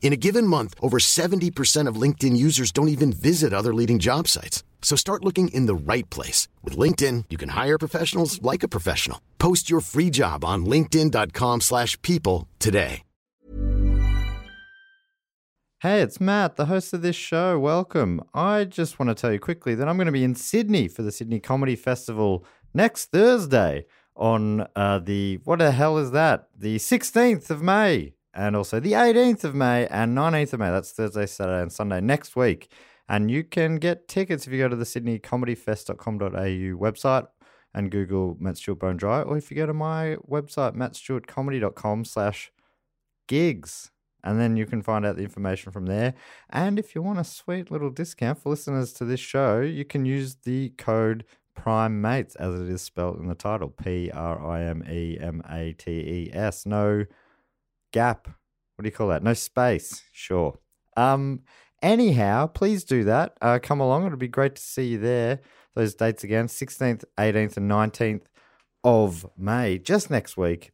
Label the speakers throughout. Speaker 1: In a given month, over 70% of LinkedIn users don't even visit other leading job sites. So start looking in the right place. With LinkedIn, you can hire professionals like a professional. Post your free job on linkedin.com/people slash people today.
Speaker 2: Hey, it's Matt, the host of this show. Welcome. I just want to tell you quickly that I'm going to be in Sydney for the Sydney Comedy Festival next Thursday on uh, the, what the hell is that? The 16th of May and also the 18th of May and 19th of May. That's Thursday, Saturday, and Sunday next week. And you can get tickets if you go to the Sydney comedyfest.com.au website and Google Matt Stewart Bone Dry, or if you go to my website, mattstewartcomedy.com slash gigs. And then you can find out the information from there. And if you want a sweet little discount for listeners to this show, you can use the code PRIMATES as it is spelled in the title P R I M E M A T E S. No gap. What do you call that? No space. Sure. Um. Anyhow, please do that. Uh, come along. It'll be great to see you there. Those dates again: sixteenth, eighteenth, and nineteenth of May, just next week.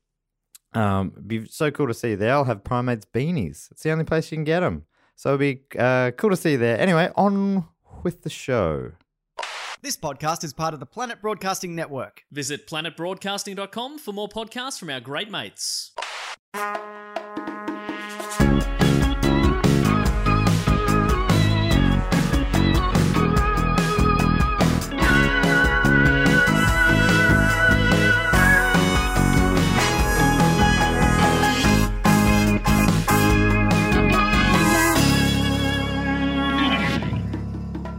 Speaker 2: Um, it'd be so cool to see you there. I'll have primates beanies. It's the only place you can get them. So it'll be uh, cool to see you there. Anyway, on with the show.
Speaker 3: This podcast is part of the Planet Broadcasting Network.
Speaker 4: Visit planetbroadcasting.com for more podcasts from our great mates.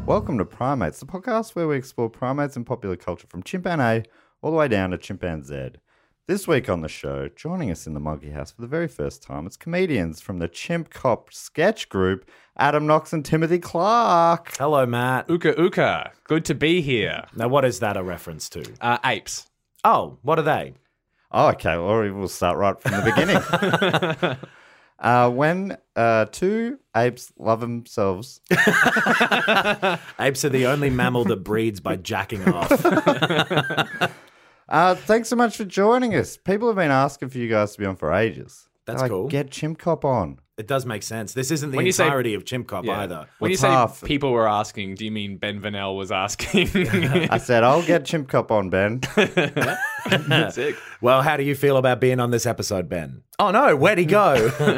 Speaker 2: Welcome to Primates, the podcast where we explore primates and popular culture from chimpan A all the way down to chimpan Z. This week on the show, joining us in the Monkey House for the very first time, it's comedians from the Chimp Cop sketch group, Adam Knox and Timothy Clark.
Speaker 5: Hello, Matt.
Speaker 6: Uka Uka, good to be here.
Speaker 5: Now, what is that a reference to?
Speaker 6: Uh, apes.
Speaker 5: Oh, what are they?
Speaker 2: Oh, okay. Well, we'll start right from the beginning. uh, when uh, two apes love themselves,
Speaker 5: Apes are the only mammal that breeds by jacking off.
Speaker 2: Uh, thanks so much for joining us. People have been asking for you guys to be on for ages.
Speaker 5: That's
Speaker 2: They're like,
Speaker 5: cool.
Speaker 2: Get Chimp Cop on.
Speaker 5: It does make sense. This isn't the
Speaker 6: When you say-
Speaker 5: entirety of Chimp Cop either.
Speaker 6: When you
Speaker 2: It's
Speaker 6: say
Speaker 2: half.
Speaker 6: people were asking, do you mean Ben Vanel was asking?
Speaker 2: I said, I'll get Chimp Cop on, Ben.
Speaker 6: Sick.
Speaker 5: Well, how do you feel about being on this episode, Ben? Oh no, where'd he go?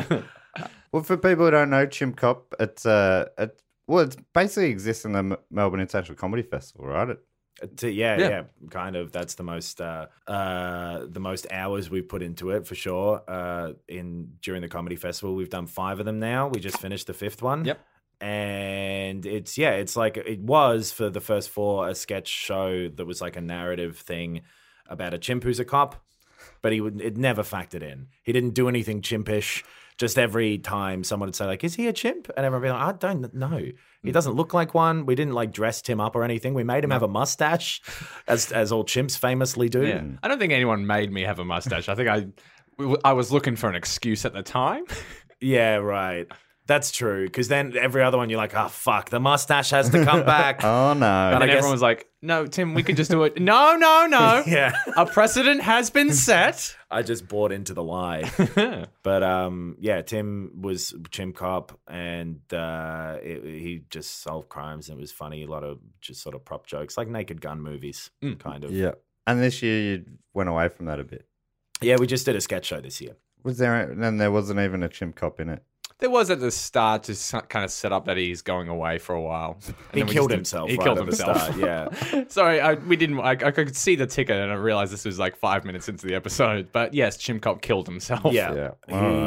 Speaker 2: Well, for people who don't know, Chimp Cop, it's uh, it, well, it basically exists in the M- Melbourne International Comedy Festival, right? It,
Speaker 5: To- yeah, yeah,
Speaker 6: Yeah.
Speaker 5: kind of. That's the most uh, uh, the most hours we've put into it for sure. Uh, in during the comedy festival, we've done five of them now. We just finished the fifth one.
Speaker 6: Yep.
Speaker 5: And it's yeah, it's like it was for the first four a sketch show that was like a narrative thing about a chimp who's a cop, but he would it never factored in. He didn't do anything chimpish. Just every time someone would say like, "Is he a chimp?" and everyone would be like, "I don't know.
Speaker 6: Mm.
Speaker 5: He doesn't look like one. We didn't like dress him up or anything. We made him have a mustache, as as all chimps famously do."
Speaker 6: Yeah. I don't think anyone made me have a mustache. I think I, w- I was looking for an excuse at the time.
Speaker 5: Yeah, right. That's true. Because then every other one, you're like, "Oh fuck, the mustache has to come back."
Speaker 2: oh no,
Speaker 6: And
Speaker 5: I guess-
Speaker 6: everyone was like, no, Tim, we could just do it. no, no, no.
Speaker 5: Yeah.
Speaker 6: A precedent has been set.
Speaker 5: I just bought into the lie. but um, yeah, Tim was chimp cop, and uh, it, he just solved crimes, and it was funny. A lot of just sort of prop jokes, like Naked Gun movies,
Speaker 6: Mm.
Speaker 5: kind of.
Speaker 2: yeah. And this year you went away from that a bit.
Speaker 5: Yeah, we just did a sketch show this year.
Speaker 2: Was there? And then there wasn't even a Chimp Cop in it.
Speaker 6: There was at the start to s- kind of set up that he's going away for a while. And
Speaker 5: He
Speaker 6: then we
Speaker 5: killed
Speaker 6: just didn't-
Speaker 5: himself.
Speaker 6: He
Speaker 5: right
Speaker 6: killed
Speaker 5: at the
Speaker 6: himself.
Speaker 5: start, yeah.
Speaker 6: Sorry, I, we didn't. I, I could see the ticker and I realized this was like five minutes into the episode. But yes, Jim Cop killed himself.
Speaker 5: Yeah.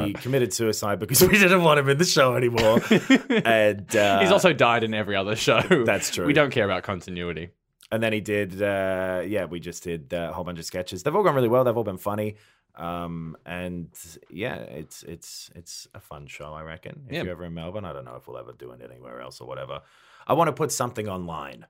Speaker 5: He committed suicide because we didn't want him in the show anymore. and uh,
Speaker 6: He's also died in every other show.
Speaker 5: That's true.
Speaker 6: We don't care about continuity.
Speaker 5: and then he did uh, yeah, we just did uh, a whole bunch of sketches. They've all gone really well. They've all been funny. Um, and yeah, it's it's it's a fun show, I reckon. If
Speaker 6: Yeah.
Speaker 5: you're ever in Melbourne, I don't know if we'll ever do it anywhere else or whatever. I want to put something online.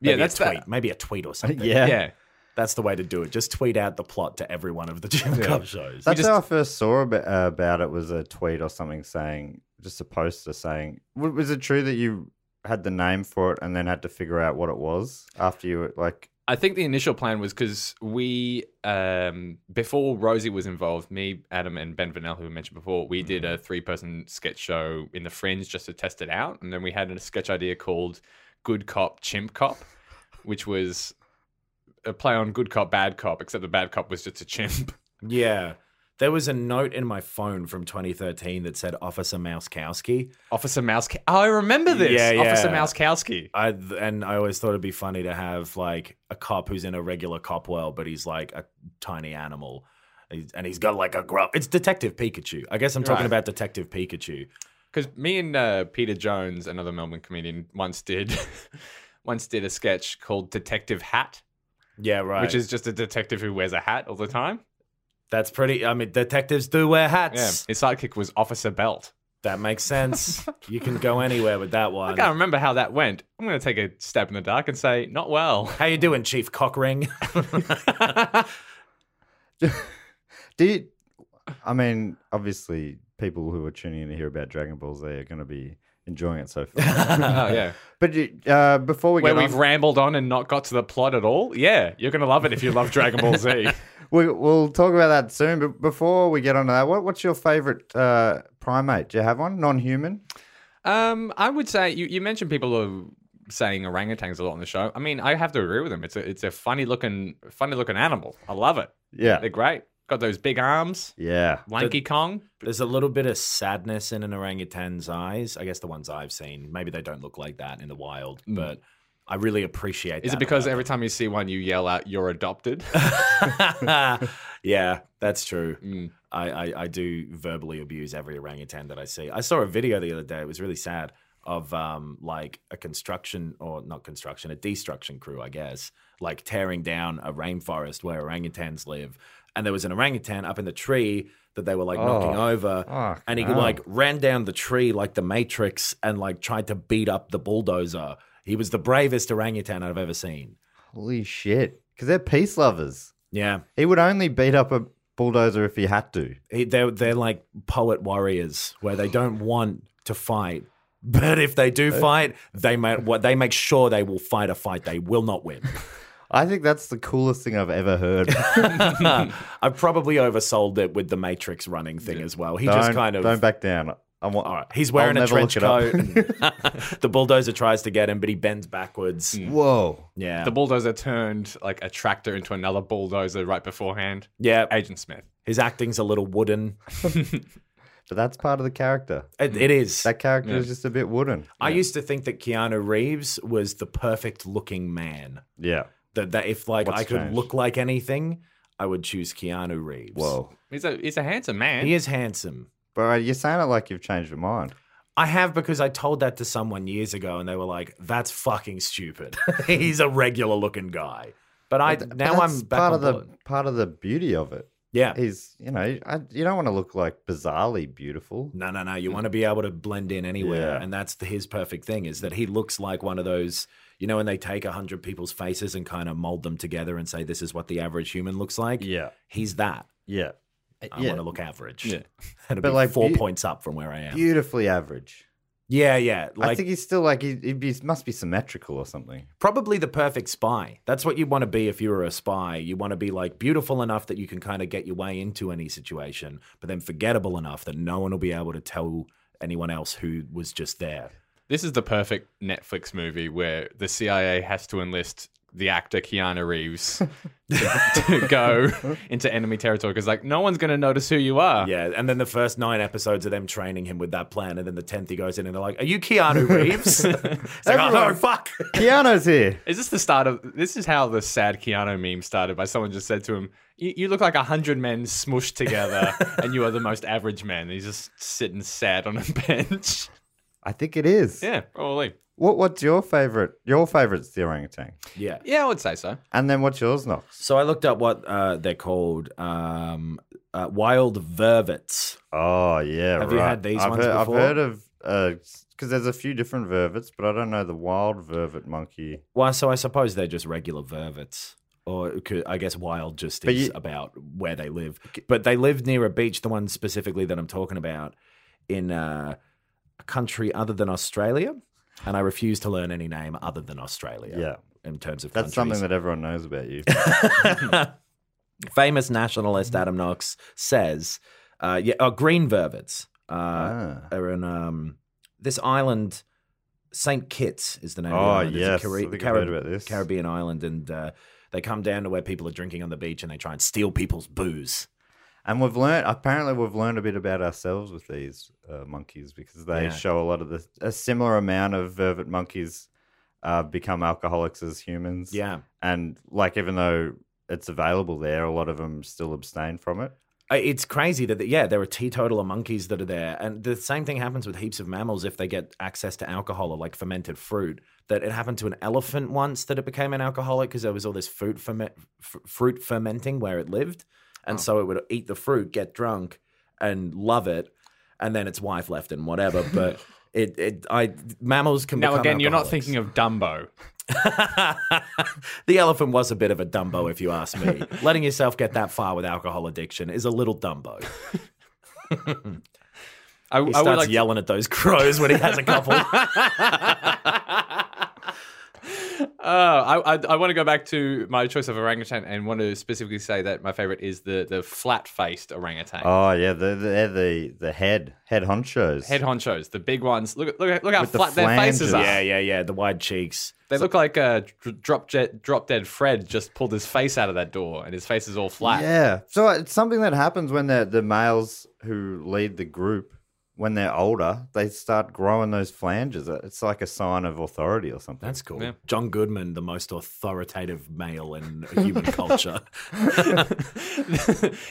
Speaker 5: Maybe
Speaker 6: yeah, that's
Speaker 5: a tweet.
Speaker 6: that.
Speaker 5: Maybe a tweet or something.
Speaker 2: Yeah.
Speaker 6: Yeah.
Speaker 5: That's the way to do it. Just tweet out the plot to every one of the Jim Cup shows.
Speaker 2: That's
Speaker 6: just-
Speaker 2: how I first saw about, about it was a tweet or something saying, just a poster saying, w- was it true that you had the name for it and then had to figure out what it was after you were like,
Speaker 6: I think the initial plan was because we, um, before Rosie was involved, me, Adam, and Ben Vanel, who we mentioned before, we did
Speaker 5: Mm-hmm.
Speaker 6: a three person sketch show in the Fringe just to test it out. And then we had a sketch idea called Good Cop, Chimp Cop, which was a play on Good Cop, Bad Cop, except the bad cop was just a chimp.
Speaker 5: Yeah. There was a note in my phone from 2013 that said Officer Mouskowski.
Speaker 6: Officer Mouse. Oh, I remember this.
Speaker 5: Yeah,
Speaker 6: Officer
Speaker 5: yeah.
Speaker 6: Mouskowski.
Speaker 5: I and I always thought it'd be funny to have like a cop who's in a regular cop world, but he's like a tiny animal, He's- and he's got like a grub. It's Detective Pikachu. I guess I'm talking
Speaker 6: Right.
Speaker 5: about Detective Pikachu.
Speaker 6: because me and uh, Peter Jones, another Melbourne comedian, once did once did a sketch called Detective Hat,
Speaker 5: Yeah, right.
Speaker 6: which is just a detective who wears a hat all the time.
Speaker 5: that's pretty. I mean, detectives do wear
Speaker 6: Yeah,
Speaker 5: hats.
Speaker 6: his sidekick was Officer Belt.
Speaker 5: That makes sense. you can go anywhere with that
Speaker 6: I
Speaker 5: one.
Speaker 6: can't remember how that went. I'm going to take a stab in the dark and say, not well. Oh,
Speaker 5: How you doing, Chief Cockring?
Speaker 2: do you, I mean, obviously, people who are tuning in to hear about Dragon Balls, they are going to be enjoying it so far.
Speaker 6: Oh yeah,
Speaker 2: but you- uh, before we
Speaker 6: where
Speaker 2: get
Speaker 6: we've
Speaker 2: on-
Speaker 6: rambled on and not got to the plot at all. Yeah, you're going to love it if you love Dragon Ball Z.
Speaker 2: We, we'll talk about that soon. But before we get on to that, what, what's your favorite uh, primate? Do you have one? Non human?
Speaker 6: Um, I would say you, you mentioned people are saying orangutans a lot on the show. I mean, I have to agree with them. It's a it's a funny looking funny looking animal. I love it.
Speaker 2: Yeah.
Speaker 6: They're great. Got those big arms,
Speaker 2: Yeah.
Speaker 6: lanky Kong.
Speaker 5: There's a little bit of sadness in an orangutan's eyes. I guess the ones I've seen, maybe they don't look like that in the wild, but I really appreciate.
Speaker 6: Mm. Is
Speaker 5: that
Speaker 6: it because
Speaker 5: about
Speaker 6: every time you see one, you yell out "You're adopted"?
Speaker 5: yeah, that's true.
Speaker 6: Mm.
Speaker 5: I, I, I do verbally abuse every orangutan that I see. I saw a video the other day. It was really sad of um like a construction or not construction, a destruction crew, I guess, like tearing down a rainforest where orangutans live. And there was an orangutan up in the tree that they were like knocking over.
Speaker 2: Oh, Fuck,
Speaker 5: and he
Speaker 2: no.
Speaker 5: like ran down the tree like the Matrix and like tried to beat up the bulldozer. He was the bravest orangutan I've ever seen.
Speaker 2: Holy shit. Because they're peace lovers.
Speaker 5: Yeah.
Speaker 2: He would only beat up a bulldozer if he had to.
Speaker 5: He- they're they're like poet warriors where they don't want to fight, but if they
Speaker 2: Uh,
Speaker 5: do fight, they make what they make sure they will fight a fight they will not win.
Speaker 2: I think that's the coolest thing I've ever heard.
Speaker 5: I probably oversold it with the Matrix running thing as well. He just
Speaker 2: Don't-
Speaker 5: kind of
Speaker 2: Don't back down. I want,
Speaker 5: all right. He's
Speaker 2: I'll
Speaker 5: wearing a
Speaker 2: never look
Speaker 5: trench
Speaker 2: it up. Hmm.
Speaker 5: coat. the bulldozer tries to get him, but he bends backwards.
Speaker 2: Whoa.
Speaker 5: Yeah,
Speaker 6: The bulldozer turned like a tractor into another bulldozer right beforehand.
Speaker 5: yeah.
Speaker 6: Agent Smith.
Speaker 5: His acting's a little wooden.
Speaker 2: But that's part of the character.
Speaker 5: It, it is.
Speaker 2: Hmm. That character is just a bit wooden.
Speaker 5: I used to think that Keanu Reeves was the perfect looking man.
Speaker 2: Yeah.
Speaker 5: that, that if like
Speaker 2: What's
Speaker 5: I could
Speaker 2: changed?
Speaker 5: look like anything, I would choose Keanu Reeves.
Speaker 2: Whoa.
Speaker 6: He's a he's a handsome man.
Speaker 5: He is handsome.
Speaker 2: But uh, you're saying it like you've changed your mind.
Speaker 5: I have because I told that to someone years ago and they were like, that's fucking stupid. He's a regular looking guy. But I
Speaker 2: But
Speaker 5: now I'm
Speaker 2: that's
Speaker 5: back
Speaker 2: part
Speaker 5: on
Speaker 2: of the
Speaker 5: board.
Speaker 2: part of the beauty of it.
Speaker 5: Yeah.
Speaker 2: He's, you know, I, you don't want to look like bizarrely beautiful.
Speaker 5: No, no, no. You want to be able to blend in anywhere.
Speaker 2: Yeah.
Speaker 5: And that's the, his perfect thing is that he looks like one of those, you know, when they take 100 people's faces and kind of mold them together and say, this is what the average human looks like.
Speaker 2: Yeah.
Speaker 5: He's that.
Speaker 2: Yeah.
Speaker 5: I
Speaker 2: yeah.
Speaker 5: want to look average.
Speaker 6: Yeah.
Speaker 5: That'd
Speaker 2: But
Speaker 5: be
Speaker 2: like
Speaker 5: four
Speaker 2: beau-
Speaker 5: points up from where I am.
Speaker 2: Beautifully average.
Speaker 5: yeah, yeah.
Speaker 2: I
Speaker 5: Like
Speaker 2: think he's still like he, he'd be must be symmetrical or something.
Speaker 5: probably the perfect spy. That's what you want to be if you were a spy. You want to be like beautiful enough that you can kind of get your way into any situation, but then forgettable enough that no one will be able to tell anyone else who was just there.
Speaker 6: This is the perfect Netflix movie where the CIA has to enlist the actor Keanu Reeves to, to go into enemy territory because like no one's gonna notice who you are.
Speaker 5: Yeah, and then the first nine episodes of them training him with that plan, and then the tenth he goes in and they're like, "Are you Keanu Reeves?" it's like, "Oh no, fuck!"
Speaker 2: Keanu's here.
Speaker 6: Is this the start of this is how the sad Keanu meme started by someone just said to him, You, you look like a hundred men smushed together and you are the most average man. And he's just sitting sad on a bench.
Speaker 2: I think it is.
Speaker 6: Yeah, probably.
Speaker 2: What What's your favorite? Your favorite's the orangutan.
Speaker 5: Yeah.
Speaker 6: Yeah, I would say so.
Speaker 2: And then what's yours, Knox?
Speaker 5: So I looked up what uh, they're called. Um, uh, wild vervets.
Speaker 2: Oh yeah,
Speaker 5: Have you
Speaker 2: right.
Speaker 5: had these
Speaker 2: I've
Speaker 5: ones
Speaker 2: heard,
Speaker 5: before?
Speaker 2: I've heard of because there's a few different vervets, but I don't know the wild vervet monkey.
Speaker 5: Well, so I suppose they're just regular vervets. Or it could, I guess wild just
Speaker 2: But
Speaker 5: is
Speaker 2: you-
Speaker 5: about where they live. But they live near a beach, the one specifically that I'm talking about, in uh, a country other than Australia. And I refuse to learn any name other than Australia.
Speaker 2: Yeah.
Speaker 5: In terms of
Speaker 2: That's
Speaker 5: countries.
Speaker 2: something that everyone knows about you.
Speaker 5: Uh-huh. famous nationalist Adam Knox says, uh, yeah, oh, green vervets uh,
Speaker 2: Ah.
Speaker 5: are in um, this island. Saint Kitts is the name.
Speaker 2: Oh,
Speaker 5: of the island. It's a
Speaker 2: yes.
Speaker 5: Carib-
Speaker 2: I think I've
Speaker 5: Carib-
Speaker 2: heard about this.
Speaker 5: Caribbean island, and uh, they come down to where people are drinking on the beach, and they try and steal people's booze.
Speaker 2: And we've learned, apparently, we've learned a bit about ourselves with these uh, monkeys because they
Speaker 5: Yeah.
Speaker 2: show a lot of the, a similar amount of vervet monkeys uh, become alcoholics as humans.
Speaker 5: Yeah,
Speaker 2: And like, even though it's available there, a lot of them still abstain from it.
Speaker 5: Uh, it's crazy that yeah, there are teetotaler monkeys that are there, and the same thing happens with heaps of mammals if they get access to alcohol or like fermented fruit. That it happened to an elephant once that it became an alcoholic because there was all this fruit ferment, f- fruit fermenting where it lived, and
Speaker 6: Oh.
Speaker 5: so it would eat the fruit, get drunk, and love it, and then its wife left and whatever. But it, it, I mammals can.
Speaker 6: Now
Speaker 5: become
Speaker 6: again, you're not
Speaker 5: alcoholics.
Speaker 6: thinking of Dumbo.
Speaker 5: the elephant was a bit of a Dumbo, if you ask me. Letting yourself get that far with alcohol addiction is a little Dumbo.
Speaker 6: I,
Speaker 5: He
Speaker 6: I would
Speaker 5: starts
Speaker 6: like
Speaker 5: yelling at those crows when he has a couple.
Speaker 6: Oh, I I, I want to go back to my choice of orangutan and want to specifically say that my favorite is the the flat faced orangutan.
Speaker 2: Oh, yeah. They're, they're the, the head, head honchos.
Speaker 6: Head honchos, the big ones. Look look look how
Speaker 2: With the
Speaker 6: flat their faces
Speaker 2: flanges.
Speaker 6: are.
Speaker 5: yeah, yeah, yeah. The wide cheeks.
Speaker 6: They look like uh, dr- drop jet, drop dead Fred just pulled his face out of that door, and his face is all flat.
Speaker 2: Yeah. So uh, it's something that happens when the the males who lead the group, when they're older, they start growing those flanges. Uh, It's like a sign of authority or something.
Speaker 5: That's cool. John Goodman, the most authoritative male in human culture.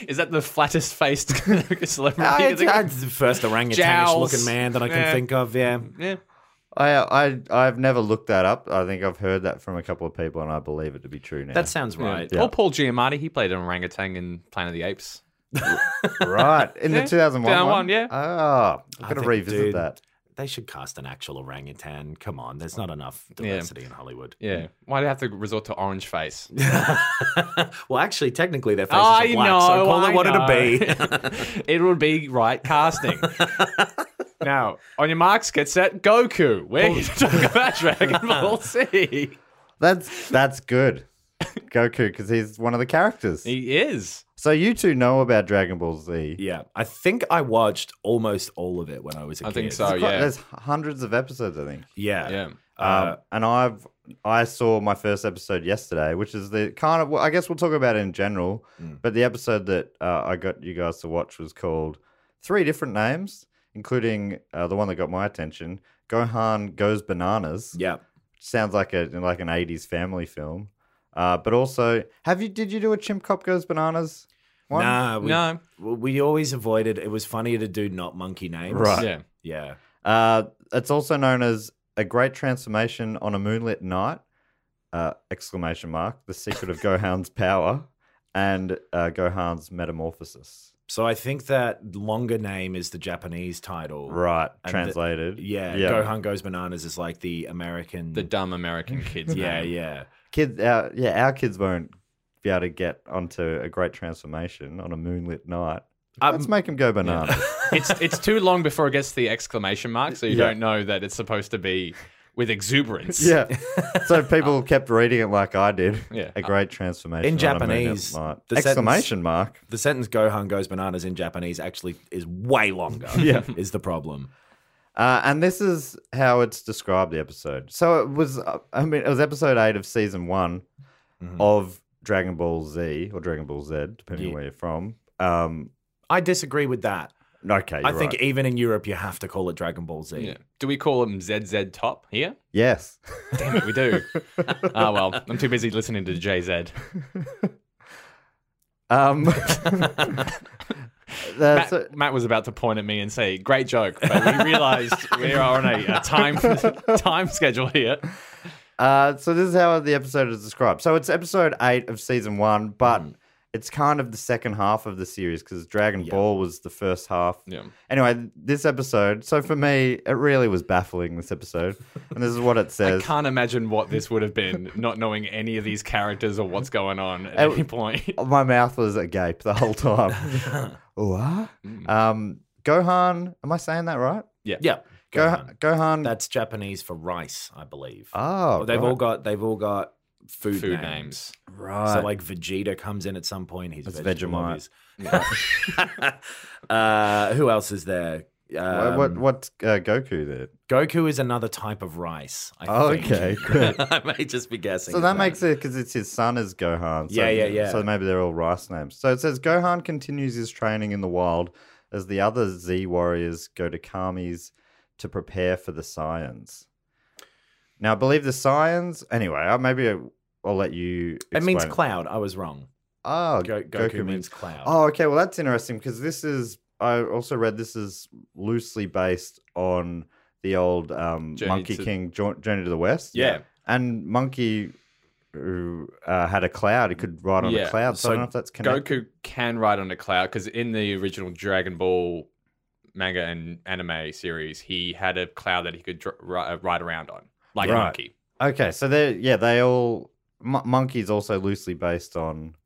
Speaker 6: is that the flattest faced celebrity?
Speaker 5: Ah,
Speaker 2: I-
Speaker 6: you think of?
Speaker 5: That's the first orangutanish
Speaker 6: Jowls.
Speaker 5: looking man that I can
Speaker 6: Yeah.
Speaker 5: think of. Yeah.
Speaker 6: yeah.
Speaker 2: I I I've never looked that up. I think I've heard that from a couple of people, and I believe it to be true now.
Speaker 5: That sounds right.
Speaker 6: Or Paul Giamatti, he played an orangutan in Planet of the Apes.
Speaker 2: right in
Speaker 6: Yeah.
Speaker 2: the two thousand one.
Speaker 6: 2001, yeah.
Speaker 2: Oh, I'm
Speaker 5: I
Speaker 2: gonna
Speaker 5: think,
Speaker 2: revisit
Speaker 5: dude,
Speaker 2: that.
Speaker 5: They should cast an actual orangutan. Come on, there's not enough diversity in Hollywood.
Speaker 6: Yeah. Why do they have to resort to orange face?
Speaker 5: well, actually, technically, their faces
Speaker 6: I
Speaker 5: are black, so call it what it'll be.
Speaker 6: it be. it would be right casting. now, on your marks, get set, Goku. We're
Speaker 5: Oh.
Speaker 6: here to talk about Dragon Ball Z.
Speaker 2: That's that's good. Goku, because he's one of the characters.
Speaker 6: He is.
Speaker 2: so you two know about Dragon Ball Z.
Speaker 5: yeah, I think I watched almost all of it when I was a
Speaker 6: I
Speaker 5: kid.
Speaker 6: think so.
Speaker 2: Quite-
Speaker 6: yeah.
Speaker 2: There's hundreds of episodes, I think.
Speaker 5: Yeah.
Speaker 6: Yeah.
Speaker 5: Uh,
Speaker 2: Um, and I've I saw my first episode yesterday, which is the kind of well, I guess we'll talk about it in general.
Speaker 5: Hmm.
Speaker 2: But the episode that uh, I got you guys to watch was called three different names, including uh, the one that got my attention. Gohan goes bananas.
Speaker 5: Yeah.
Speaker 2: sounds like a like an '80s family film. Uh, but also, have you did you do a Chimp Cop goes bananas? One?
Speaker 5: Nah, we,
Speaker 6: No.
Speaker 5: we always avoided. It was funnier to do not monkey names.
Speaker 2: Right.
Speaker 6: Yeah.
Speaker 5: Yeah.
Speaker 2: Uh, it's also known as a great transformation on a moonlit night! Uh, exclamation mark! The secret of Gohan's power and uh, Gohan's metamorphosis.
Speaker 5: So I think that longer name is the Japanese title.
Speaker 2: Right,
Speaker 5: And the-
Speaker 2: translated.
Speaker 5: Yeah, Gohan goes bananas is like the American.
Speaker 6: The dumb American kids.
Speaker 5: yeah,
Speaker 6: name.
Speaker 5: yeah.
Speaker 2: Kids, our, yeah, our kids won't be able to get onto a great transformation on a moonlit night.
Speaker 5: Um,
Speaker 2: Let's make him go bananas.
Speaker 6: it's it's too long before it gets to the exclamation mark, so you
Speaker 2: Yeah.
Speaker 6: don't know that it's supposed to be with exuberance.
Speaker 2: Yeah. so people kept reading it like I did.
Speaker 6: Yeah.
Speaker 2: A great transformation
Speaker 5: In
Speaker 2: on a moonlit
Speaker 5: Japanese,
Speaker 2: night.
Speaker 5: the sentence-
Speaker 2: exclamation mark.
Speaker 5: The sentence Gohan goes bananas in Japanese actually is way longer.
Speaker 2: Yeah.
Speaker 5: Is the problem.
Speaker 2: Uh, and this is how it's described the episode. So it was, uh, I mean, it was episode eight of season one. of Dragon Ball Z or Dragon Ball Z, depending on
Speaker 5: Mm-hmm. Yeah.
Speaker 2: where you're from. Um,
Speaker 5: I disagree with that.
Speaker 2: okay,
Speaker 5: I
Speaker 2: you're
Speaker 5: think
Speaker 2: right.
Speaker 5: even in Europe, you have to call it Dragon Ball Z.
Speaker 6: Yeah. Do we call them ZZ Top here?
Speaker 2: yes.
Speaker 6: Damn it, we do. Ah, well, I'm too busy listening to JZ.
Speaker 2: Um, that's
Speaker 6: Matt, Matt was about to point at me and say, "Great joke," but we realised we are on a, a time time schedule here.
Speaker 2: Uh, so this is how the episode is described. So it's episode eight of season one, but it's kind of the second half of the series because Dragon Ball was the first half.
Speaker 6: Yeah.
Speaker 2: Anyway, this episode. So for me, it really was baffling. This episode, and this is what it
Speaker 6: I
Speaker 2: says.
Speaker 6: can't imagine what this would have been, not knowing any of these characters or what's going on at
Speaker 2: Oh.
Speaker 6: any point.
Speaker 2: My mouth was agape the whole time. what? Um, Gohan. Am I saying that right?
Speaker 5: Yeah. Go
Speaker 2: Gohan.
Speaker 5: on.
Speaker 2: Gohan.
Speaker 5: That's Japanese for rice, I believe.
Speaker 2: oh,
Speaker 5: they've
Speaker 2: right.
Speaker 5: all got they've all got food,
Speaker 6: Food
Speaker 5: names.
Speaker 6: names.
Speaker 2: right.
Speaker 5: So like Vegeta comes in at some point. He's
Speaker 2: That's
Speaker 5: vegetable,
Speaker 2: Vegemite.
Speaker 5: obvious. uh, who else is there?
Speaker 2: Wha-
Speaker 5: Um,
Speaker 2: what? What's uh, Goku there?
Speaker 5: Goku is another type of rice. I
Speaker 2: Oh,
Speaker 5: think.
Speaker 2: okay, good.
Speaker 5: I may just be guessing.
Speaker 2: So
Speaker 5: at
Speaker 2: that makes it because it's his son is Gohan. So,
Speaker 5: Yeah, yeah, yeah.
Speaker 2: So maybe they're all rice names. So it says Gohan continues his training in the wild as the other Z warriors go to Kami's to prepare for the Saiyans. Now I believe the Saiyans. Anyway, I- maybe uh, I'll let you.
Speaker 5: It means
Speaker 2: explain
Speaker 5: cloud. I was wrong.
Speaker 2: Oh,
Speaker 5: Go- Goku, means, cloud.
Speaker 2: Oh, okay. Well, that's interesting because this is. I also read this is loosely based on the old um,
Speaker 6: Journey
Speaker 2: Monkey
Speaker 6: to-
Speaker 2: King jo- Journey to the West.
Speaker 6: Yeah.
Speaker 2: And Monkey who, uh, had a cloud. He could ride on a
Speaker 6: Yeah.
Speaker 2: cloud. So, I
Speaker 5: So
Speaker 2: don't know if that's connected.
Speaker 6: Goku can ride on a cloud because in the original Dragon Ball manga and anime series, he had a cloud that he could dr- ri- uh, ride around on, like
Speaker 2: Right.
Speaker 6: a monkey.
Speaker 2: Okay. So they yeah, they all. Mon- Monkey's also loosely based on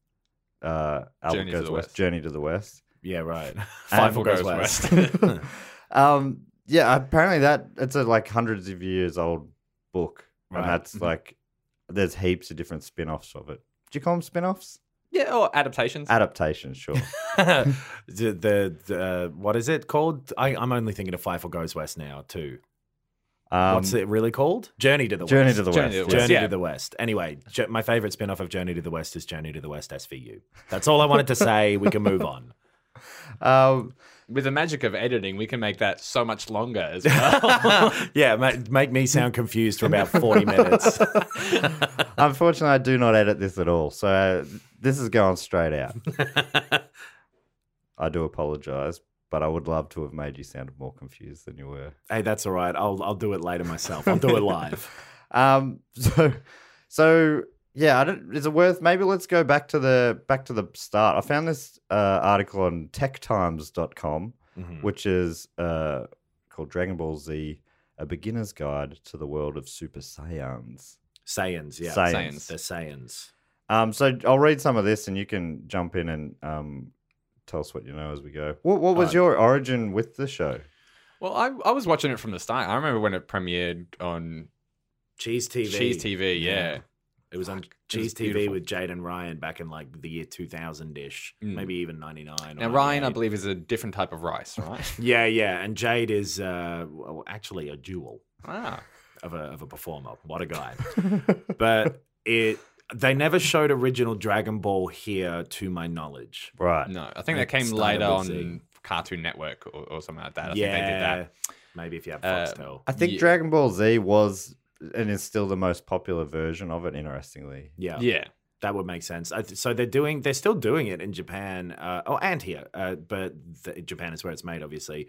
Speaker 2: uh, Albert
Speaker 6: Journey to
Speaker 2: Goes
Speaker 6: the
Speaker 2: West.
Speaker 6: West.
Speaker 2: Journey to the West.
Speaker 5: yeah, right.
Speaker 6: Five
Speaker 5: Apple
Speaker 6: goes west.
Speaker 2: um, yeah, apparently that it's a like hundreds of years old book,
Speaker 5: Right.
Speaker 2: and
Speaker 6: mm-hmm.
Speaker 2: that's like there's heaps of different spin-offs of it. Do you call them spin-offs?
Speaker 6: yeah, or adaptations.
Speaker 2: Adaptations, sure.
Speaker 5: the the, the uh, what is it called? I, I'm only thinking of Five or Goes West now too.
Speaker 2: Um,
Speaker 5: What's it really called? Journey to the
Speaker 2: Journey
Speaker 5: West.
Speaker 2: to the
Speaker 6: Journey
Speaker 2: West.
Speaker 6: to the
Speaker 2: yeah.
Speaker 5: Journey
Speaker 6: Yeah.
Speaker 5: to the West. Anyway, jo- my favorite spin off of Journey to the West is Journey to the West SVU. That's all I wanted to say. We can move on.
Speaker 2: Um,
Speaker 6: With the magic of editing, we can make that so much longer as well.
Speaker 5: yeah, make, make me sound confused for about 40 minutes.
Speaker 2: unfortunately, I do not edit this at all, so uh, this is going straight out. I do apologize, but I would love to have made you sound more confused than you were.
Speaker 5: hey, that's all right. I'll, I'll do it later myself. I'll do it live.
Speaker 2: Um, so, so yeah, I don't, is it worth? Maybe let's go back to the back to the start. I found this uh, article on TechTimes.com,
Speaker 5: Hmm. Mm-hmm.
Speaker 2: which is uh, called Dragon Ball Z: A Beginner's Guide to the World of Super Saiyans.
Speaker 5: Saiyans, yeah.
Speaker 2: Saiyans.
Speaker 5: The Saiyans.
Speaker 2: Um, so I'll read some of this, and you can jump in and um, tell us what you know as we go. What, what was your origin with the show?
Speaker 6: well, I, I was watching it from the start. I remember when it premiered on
Speaker 5: Cheese TV.
Speaker 6: Cheese TV. Yeah.
Speaker 5: It was on
Speaker 6: It was
Speaker 5: Cheese TV
Speaker 6: beautiful.
Speaker 5: with Jade and Ryan back in like the year 2000 ish,
Speaker 6: Mm.
Speaker 5: maybe even 99. or
Speaker 6: Now Ryan, I
Speaker 5: 98.
Speaker 6: believe, is a different type of rice, right?
Speaker 5: Yeah, yeah. And Jade is uh, well, actually a jewel.
Speaker 6: ah.
Speaker 5: of a of a performer. What a guy! but it they never showed original Dragon Ball here, to my knowledge.
Speaker 2: Right.
Speaker 6: No, I think
Speaker 5: It
Speaker 6: that came
Speaker 5: started
Speaker 6: later
Speaker 5: with
Speaker 6: on
Speaker 5: Z.
Speaker 6: Cartoon Network or, or something like that. I
Speaker 5: yeah,
Speaker 6: think they did that.
Speaker 5: maybe if you have
Speaker 6: Uh,
Speaker 5: Foxtel.
Speaker 2: I think
Speaker 6: Yeah.
Speaker 2: Dragon Ball Z was and is still the most popular version of it. Interestingly,
Speaker 5: yeah,
Speaker 6: Yeah.
Speaker 5: that would make sense. I th- so they're doing they're still doing it in Japan. Uh, oh, and here, uh, but the, Japan is where it's made, obviously.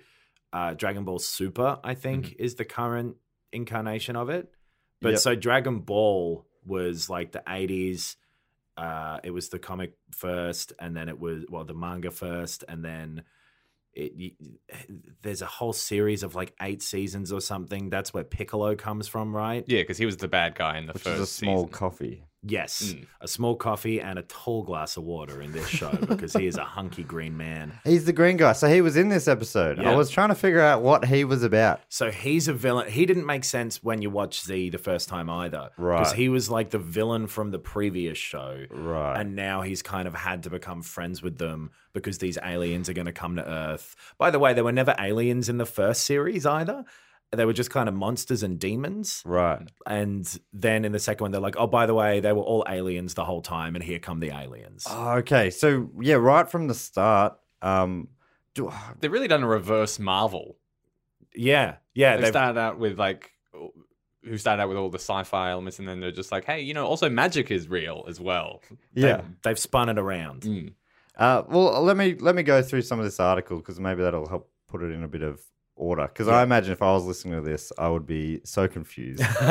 Speaker 5: Uh, Dragon Ball Super, I think, is the current incarnation of it. But
Speaker 2: Yep.
Speaker 5: so Dragon Ball was like the 80s. Uh, it was the comic first, and then it was, well, the manga first, and then it, y- there's a whole series of like eight seasons or something. That's where Piccolo comes from, right?
Speaker 6: Yeah, because he was the bad guy in the
Speaker 2: which
Speaker 6: first
Speaker 2: is a small
Speaker 6: season.
Speaker 2: coffee.
Speaker 5: Yes,
Speaker 6: Mm.
Speaker 5: a small coffee and a tall glass of water in this show because he is a hunky green man.
Speaker 2: He's the green guy, so he was in this episode. I
Speaker 5: Yeah.
Speaker 2: was trying to figure out what he was about.
Speaker 5: So he's a villain. He didn't make sense when you watch Z the first time either.
Speaker 2: Right.
Speaker 5: Because he was like the villain from the previous show.
Speaker 2: Right.
Speaker 5: And now he's kind of had to become friends with them because these aliens are going to come to Earth. By the way, there were never aliens in the first series either. They were just kind of monsters and demons.
Speaker 2: Right.
Speaker 5: And then in the second one, they're like, oh, by the way, they were all aliens the whole time, and here come the aliens.
Speaker 6: Oh.
Speaker 2: Okay. So yeah, right from the start. Um, do,
Speaker 6: They've really done a reverse Marvel.
Speaker 5: Yeah, yeah.
Speaker 6: They
Speaker 5: they've-
Speaker 6: start out with like, who started out with all the sci-fi elements, and then they're just like, hey, you know, also magic is real as well.
Speaker 2: yeah.
Speaker 5: They've, they've spun it around.
Speaker 6: Mm.
Speaker 2: Uh, well, let me let me go through some of this article because maybe that'll help put it in a bit of order. Because I imagine if I was listening to this, I would be so confused.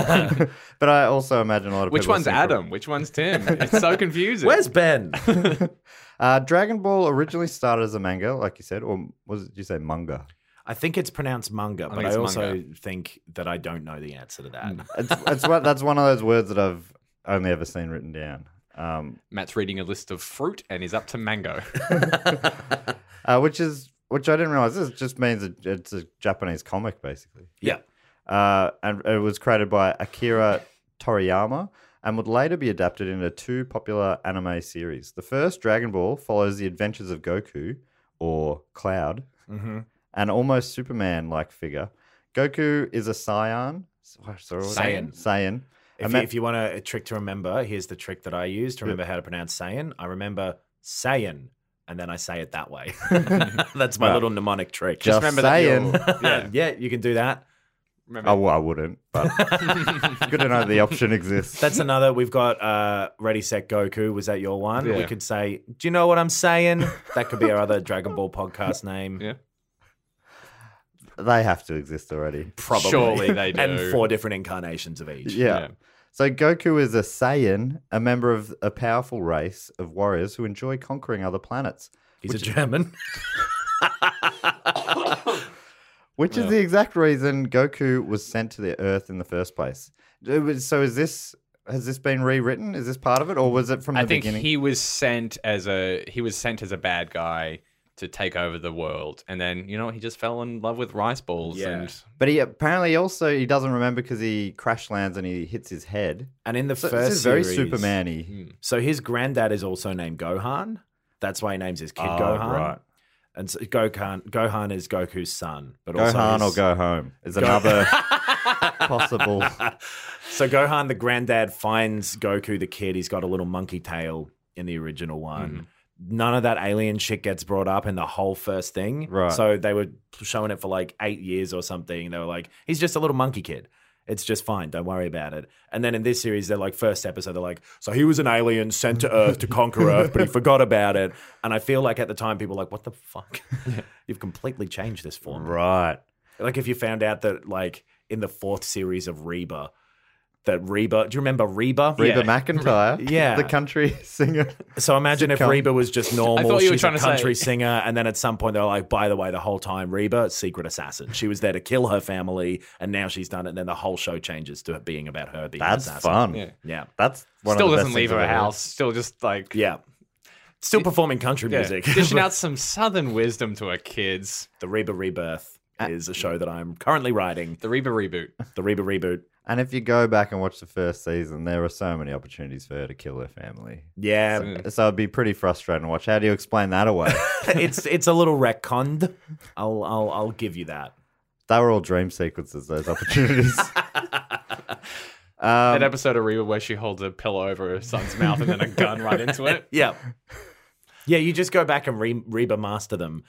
Speaker 2: but I also imagine a lot of
Speaker 6: Which
Speaker 2: people
Speaker 6: one's
Speaker 2: listening
Speaker 6: Adam? Which one's Tim? It's so confusing.
Speaker 5: Where's Ben?
Speaker 2: from- uh, Dragon Ball originally started as a manga, like you said, or was it, did you say manga?
Speaker 5: I think it's pronounced manga,
Speaker 6: I
Speaker 5: but
Speaker 6: think
Speaker 5: I
Speaker 6: it's Mm.
Speaker 5: also
Speaker 6: manga.
Speaker 5: think that I don't know the answer to that.
Speaker 2: It's, it's one, that's one of those words that I've only ever seen written down. Um,
Speaker 6: Matt's reading a list of fruit and is up to mango.
Speaker 2: uh, which is which I didn't realize. This just means it, it's a Japanese comic, basically.
Speaker 5: Yeah.
Speaker 2: uh, and it was created by Akira Toriyama and would later be adapted into two popular anime series. The first, Dragon Ball, follows the adventures of Goku, or Cloud,
Speaker 6: Mm-hmm.
Speaker 5: hmm
Speaker 2: an almost Superman like figure. Goku is a Saiyan. oh, Sorry, what-
Speaker 5: Saiyan.
Speaker 2: Saiyan.
Speaker 5: If,
Speaker 2: ma-
Speaker 5: you, if you want a, a trick to remember, here's the trick that I use to remember how to pronounce Saiyan. I remember Saiyan, and then I say it that way. That's my
Speaker 2: Right.
Speaker 5: little mnemonic trick.
Speaker 2: Just
Speaker 6: remember that
Speaker 2: Saiyan.
Speaker 5: yeah. you can do that.
Speaker 6: Remember,
Speaker 2: Oh, well, I wouldn't, but good to know the option exists.
Speaker 5: That's another. We've got uh, Ready, Set, Goku. Was that your one? We
Speaker 6: Yeah.
Speaker 5: could say, Do you know what I'm saying? That could be our other Dragon Ball podcast name.
Speaker 6: Yeah.
Speaker 2: they have to exist already.
Speaker 5: Probably.
Speaker 6: Surely they do.
Speaker 5: And four different incarnations of each.
Speaker 2: Yeah. So Goku is a Saiyan, a member of a powerful race of warriors who enjoy conquering other planets,
Speaker 5: He's a German.
Speaker 2: which is the exact reason Goku was sent to the Earth in the first place. It was- So is this has this been rewritten? Is this part of it, or was it from
Speaker 6: I
Speaker 2: the
Speaker 6: think
Speaker 2: beginning?
Speaker 6: he was sent as a he was sent as a bad guy to take over the world, and then you know he just fell in love with rice balls.
Speaker 5: Yeah.
Speaker 6: And
Speaker 2: But he apparently also he doesn't remember because he crash lands and he hits his head.
Speaker 5: And in the
Speaker 2: So
Speaker 5: first
Speaker 2: this is very
Speaker 5: series-
Speaker 2: Superman-y.
Speaker 5: So his granddad is also named Gohan. That's why he names his kid
Speaker 6: Ah,
Speaker 2: Oh,
Speaker 5: Gohan.
Speaker 2: right.
Speaker 5: And so Gohan, Gohan is Goku's son, but also
Speaker 2: Gohan
Speaker 5: his-
Speaker 2: or go home is another possible.
Speaker 5: So Gohan, the granddad, finds Goku the kid. He's got a little monkey tail in the original one.
Speaker 2: Mm-hmm.
Speaker 5: None of that alien shit gets brought up in the whole first thing.
Speaker 2: Right.
Speaker 5: So they were showing it for like eight years or something. They were like, he's just a little monkey kid. It's just fine. Don't worry about it. And then in this series, they're like, first episode, they're like, so he was an alien sent to Earth to conquer Earth, but he forgot about it. And I feel like at the time, people were like, what the fuck? You've completely changed this for me.
Speaker 2: Right.
Speaker 5: Like if you found out that like in the fourth series of Reba, that Reba, do you remember Reba?
Speaker 2: Reba
Speaker 6: Yeah.
Speaker 2: McIntyre,
Speaker 5: Yeah.
Speaker 2: the country singer.
Speaker 5: So imagine if
Speaker 2: Sitcom.
Speaker 5: Reba was just normal.
Speaker 6: I thought you were
Speaker 5: She's
Speaker 6: trying
Speaker 5: a
Speaker 6: to
Speaker 5: country
Speaker 6: say-
Speaker 5: singer, and then at some point they're like, by the way, the whole time Reba, secret assassin. She was there to kill her family, and now she's done it. And then the whole show changes to it being about her being
Speaker 2: That's
Speaker 5: an assassin.
Speaker 2: fun.
Speaker 6: Yeah.
Speaker 5: Yeah,
Speaker 2: That's one of
Speaker 6: still
Speaker 2: the best
Speaker 6: doesn't leave
Speaker 2: things I've
Speaker 6: her
Speaker 2: ever heard.
Speaker 6: house. Still just like
Speaker 5: yeah. Still performing country
Speaker 6: yeah,
Speaker 5: music.
Speaker 6: dishing out some southern wisdom to her kids.
Speaker 5: the Reba Rebirth is a show that I'm currently writing.
Speaker 6: The Reba reboot.
Speaker 5: The Reba reboot.
Speaker 2: And if you go back and watch the first season, there are so many opportunities for her to kill her family.
Speaker 5: Yeah,
Speaker 2: So it'd be pretty frustrating to watch. How do you explain that away?
Speaker 5: it's it's a little retconned. I'll I'll I'll give you that.
Speaker 2: they were all dream sequences, those opportunities. Um,
Speaker 6: that episode of Reba where she holds a pillow over her son's mouth and then a gun right into it.
Speaker 5: Yeah. Yeah, you just go back and re- remaster them,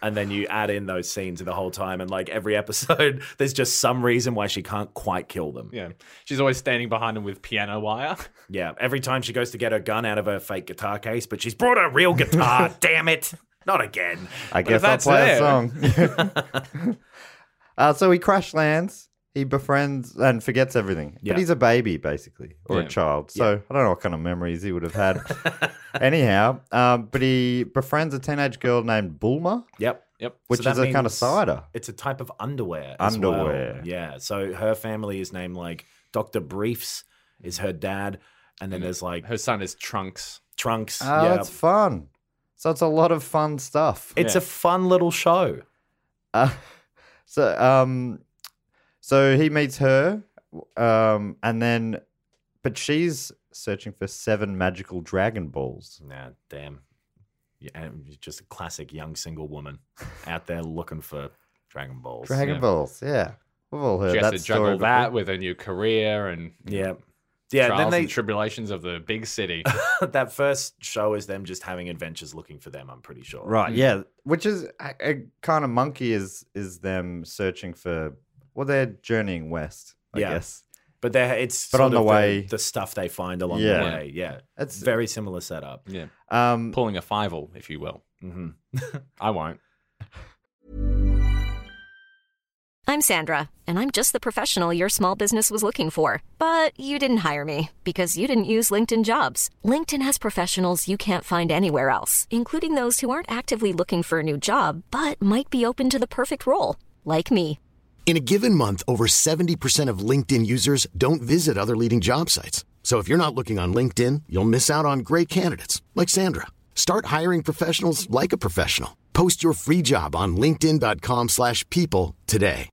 Speaker 5: and then you add in those scenes the whole time. And like every episode, there's just some reason why she can't quite kill them.
Speaker 6: Yeah, she's always standing behind him with piano wire.
Speaker 5: Yeah, every time she goes to get her gun out of her fake guitar case, but she's brought a real guitar. damn it! Not again.
Speaker 2: I guess I'll
Speaker 6: that's
Speaker 2: play a
Speaker 6: there.
Speaker 2: song. uh, so he crash lands, he befriends and forgets everything.
Speaker 5: Yeah.
Speaker 2: But he's a baby, basically, or
Speaker 6: Yeah.
Speaker 2: a child. So I don't know what kind of memories he would have had. Anyhow, um, but he befriends a teenage girl named Bulma,
Speaker 5: Yep.
Speaker 6: Yep.
Speaker 2: which
Speaker 5: that
Speaker 2: is a kind of
Speaker 5: means
Speaker 2: cider.
Speaker 5: It's a type of underwear. as well.
Speaker 2: Underwear.
Speaker 5: Yeah. So her family is named like Doctor Briefs is her dad, and then there's like
Speaker 6: Her son is Trunks.
Speaker 5: Trunks.
Speaker 2: Oh,
Speaker 5: yeah.
Speaker 2: that's fun. So it's a lot of fun stuff.
Speaker 5: It's a fun little show.
Speaker 2: Uh, so um, so he meets her, um, and then, but she's searching for seven magical dragon balls.
Speaker 5: Nah, damn. Yeah, and you're just a classic young single woman out there looking for Dragon Balls.
Speaker 2: Dragon
Speaker 5: Yeah.
Speaker 2: balls, yeah. We've all heard
Speaker 6: She has
Speaker 2: that
Speaker 6: to
Speaker 2: story.
Speaker 6: juggle
Speaker 2: before.
Speaker 6: that with her new career and
Speaker 5: Yeah. Yeah,
Speaker 6: trials
Speaker 5: then they
Speaker 6: and tribulations of the big city.
Speaker 5: that first show is them just having adventures looking for them, I'm pretty sure.
Speaker 6: Hmm.
Speaker 2: Right. Yeah. Which is a, a kind of monkey is is them searching for well they're journeying west. I
Speaker 5: Yeah.
Speaker 2: guess
Speaker 5: But they're it's
Speaker 2: But
Speaker 5: sort
Speaker 2: on the
Speaker 5: of
Speaker 2: way-
Speaker 5: the stuff they find along
Speaker 2: Yeah.
Speaker 5: the way. Yeah. It's
Speaker 2: it's
Speaker 5: very similar setup.
Speaker 6: yeah,
Speaker 2: um
Speaker 6: pulling a fival, if you will.
Speaker 5: hmm
Speaker 6: I won't.
Speaker 7: I'm Sandra, and I'm just the professional your small business was looking for. But you didn't hire me because you didn't use LinkedIn jobs. LinkedIn has professionals you can't find anywhere else, including those who aren't actively looking for a new job but might be open to the perfect role, like me.
Speaker 1: In a given month, over 70% of LinkedIn users don't visit other leading job sites. So if you're not looking on LinkedIn, you'll miss out on great candidates like Sandra. Start hiring professionals like a professional. Post your free job on linkedin.com/people slash people today.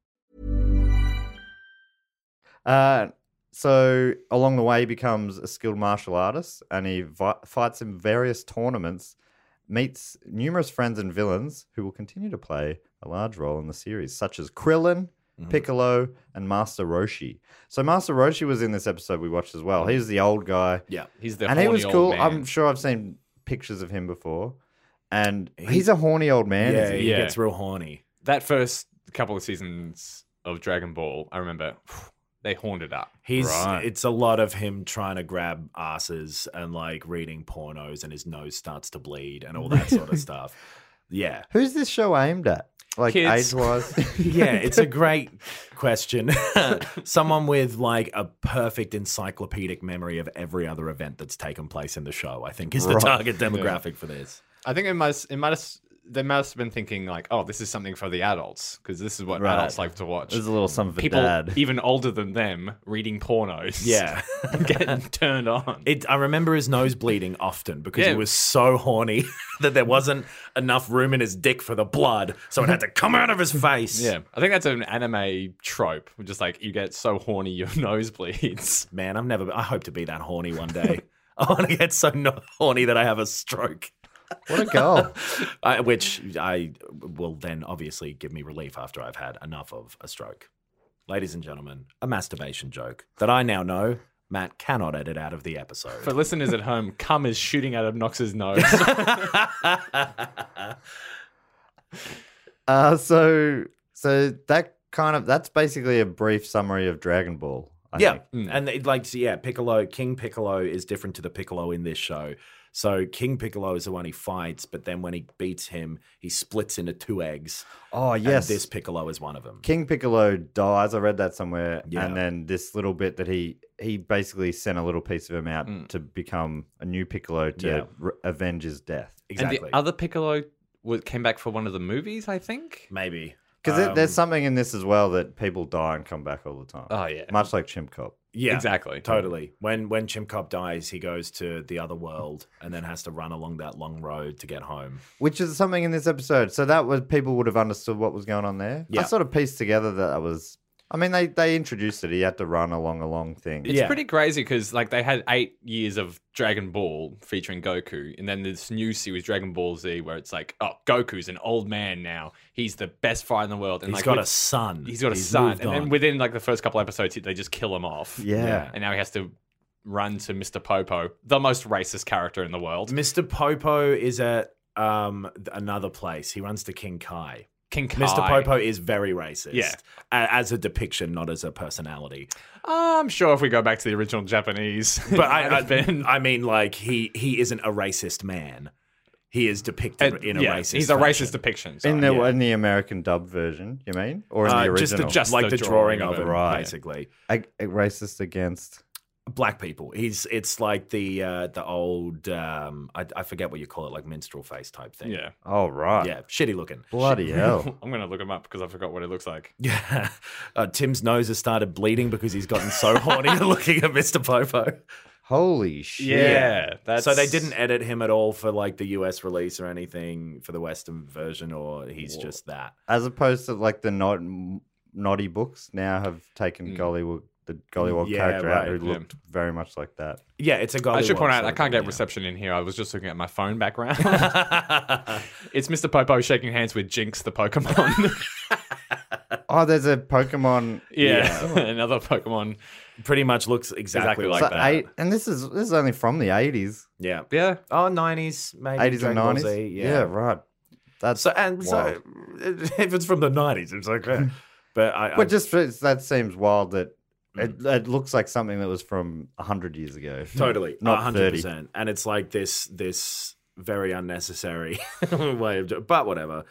Speaker 2: uh so along the way he becomes a skilled martial artist and he vi- fights in various tournaments, meets numerous friends and villains who will continue to play a large role in the series, such as Krillin.
Speaker 6: Mm-hmm.
Speaker 2: Piccolo and Master Roshi. So Master Roshi was in this episode we watched as well. He's the old guy.
Speaker 5: Yeah.
Speaker 6: He's the
Speaker 2: and he
Speaker 6: horny
Speaker 2: was
Speaker 6: old
Speaker 2: cool.
Speaker 6: man.
Speaker 2: I'm sure I've seen pictures of him before, and he's,
Speaker 5: He's-
Speaker 2: a horny old man.
Speaker 5: Yeah,
Speaker 2: is
Speaker 5: he
Speaker 2: he?
Speaker 6: Yeah.
Speaker 5: gets real horny.
Speaker 6: that first couple of seasons of Dragon Ball, I remember they horned it up.
Speaker 5: He's
Speaker 2: Right.
Speaker 5: it's a lot of him trying to grab asses and like reading pornos and his nose starts to bleed and all that sort of stuff. Yeah.
Speaker 2: Who's this show aimed at? Like
Speaker 6: Kids.
Speaker 2: age wise?
Speaker 5: Yeah, it's a great question. Someone with like a perfect encyclopedic memory of every other event that's taken place in the show, I think, is the
Speaker 2: Right.
Speaker 5: target demographic for this.
Speaker 6: I think it must it must they must have been thinking like, oh, this is something for the adults because this is what
Speaker 2: Right.
Speaker 6: adults like to watch.
Speaker 2: There's a little something for
Speaker 6: People
Speaker 2: dad.
Speaker 6: even older than them reading pornos.
Speaker 5: Yeah.
Speaker 6: getting turned on.
Speaker 5: It, I remember his nose bleeding often because he
Speaker 6: Yeah.
Speaker 5: was so horny that there wasn't enough room in his dick for the blood, so it had to come out of his face.
Speaker 6: yeah, I think that's an anime trope. Just like you get so horny, your nose bleeds.
Speaker 5: man, I'm never. I hope to be that horny one day. I want to get so not horny that I have a stroke,
Speaker 2: what a goal.
Speaker 5: I, which I will then obviously give me relief after I've had enough of a stroke. Ladies and gentlemen, a masturbation joke that I now know Matt cannot edit out of the episode.
Speaker 6: For listeners at home, cum is shooting out of Knox's nose.
Speaker 2: Uh, so so that kind of that's basically a brief summary of Dragon Ball. I
Speaker 5: yeah,
Speaker 2: think.
Speaker 6: Hmm.
Speaker 5: and it, like so yeah, Piccolo King Piccolo is different to the Piccolo in this show. So King Piccolo is the one he fights, but then when he beats him, he splits into two eggs.
Speaker 2: Oh
Speaker 5: and
Speaker 2: yes.
Speaker 5: this Piccolo is one of them.
Speaker 2: King Piccolo dies. I read that somewhere,
Speaker 5: Yeah.
Speaker 2: and then this little bit that he he basically sent a little piece of him out
Speaker 6: Mm.
Speaker 2: to become a new Piccolo to
Speaker 5: Yeah.
Speaker 2: re- avenge his death.
Speaker 5: Exactly.
Speaker 6: And the other Piccolo was, came back for one of the movies, I think.
Speaker 5: Maybe
Speaker 2: Because
Speaker 5: Um,
Speaker 2: there's something in this as well that people die and come back all the time.
Speaker 6: Oh yeah,
Speaker 2: Much like Chimp Cop.
Speaker 5: yeah,
Speaker 6: exactly.
Speaker 5: Totally. When when Chimcop dies, he goes to the other world and then has to run along that long road to get home.
Speaker 2: Which is something in this episode. So that was people would have understood what was going on there.
Speaker 5: Yeah.
Speaker 2: I sort of pieced together that I was I mean they they introduced it. He had to run along a long thing.
Speaker 6: It's
Speaker 5: Yeah.
Speaker 6: pretty crazy because like they had eight years of Dragon Ball featuring Goku, and then this new series Dragon Ball Z where it's like, oh, Goku's an old man now. He's the best fighter in the world, and
Speaker 5: He's
Speaker 6: like
Speaker 5: got
Speaker 6: with-
Speaker 5: a son.
Speaker 6: he's got a
Speaker 5: He's
Speaker 6: son,
Speaker 5: moved
Speaker 6: and then
Speaker 5: on.
Speaker 6: within like the first couple episodes, they just kill him off.
Speaker 2: Yeah.
Speaker 5: Yeah.
Speaker 6: and now he has to run to Mr. Popo, the most racist character in the world.
Speaker 5: Mr. Popo is at um th- another place. He runs to King Kai.
Speaker 6: King Kai.
Speaker 5: Mr. Popo is very racist.
Speaker 6: Yeah.
Speaker 5: A- as a depiction, not as a personality.
Speaker 6: I'm sure if we go back to the original Japanese,
Speaker 5: But I,
Speaker 6: have been.
Speaker 5: I, I mean, like he he isn't a racist man. He is depicted in a
Speaker 6: yeah,
Speaker 5: racist.
Speaker 6: he's a
Speaker 5: fashion.
Speaker 6: racist depiction.
Speaker 2: in
Speaker 6: sorry.
Speaker 2: the
Speaker 5: yeah.
Speaker 2: in the American dub version, you mean? Or in the
Speaker 5: Uh, just the,
Speaker 2: original?
Speaker 5: just like the, drawing, of it,
Speaker 2: Right.
Speaker 5: basically.
Speaker 2: a, a racist against
Speaker 5: black people. He's it's like the uh, the old um, I, I forget what you call it, like minstrel face type thing.
Speaker 6: yeah.
Speaker 2: Oh right.
Speaker 5: yeah, shitty looking.
Speaker 2: Bloody
Speaker 5: Oh.
Speaker 2: hell.
Speaker 6: I'm gonna look him up because I forgot what it looks like.
Speaker 5: Yeah, uh, Tim's nose has started bleeding because he's gotten so horny looking at Mr. Popo.
Speaker 2: Holy shit.
Speaker 6: that's
Speaker 5: So they didn't edit him at all for like the US release or anything for the Western version, or he's just that.
Speaker 2: As opposed to like the not naughty books now have taken
Speaker 6: Mm.
Speaker 2: Gollywog the Gollywog
Speaker 5: Yeah,
Speaker 2: character out
Speaker 5: right,
Speaker 2: who
Speaker 6: yeah.
Speaker 2: looked very much like that.
Speaker 5: Yeah, it's a guy.
Speaker 6: I should point out I can't get reception in here. I was just looking at my phone background. it's Mr. Popo shaking hands with Jinx the Pokemon.
Speaker 2: Oh, there's a Pokemon.
Speaker 6: Yeah, another Pokemon.
Speaker 5: Pretty much looks exactly,
Speaker 6: Exactly
Speaker 5: like
Speaker 6: so
Speaker 5: that.
Speaker 2: eight, and this is this is only from the eighties,
Speaker 5: Yeah.
Speaker 6: Yeah,
Speaker 5: Oh, 90s, maybe.
Speaker 2: eighties and
Speaker 5: Dragon Ball
Speaker 2: nineties.
Speaker 5: Z,
Speaker 2: Yeah. right. That's
Speaker 5: So and so, if it's from the nineties, it's like, eh. but I, I
Speaker 2: But just for- that seems wild that it, it looks like something that was from hundred years ago.
Speaker 5: totally
Speaker 2: Not
Speaker 5: not hundred percent. And it's like this this very unnecessary way of, doing, but whatever.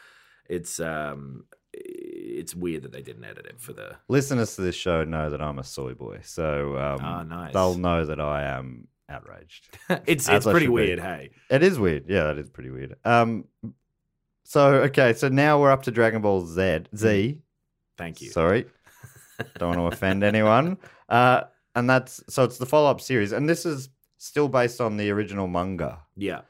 Speaker 5: It's um, it's weird that they didn't edit it for the.
Speaker 2: Listeners to this show know that I'm a soy boy, so um,
Speaker 5: Ah, nice.
Speaker 2: they'll know that I am outraged.
Speaker 5: It's
Speaker 2: As
Speaker 5: it's
Speaker 2: I
Speaker 5: pretty
Speaker 2: should be.
Speaker 5: weird. Hey,
Speaker 2: It is weird. Yeah, that is pretty weird. Um, so okay, so now we're up to Dragon Ball Z. Z.
Speaker 5: thank you.
Speaker 2: Sorry, don't want to offend anyone. Uh, and that's so it's the follow up series, and this is still based on the original manga.
Speaker 5: yeah,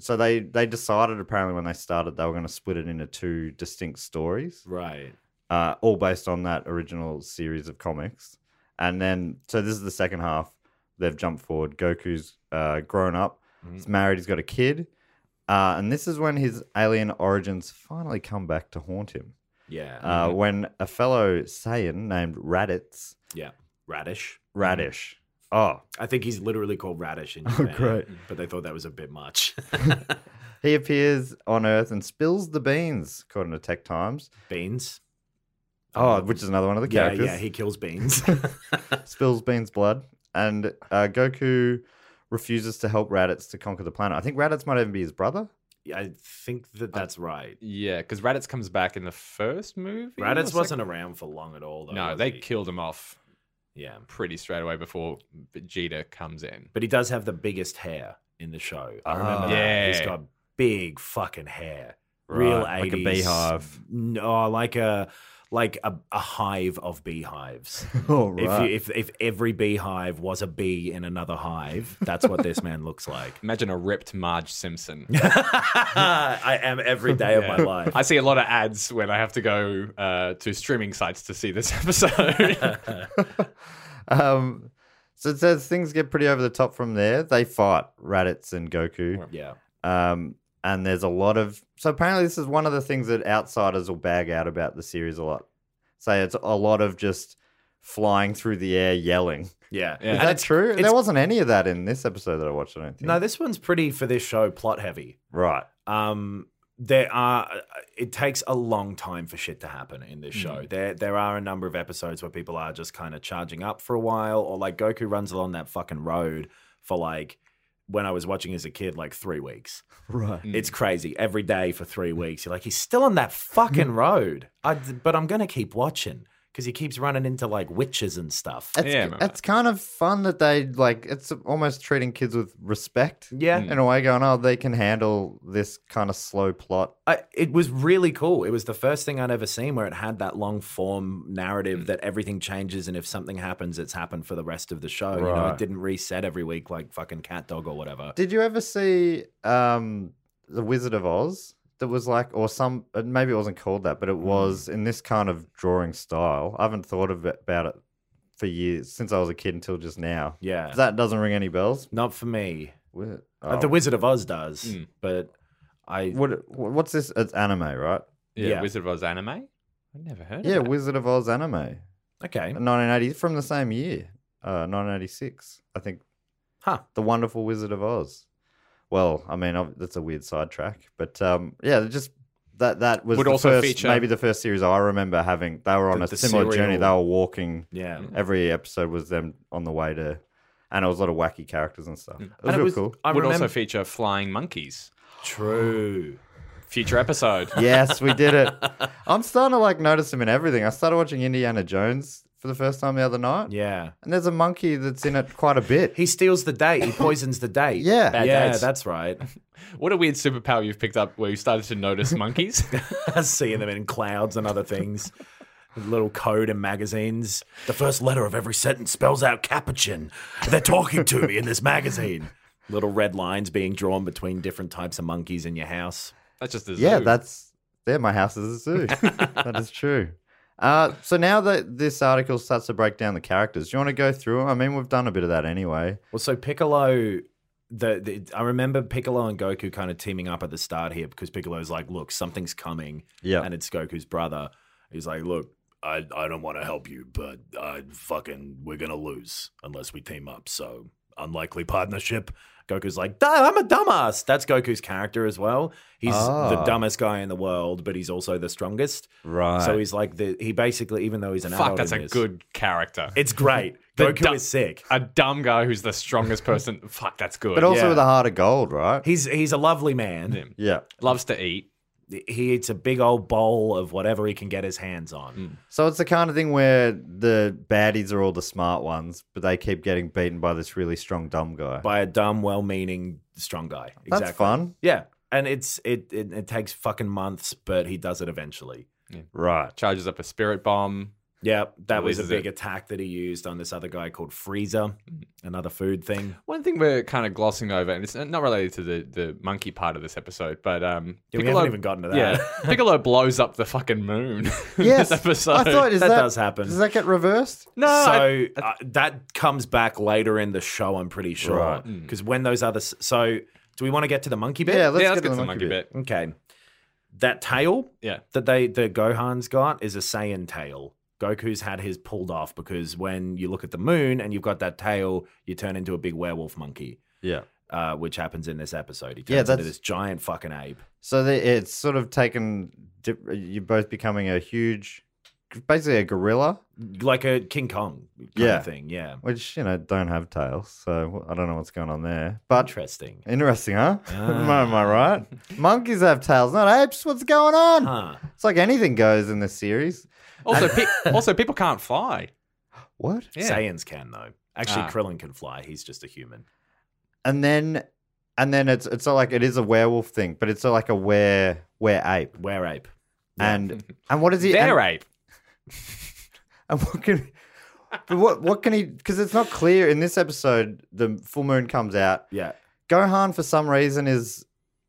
Speaker 2: So they they decided apparently when they started they were going to split it into two distinct stories,
Speaker 5: right.
Speaker 2: uh, all based on that original series of comics. And then so this is the second half. They've jumped forward. Goku's uh, grown up.
Speaker 5: Mm-hmm.
Speaker 2: He's married. He's got a kid. Uh, and this is when his alien origins finally come back to haunt him.
Speaker 5: Yeah,
Speaker 2: Uh, when a fellow Saiyan named Raditz,
Speaker 5: yeah. Radish.
Speaker 2: Radish, oh,
Speaker 5: I think he's literally called Radish in
Speaker 2: Oh,
Speaker 5: Japan.
Speaker 2: great.
Speaker 5: But they thought that was a bit much.
Speaker 2: he appears on Earth and spills the beans, according to Tech Times.
Speaker 5: Beans. Um,
Speaker 2: Oh, which is another one of the
Speaker 5: Yeah,
Speaker 2: characters.
Speaker 5: yeah. He kills beans.
Speaker 2: spills Bean's blood, and uh, Goku refuses to help Raditz to conquer the planet. I think Raditz might even be his brother.
Speaker 5: Yeah, I think that that's right.
Speaker 6: yeah, because Raditz comes back in the first movie. or
Speaker 5: Raditz
Speaker 6: second-
Speaker 5: wasn't around for long at all, though.
Speaker 6: No,
Speaker 5: was
Speaker 6: they
Speaker 5: he?
Speaker 6: killed him off
Speaker 5: Yeah,
Speaker 6: pretty straight away before Vegeta comes in.
Speaker 5: but he does have the biggest hair in the show. I remember.
Speaker 2: Ah.
Speaker 5: that. he's
Speaker 6: Yeah.
Speaker 5: got big fucking hair. Real
Speaker 2: Right, like a
Speaker 5: 80s,
Speaker 2: beehive.
Speaker 5: No, like a like a, a hive of beehives.
Speaker 2: Oh,
Speaker 5: If, you, if if every beehive was a bee in another hive, that's what this man looks like.
Speaker 6: Imagine a ripped Marge Simpson.
Speaker 5: I am every day of my
Speaker 6: Yeah.
Speaker 5: life.
Speaker 6: I see a lot of ads when I have to go uh, to streaming sites to see this episode.
Speaker 2: um, so it says things get pretty over the top from there. They fight Raditz and Goku.
Speaker 5: yeah,
Speaker 2: Um, and there's a lot of. So apparently, this is one of the things that outsiders will bag out about the series a lot. Say it's a lot of just flying through the air yelling.
Speaker 5: yeah,
Speaker 6: Yeah.
Speaker 2: Is
Speaker 5: And
Speaker 2: that
Speaker 5: it's-
Speaker 2: true?
Speaker 5: it's-
Speaker 2: There wasn't any of that in this episode that I watched, I don't think.
Speaker 5: No, this one's pretty for this show plot heavy.
Speaker 2: right.
Speaker 5: um there are it takes a long time for shit to happen in this show there there are a number of episodes where people are just kind of charging up for a while or like goku runs along that fucking road for like when i was watching as a kid like three weeks
Speaker 2: Right.
Speaker 5: it's crazy every day for three weeks you're like he's still on that fucking road I, but i'm gonna keep watching because he keeps running into like witches and stuff
Speaker 2: It's,
Speaker 6: Yeah, I remember
Speaker 2: it's kind of fun that they like. It's almost treating kids with respect.
Speaker 5: Yeah.
Speaker 2: in a way, going, oh, they can handle this kind of slow plot.
Speaker 5: I, it was really cool. It was the first thing I'd ever seen where it had that long form narrative
Speaker 2: Mm.
Speaker 5: that everything changes, and if something happens, it's happened for the rest of the show. You know,
Speaker 2: Right.
Speaker 5: it didn't reset every week like fucking Cat Dog or whatever.
Speaker 2: Did you ever see um, the Wizard of Oz? That was like, or some uh, maybe it wasn't called that, but
Speaker 5: Mm.
Speaker 2: it was in this kind of drawing style. I haven't thought of it, about it for years since I was a kid until just now.
Speaker 5: Yeah,
Speaker 2: That doesn't ring any bells.
Speaker 5: not for me.
Speaker 2: Wi-
Speaker 5: Like,
Speaker 2: oh.
Speaker 5: the Wizard of Oz does,
Speaker 6: Mm.
Speaker 5: but I
Speaker 2: What- what's this? It's anime, right?
Speaker 6: yeah,
Speaker 5: yeah.
Speaker 6: Wizard of Oz anime. I never heard.
Speaker 2: Yeah,
Speaker 6: of that.
Speaker 2: Wizard of Oz anime.
Speaker 5: okay,
Speaker 2: 1980 from the same year, uh, 1986. I think
Speaker 5: huh?
Speaker 2: The Wonderful Wizard of Oz. Well, I mean ob- that's a weird sidetrack, but um, yeah, it just that that was
Speaker 6: Would
Speaker 2: the
Speaker 6: also
Speaker 2: first,
Speaker 6: feature-
Speaker 2: maybe the first series I remember having. They were on
Speaker 5: The-
Speaker 2: a
Speaker 5: the
Speaker 2: similar journey. They
Speaker 5: serial-
Speaker 2: were walking.
Speaker 5: Yeah,
Speaker 2: Every episode was them on the way to, and it was a lot of wacky characters and stuff. It was
Speaker 5: And
Speaker 2: real cool.
Speaker 5: I
Speaker 6: would
Speaker 5: remember
Speaker 6: also feature flying monkeys.
Speaker 5: true.
Speaker 6: Future episode.
Speaker 2: yes, we did it. I'm starting to like notice him in everything. I started watching Indiana Jones for the first time the other night.
Speaker 5: Yeah,
Speaker 2: And there's a monkey that's in it quite a bit.
Speaker 5: he steals the date. He poisons the date.
Speaker 2: Yeah. Bad
Speaker 5: yeah,
Speaker 6: dates.
Speaker 5: that's right.
Speaker 6: What a weird superpower you've picked up where you started to notice monkeys.
Speaker 5: seeing them in clouds and other things. Little code in magazines. The first letter of every sentence spells out capuchin. They're talking to me in this magazine. Little red lines being drawn between different types of monkeys in your house.
Speaker 6: That's just a
Speaker 2: Yeah,
Speaker 6: zoo.
Speaker 2: that's there. My house is a zoo. that is true. Uh, so now that this article starts to break down the characters, do you want to go through 'em? I mean, we've done a bit of that anyway.
Speaker 5: Well, so Piccolo, the, the I remember Piccolo and Goku kind of teaming up at the start here because Piccolo's like, "Look, something's coming,"
Speaker 2: Yeah.
Speaker 5: and it's Goku's brother. He's like, "Look, I, I don't want to help you, but I fucking we're gonna lose unless we team up. So unlikely partnership. Goku's like, "Duh, I'm a dumbass. That's Goku's character as well. He's the
Speaker 2: Ah.
Speaker 5: dumbest guy in the world, but he's also the strongest.
Speaker 6: Right.
Speaker 5: So he's like the he basically, even though he's an
Speaker 6: Fuck,
Speaker 5: adult
Speaker 6: that's
Speaker 5: in
Speaker 6: a
Speaker 5: this-
Speaker 6: good character.
Speaker 5: It's great.
Speaker 6: The
Speaker 5: Goku
Speaker 6: du-
Speaker 5: is sick.
Speaker 6: a dumb guy who's the strongest person. Fuck, that's good.
Speaker 2: But also
Speaker 5: yeah.
Speaker 2: with a heart of gold, right?
Speaker 5: He's he's a lovely man.
Speaker 6: Yeah.
Speaker 2: yeah.
Speaker 6: Loves to eat.
Speaker 5: He eats a big old bowl of whatever he can get his hands on.
Speaker 6: Mm.
Speaker 2: So it's the kind of thing where the baddies are all the smart ones, but they keep getting beaten by this really strong dumb guy.
Speaker 5: by a dumb, well-meaning, strong guy.
Speaker 2: That's fun.
Speaker 5: Yeah, and it's it, it it takes fucking months, but he does it eventually.
Speaker 2: Right.
Speaker 6: Charges up a spirit bomb.
Speaker 5: Yeah, that was a
Speaker 6: Releases
Speaker 5: big
Speaker 6: it.
Speaker 5: attack that he used on this other guy called Freezer,
Speaker 6: Mm-hmm.
Speaker 5: another food thing.
Speaker 6: One thing we're kind of glossing over, and it's not related to the, the monkey part of this episode, but um,
Speaker 5: Yeah, we haven't even gotten to that.
Speaker 6: Yeah, Piccolo blows up the fucking moon. in
Speaker 2: Yes.
Speaker 6: this episode.
Speaker 2: I thought is
Speaker 5: That
Speaker 2: that,
Speaker 5: does happen.
Speaker 2: Does that get reversed?
Speaker 6: no, I-
Speaker 5: so uh, that comes back later in the show, I'm pretty sure.
Speaker 2: Right.
Speaker 6: Mm.
Speaker 5: Because when those other s- so, do we want to get to the monkey bit?
Speaker 2: Yeah, let's
Speaker 6: yeah,
Speaker 2: get to the monkey bit.
Speaker 5: Okay, that tail
Speaker 6: Yeah.
Speaker 5: that they that Gohan's got is a Saiyan tail. Goku's had his pulled off because when you look at the moon and you've got that tail, you turn into a big werewolf monkey,
Speaker 2: Yeah.
Speaker 5: uh, which happens in this episode. He
Speaker 2: Yeah,
Speaker 5: turns into
Speaker 2: that's-
Speaker 5: this giant fucking ape.
Speaker 2: So the, it's sort of taken. di- You're both becoming a huge, basically a gorilla,
Speaker 5: Like a King Kong kind
Speaker 2: Yeah.
Speaker 5: of thing. Yeah.
Speaker 2: which you know don't have tails. So I don't know what's going on there. But
Speaker 5: Interesting.
Speaker 2: interesting, huh? Am I- Am I right? Monkeys have tails, not apes. What's going on?
Speaker 5: Huh.
Speaker 2: It's like anything goes in this series.
Speaker 6: Also, pe- also people can't fly.
Speaker 2: What?
Speaker 6: Yeah.
Speaker 5: Saiyans can though. Actually,
Speaker 6: Ah.
Speaker 5: Krillin can fly. He's just a human.
Speaker 2: And then, and then it's it's not like it is a werewolf thing, but it's not like a were were ape.
Speaker 5: Were ape.
Speaker 2: And and what is he?
Speaker 6: They're
Speaker 2: and,
Speaker 6: ape.
Speaker 2: And what can? But what what can he? Because it's not clear in this episode. The full moon comes out.
Speaker 5: Yeah.
Speaker 2: Gohan, for some reason, is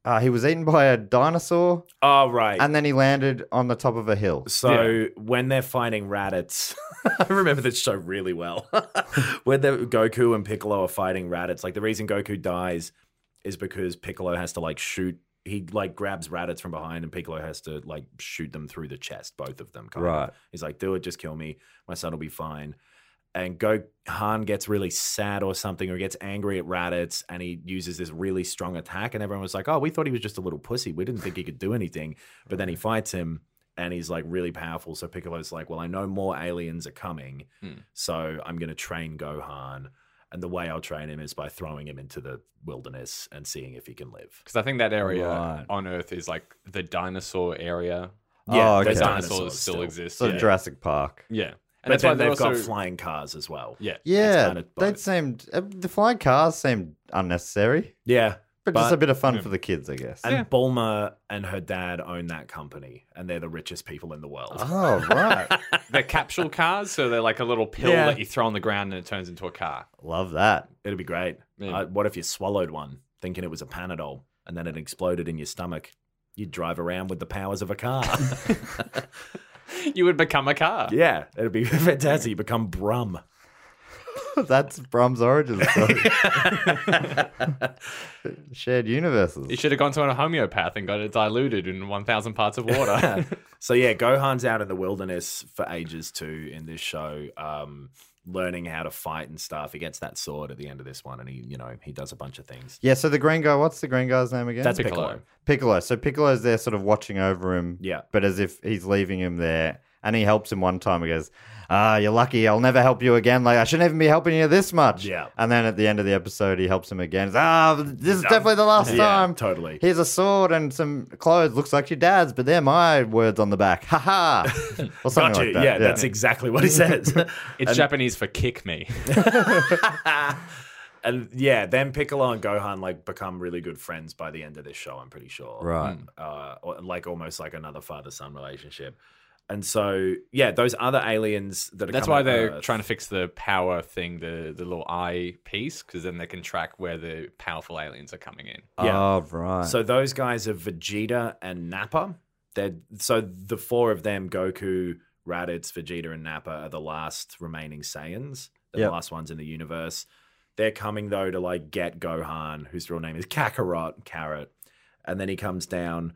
Speaker 2: uh, he was eaten by a dinosaur,
Speaker 5: Oh right.
Speaker 2: and then he landed on the top of a hill.
Speaker 5: So when they're fighting Raditz, I remember this show really well. when the Goku and Piccolo are fighting Raditz, like the reason Goku dies is because Piccolo has to like shoot. He like grabs Raditz from behind, and Piccolo has to like shoot them through the chest, both of them. kind of.
Speaker 2: Right.
Speaker 5: He's like, "Do it, just kill me. My son will be fine." And Gohan gets really sad or something, or gets angry at Raditz, and he uses this really strong attack. And everyone was like, "Oh, we thought he was just a little pussy. We didn't think he could do anything." But then he fights him, and he's like really powerful. So Piccolo's like, well, I know more aliens are coming,
Speaker 6: Hmm.
Speaker 5: so I'm going to train Gohan. And the way I'll train him is by throwing him into the wilderness and seeing if he can live.
Speaker 6: Because I think that area
Speaker 2: Right.
Speaker 6: on Earth is like the dinosaur area.
Speaker 2: Yeah,
Speaker 5: there's
Speaker 2: okay.
Speaker 6: oh, Dinosaurs,
Speaker 5: dinosaurs
Speaker 6: still, exist.
Speaker 2: So
Speaker 6: yeah.
Speaker 2: Jurassic Park.
Speaker 6: yeah. And
Speaker 5: But
Speaker 6: that's why
Speaker 5: then
Speaker 6: they're
Speaker 5: they've
Speaker 6: also,
Speaker 5: got flying cars as well.
Speaker 6: Yeah.
Speaker 2: Yeah,
Speaker 5: kind of
Speaker 2: that
Speaker 5: both.
Speaker 2: seemed uh, the flying cars seemed unnecessary,
Speaker 5: Yeah.
Speaker 2: but, just
Speaker 5: But-
Speaker 2: a bit of fun for the kids, I guess.
Speaker 5: And Bulma and her dad own that company, and they're the richest people in the world.
Speaker 2: Oh right,
Speaker 6: They're capsule cars, so they're like a little pill
Speaker 5: Yeah.
Speaker 6: that you throw on the ground and it turns into a car.
Speaker 2: love that.
Speaker 5: It'd be great.
Speaker 6: Yeah.
Speaker 5: Uh, what if you swallowed one, thinking it was a Panadol, and then it exploded in your stomach? You'd drive around with the powers of a car.
Speaker 6: You would become a car.
Speaker 5: yeah, it'd be fantastic. You become Brum.
Speaker 2: That's Brum's origin story. Shared universes.
Speaker 6: You should have gone to a homeopath and got it diluted in 1,000 parts of water.
Speaker 5: So yeah, Gohan's out in the wilderness for ages too in this show, um, learning how to fight and stuff. He gets that sword at the end of this one, and he, you know, he does a bunch of things.
Speaker 2: yeah, so the green guy, what's the green guy's name again?
Speaker 5: That's Piccolo.
Speaker 6: Piccolo.
Speaker 2: Piccolo. So Piccolo's there sort of watching over him.
Speaker 5: Yeah.
Speaker 2: But as if he's leaving him there. And he helps him one time. He goes, Ah, you're lucky. I'll never help you again. Like, I shouldn't even be helping you this much.
Speaker 5: Yeah.
Speaker 2: And then at the end of the episode, he helps him again. He's, ah, this is definitely the last
Speaker 5: Yeah,
Speaker 2: time.
Speaker 5: totally.
Speaker 2: Here's a sword and some clothes. Looks like your dad's, but they're my words on the back. Ha ha. Or something
Speaker 5: Got
Speaker 2: like
Speaker 5: you.
Speaker 2: that.
Speaker 5: yeah, that's exactly what he says.
Speaker 6: It's Japanese for kick me.
Speaker 5: and yeah, then Piccolo and Gohan like become really good friends by the end of this show. I'm pretty sure,
Speaker 2: Right.
Speaker 5: Uh, or, like almost like another father son relationship. And so yeah, those other aliens that are
Speaker 6: That's
Speaker 5: coming to
Speaker 6: why they're
Speaker 5: Earth-
Speaker 6: trying to fix the power thing, the, the little eye piece, because then they can track where the powerful aliens are coming in.
Speaker 5: Yeah.
Speaker 2: Oh, right.
Speaker 5: So those guys are Vegeta and Nappa. They're so the four of them, Goku, Raditz, Vegeta, and Nappa are the last remaining Saiyans. They're
Speaker 2: Yep.
Speaker 5: the last ones in the universe. They're coming though to like get Gohan, whose real name is Kakarot, Carrot, and then he comes down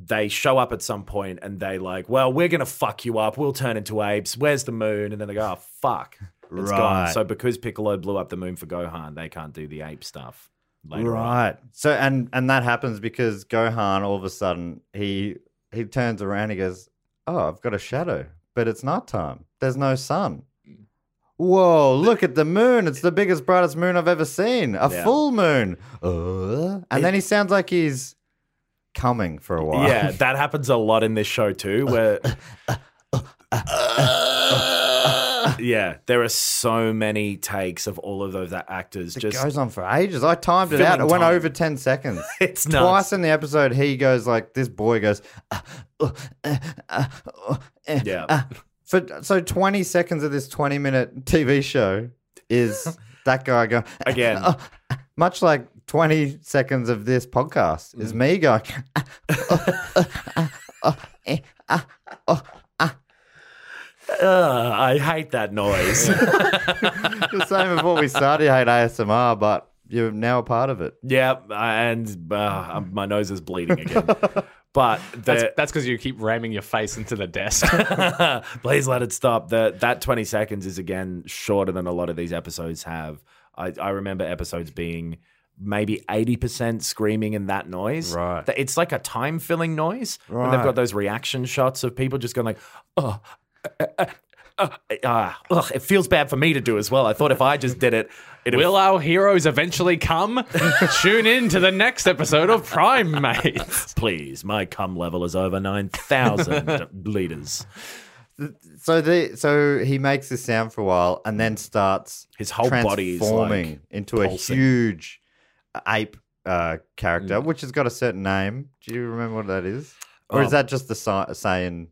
Speaker 5: they show up at some point and they like, well, we're gonna fuck you up. We'll turn into apes. Where's the moon? And then they go, oh fuck, it's gone.
Speaker 2: Right.
Speaker 5: So because Piccolo blew up the moon for Gohan, they can't do the ape stuff later on.
Speaker 2: right. So and and that happens because Gohan all of a sudden he he turns around. He goes, "Oh, I've got a shadow, but it's night time. There's no sun." Whoa! Look at the moon. It's the biggest, brightest moon I've ever seen. A
Speaker 5: Yeah.
Speaker 2: full moon. Uh, and then he sounds like he's coming for a while.
Speaker 5: Yeah, that happens a lot in this show too. Where, yeah, there are so many takes of all of those actors.
Speaker 2: It
Speaker 5: Just
Speaker 2: goes on for ages. I timed it out. It
Speaker 5: Filling
Speaker 2: went
Speaker 5: time.
Speaker 2: over ten seconds.
Speaker 5: It's nuts.
Speaker 2: twice in the episode. He goes like this. Boy goes. "Uh, uh, uh, uh, uh, uh,
Speaker 5: Yeah.
Speaker 2: uh." For so twenty seconds of this twenty-minute TV show is that guy going
Speaker 5: Again.
Speaker 2: "Uh, uh," much like twenty seconds of this podcast
Speaker 5: Mm.
Speaker 2: is me going. "Uh, uh, uh, uh, uh, eh, uh, uh."
Speaker 5: Ugh, I hate that noise.
Speaker 2: The same before we started. You hate ASMR, but you're now a part of it.
Speaker 5: yeah, and uh, my nose is bleeding again. But
Speaker 6: That's
Speaker 5: the,
Speaker 6: that's because you keep ramming your face into the desk.
Speaker 5: please let it stop. That that twenty seconds is again shorter than a lot of these episodes have. I, I remember episodes being maybe eighty percent screaming and that noise.
Speaker 2: Right.
Speaker 5: Th- It's like a time filling noise. When they've
Speaker 2: Right.
Speaker 5: got those reaction shots of people just going like, oh. uh, uh, uh, uh, ugh, it feels bad for me to do as well. I thought if I just did it, it
Speaker 6: Will our heroes eventually come? Tune in to the next episode of Prime Mates.
Speaker 5: please. My cum level is over nine thousand liters.
Speaker 2: So the so he makes this sound for a while and then starts
Speaker 5: His whole body is, like,
Speaker 2: transforming into
Speaker 5: pulsing. Mm.
Speaker 2: a huge ape uh, character, which has got a certain name. Do you remember what that is, or is
Speaker 5: Um,
Speaker 2: that just the Sai- Saiyan?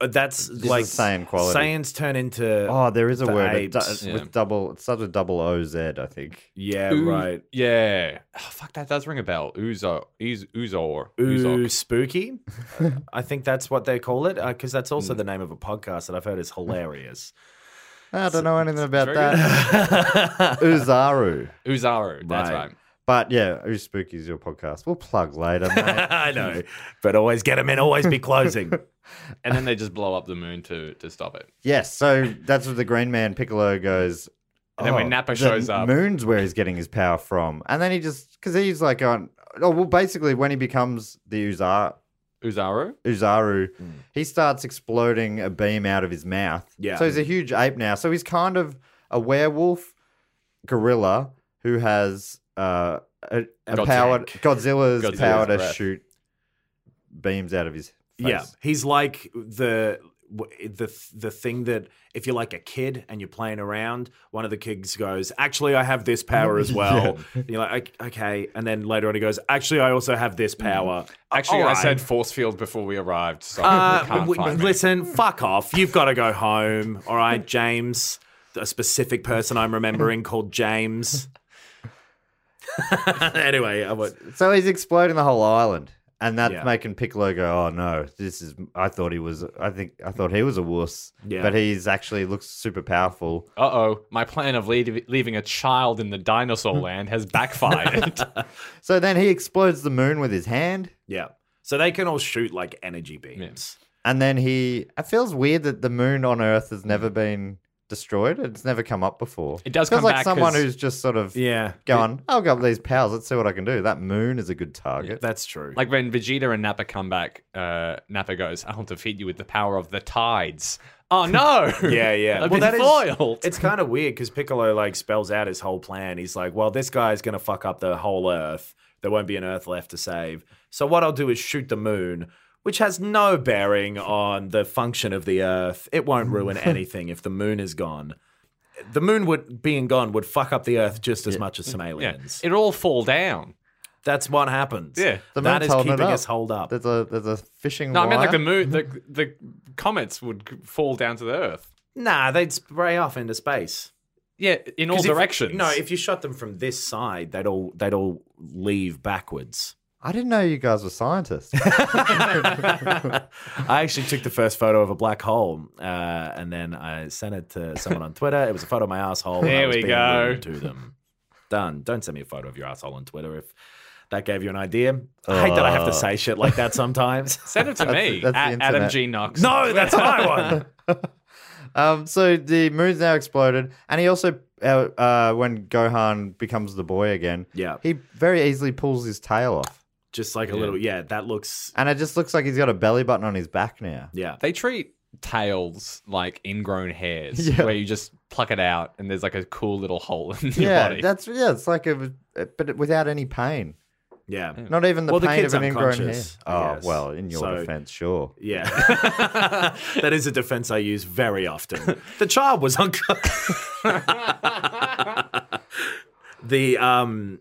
Speaker 5: Uh, That's
Speaker 2: is
Speaker 5: like
Speaker 2: Saiyan quality.
Speaker 5: Saiyans turn into
Speaker 2: Oh, there is a
Speaker 5: the
Speaker 2: word it do-
Speaker 5: apes.
Speaker 6: Yeah.
Speaker 2: with double. It starts with double O Z, I think.
Speaker 5: yeah,
Speaker 6: Ooh,
Speaker 5: right.
Speaker 6: Yeah. Oh, fuck, that does ring a bell. Uzo. Uz- Uzor.
Speaker 5: Ooh,
Speaker 6: Uzok.
Speaker 5: spooky. Uh, I think that's what they call it because that's also the name of a podcast that I've heard is hilarious.
Speaker 2: I don't know anything about
Speaker 6: very
Speaker 2: that. Uzaru.
Speaker 6: Uzaru. That's
Speaker 5: Right.
Speaker 6: right.
Speaker 2: But yeah, Ooh Spooky's your podcast. We'll plug later, mate.
Speaker 5: I know, but always get them in, always be closing.
Speaker 6: And then they just blow up the moon to, to stop it.
Speaker 2: Yes, so that's what the Green Man Piccolo goes.
Speaker 6: And then when
Speaker 2: "Oh,
Speaker 6: Nappa
Speaker 2: the
Speaker 6: shows up."
Speaker 2: moon's where he's getting his power from, and then he just because he's like on. Oh well, basically when he becomes the Uzar,
Speaker 5: Uh,
Speaker 6: Uzaru?
Speaker 2: Uzaru,
Speaker 5: Mm.
Speaker 2: he starts exploding a beam out of his mouth.
Speaker 5: Yeah.
Speaker 2: so he's a huge ape now. So he's kind of a werewolf gorilla who has uh, a, a
Speaker 6: Godzilla.
Speaker 2: power. Godzilla's,
Speaker 6: Godzilla's
Speaker 2: power to
Speaker 6: breath.
Speaker 2: shoot beams out of his. Face.
Speaker 5: yeah, he's like the w- the the thing that if you're like a kid and you're playing around, one of the kids goes, "Actually, I have this power as well." And you're like, "Ok- "Okay," and then later on he goes, "Actually, I also have this power."
Speaker 6: Actually,
Speaker 5: All
Speaker 6: I
Speaker 5: right.
Speaker 6: said force field before we arrived, so
Speaker 5: Uh,
Speaker 6: you can't
Speaker 5: w-
Speaker 6: find me.
Speaker 5: listen, fuck off. You've got to go home. All right, James. A specific person I'm remembering called James. anyway, I would.
Speaker 2: So he's exploding the whole island, and that's
Speaker 5: Yeah.
Speaker 2: making Piccolo go, "Oh no, this is." I thought he was. I think I thought he was a wuss,
Speaker 5: Yeah.
Speaker 2: but he's actually looks super powerful.
Speaker 6: Uh oh, my plan of leav- leaving a child in the dinosaur land has backfired.
Speaker 2: So then he explodes the moon with his hand,
Speaker 5: Yeah. So they can all shoot like energy beams.
Speaker 2: and then he. It feels weird that the moon on Earth has never been destroyed. It's never come up before.
Speaker 6: It does
Speaker 2: feels
Speaker 6: come
Speaker 2: like
Speaker 6: back
Speaker 2: someone
Speaker 6: 'cause-
Speaker 2: who's just sort of
Speaker 5: Yeah.
Speaker 2: going, "I'll go up these powers. Let's see what I can do." That moon is a good target.
Speaker 5: That's true.
Speaker 6: like when Vegeta and Nappa come back, uh, Nappa goes, I'll defeat you with the power of the tides. Oh no!
Speaker 5: yeah, yeah.
Speaker 6: I've been
Speaker 5: is-
Speaker 6: foiled.
Speaker 5: it's kind of weird because Piccolo like spells out his whole plan. He's like, "Well, this guy's gonna fuck up the whole Earth. There won't be an Earth left to save. So what I'll do is shoot the moon, which has no bearing on the function of the Earth. It won't ruin anything if the moon is gone. The moon would being gone would fuck up the Earth just as much as some
Speaker 6: yeah.
Speaker 5: aliens.
Speaker 6: It'll all fall down.
Speaker 5: That's what happens.
Speaker 6: Yeah.
Speaker 2: The
Speaker 5: that
Speaker 2: moon's
Speaker 5: is
Speaker 2: holding it
Speaker 5: keeping
Speaker 2: up.
Speaker 5: us holed up.
Speaker 2: There's a there's a fishing
Speaker 6: No, I
Speaker 2: wire.
Speaker 6: meant like the moon, the, the comets would c- fall down to the earth.
Speaker 5: Nah, they'd spray off into space.
Speaker 6: Yeah, in all
Speaker 5: 'Cause if-
Speaker 6: directions.
Speaker 5: no, if you shot them from this side, they'd all they'd all leave backwards.
Speaker 2: I didn't know you guys were scientists.
Speaker 5: I actually took the first photo of a black hole, uh, and then I sent it to someone on Twitter. It was a photo of my asshole. and I
Speaker 6: There
Speaker 5: was
Speaker 6: we
Speaker 5: being
Speaker 6: go.
Speaker 5: rude To them, done. Don't send me a photo of your asshole on Twitter if That gave you an idea. I hate that I have
Speaker 6: Uh.
Speaker 5: to say shit like that sometimes.
Speaker 6: Send it to me
Speaker 2: that's the
Speaker 6: at Adam
Speaker 2: internet.
Speaker 6: G Knox.
Speaker 5: no, that's my one.
Speaker 2: Um, so the moon's now exploded, and he also, uh, uh, when Gohan becomes the boy again,
Speaker 5: Yeah.
Speaker 2: he very easily pulls his tail off,
Speaker 5: Just like a
Speaker 6: Yeah.
Speaker 5: little, yeah, that looks,
Speaker 2: and it just looks like he's got a belly button on his back now.
Speaker 5: yeah.
Speaker 6: They treat tails like ingrown hairs,
Speaker 2: Yeah.
Speaker 6: where you just pluck it out and there's like a cool little hole in your
Speaker 2: Yeah,
Speaker 6: body.
Speaker 2: that's yeah. It's like a, but without any pain,
Speaker 5: Yeah.
Speaker 2: not even the
Speaker 5: Well, the
Speaker 2: pain
Speaker 5: kid's
Speaker 2: of an ingrown hair.
Speaker 5: unconscious, I
Speaker 2: Oh
Speaker 5: guess.
Speaker 2: well, in your
Speaker 5: So-
Speaker 2: defense, sure.
Speaker 5: Yeah. that is a defense I use very often. The child was unconscious. the um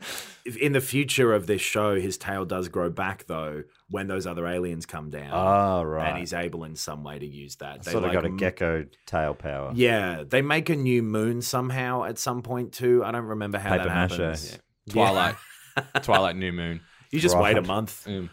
Speaker 5: in the future of this show his tail does grow back though when those other aliens come down.
Speaker 2: Ah, right.
Speaker 5: And he's able in some way to use that.
Speaker 2: sort of
Speaker 5: like,
Speaker 2: got a
Speaker 5: m-
Speaker 2: gecko tail power.
Speaker 5: Yeah, they make a new moon somehow at some point too. I don't remember how that
Speaker 2: Paper mache.
Speaker 5: happens.
Speaker 6: Twilight, Twilight, New Moon.
Speaker 5: You just wait a
Speaker 2: Right.
Speaker 5: month.
Speaker 6: Mm.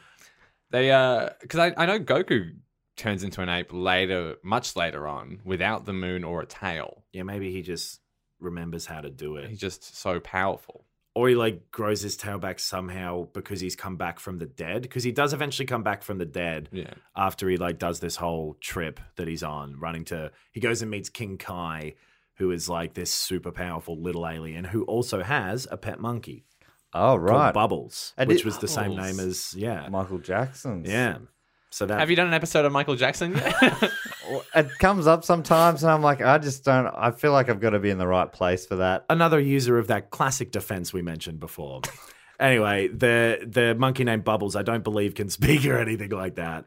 Speaker 6: They uh, because I, I know Goku turns into an ape later, much later on, without the moon or a tail.
Speaker 5: Yeah, maybe he just remembers how to do it.
Speaker 6: He's just so powerful.
Speaker 5: or he like grows his tail back somehow because he's come back from the dead because he does eventually come back from the dead
Speaker 6: Yeah.
Speaker 5: after he like does this whole trip that he's on running to he goes and meets king kai who is like this super powerful little alien who also has a pet monkey
Speaker 2: Oh
Speaker 5: called
Speaker 2: right,
Speaker 5: bubbles
Speaker 2: I
Speaker 5: which
Speaker 2: did-
Speaker 5: was the same
Speaker 6: Bubbles.
Speaker 5: name as yeah
Speaker 2: Michael Jackson's.
Speaker 5: yeah so that
Speaker 6: Have you done an episode of Michael Jackson yet?
Speaker 2: it comes up sometimes, and I'm like, I just don't. I feel like I've got to be in the right place for that.
Speaker 5: another user of that classic defense we mentioned before. anyway, the the monkey named Bubbles, I don't believe can speak or anything like that.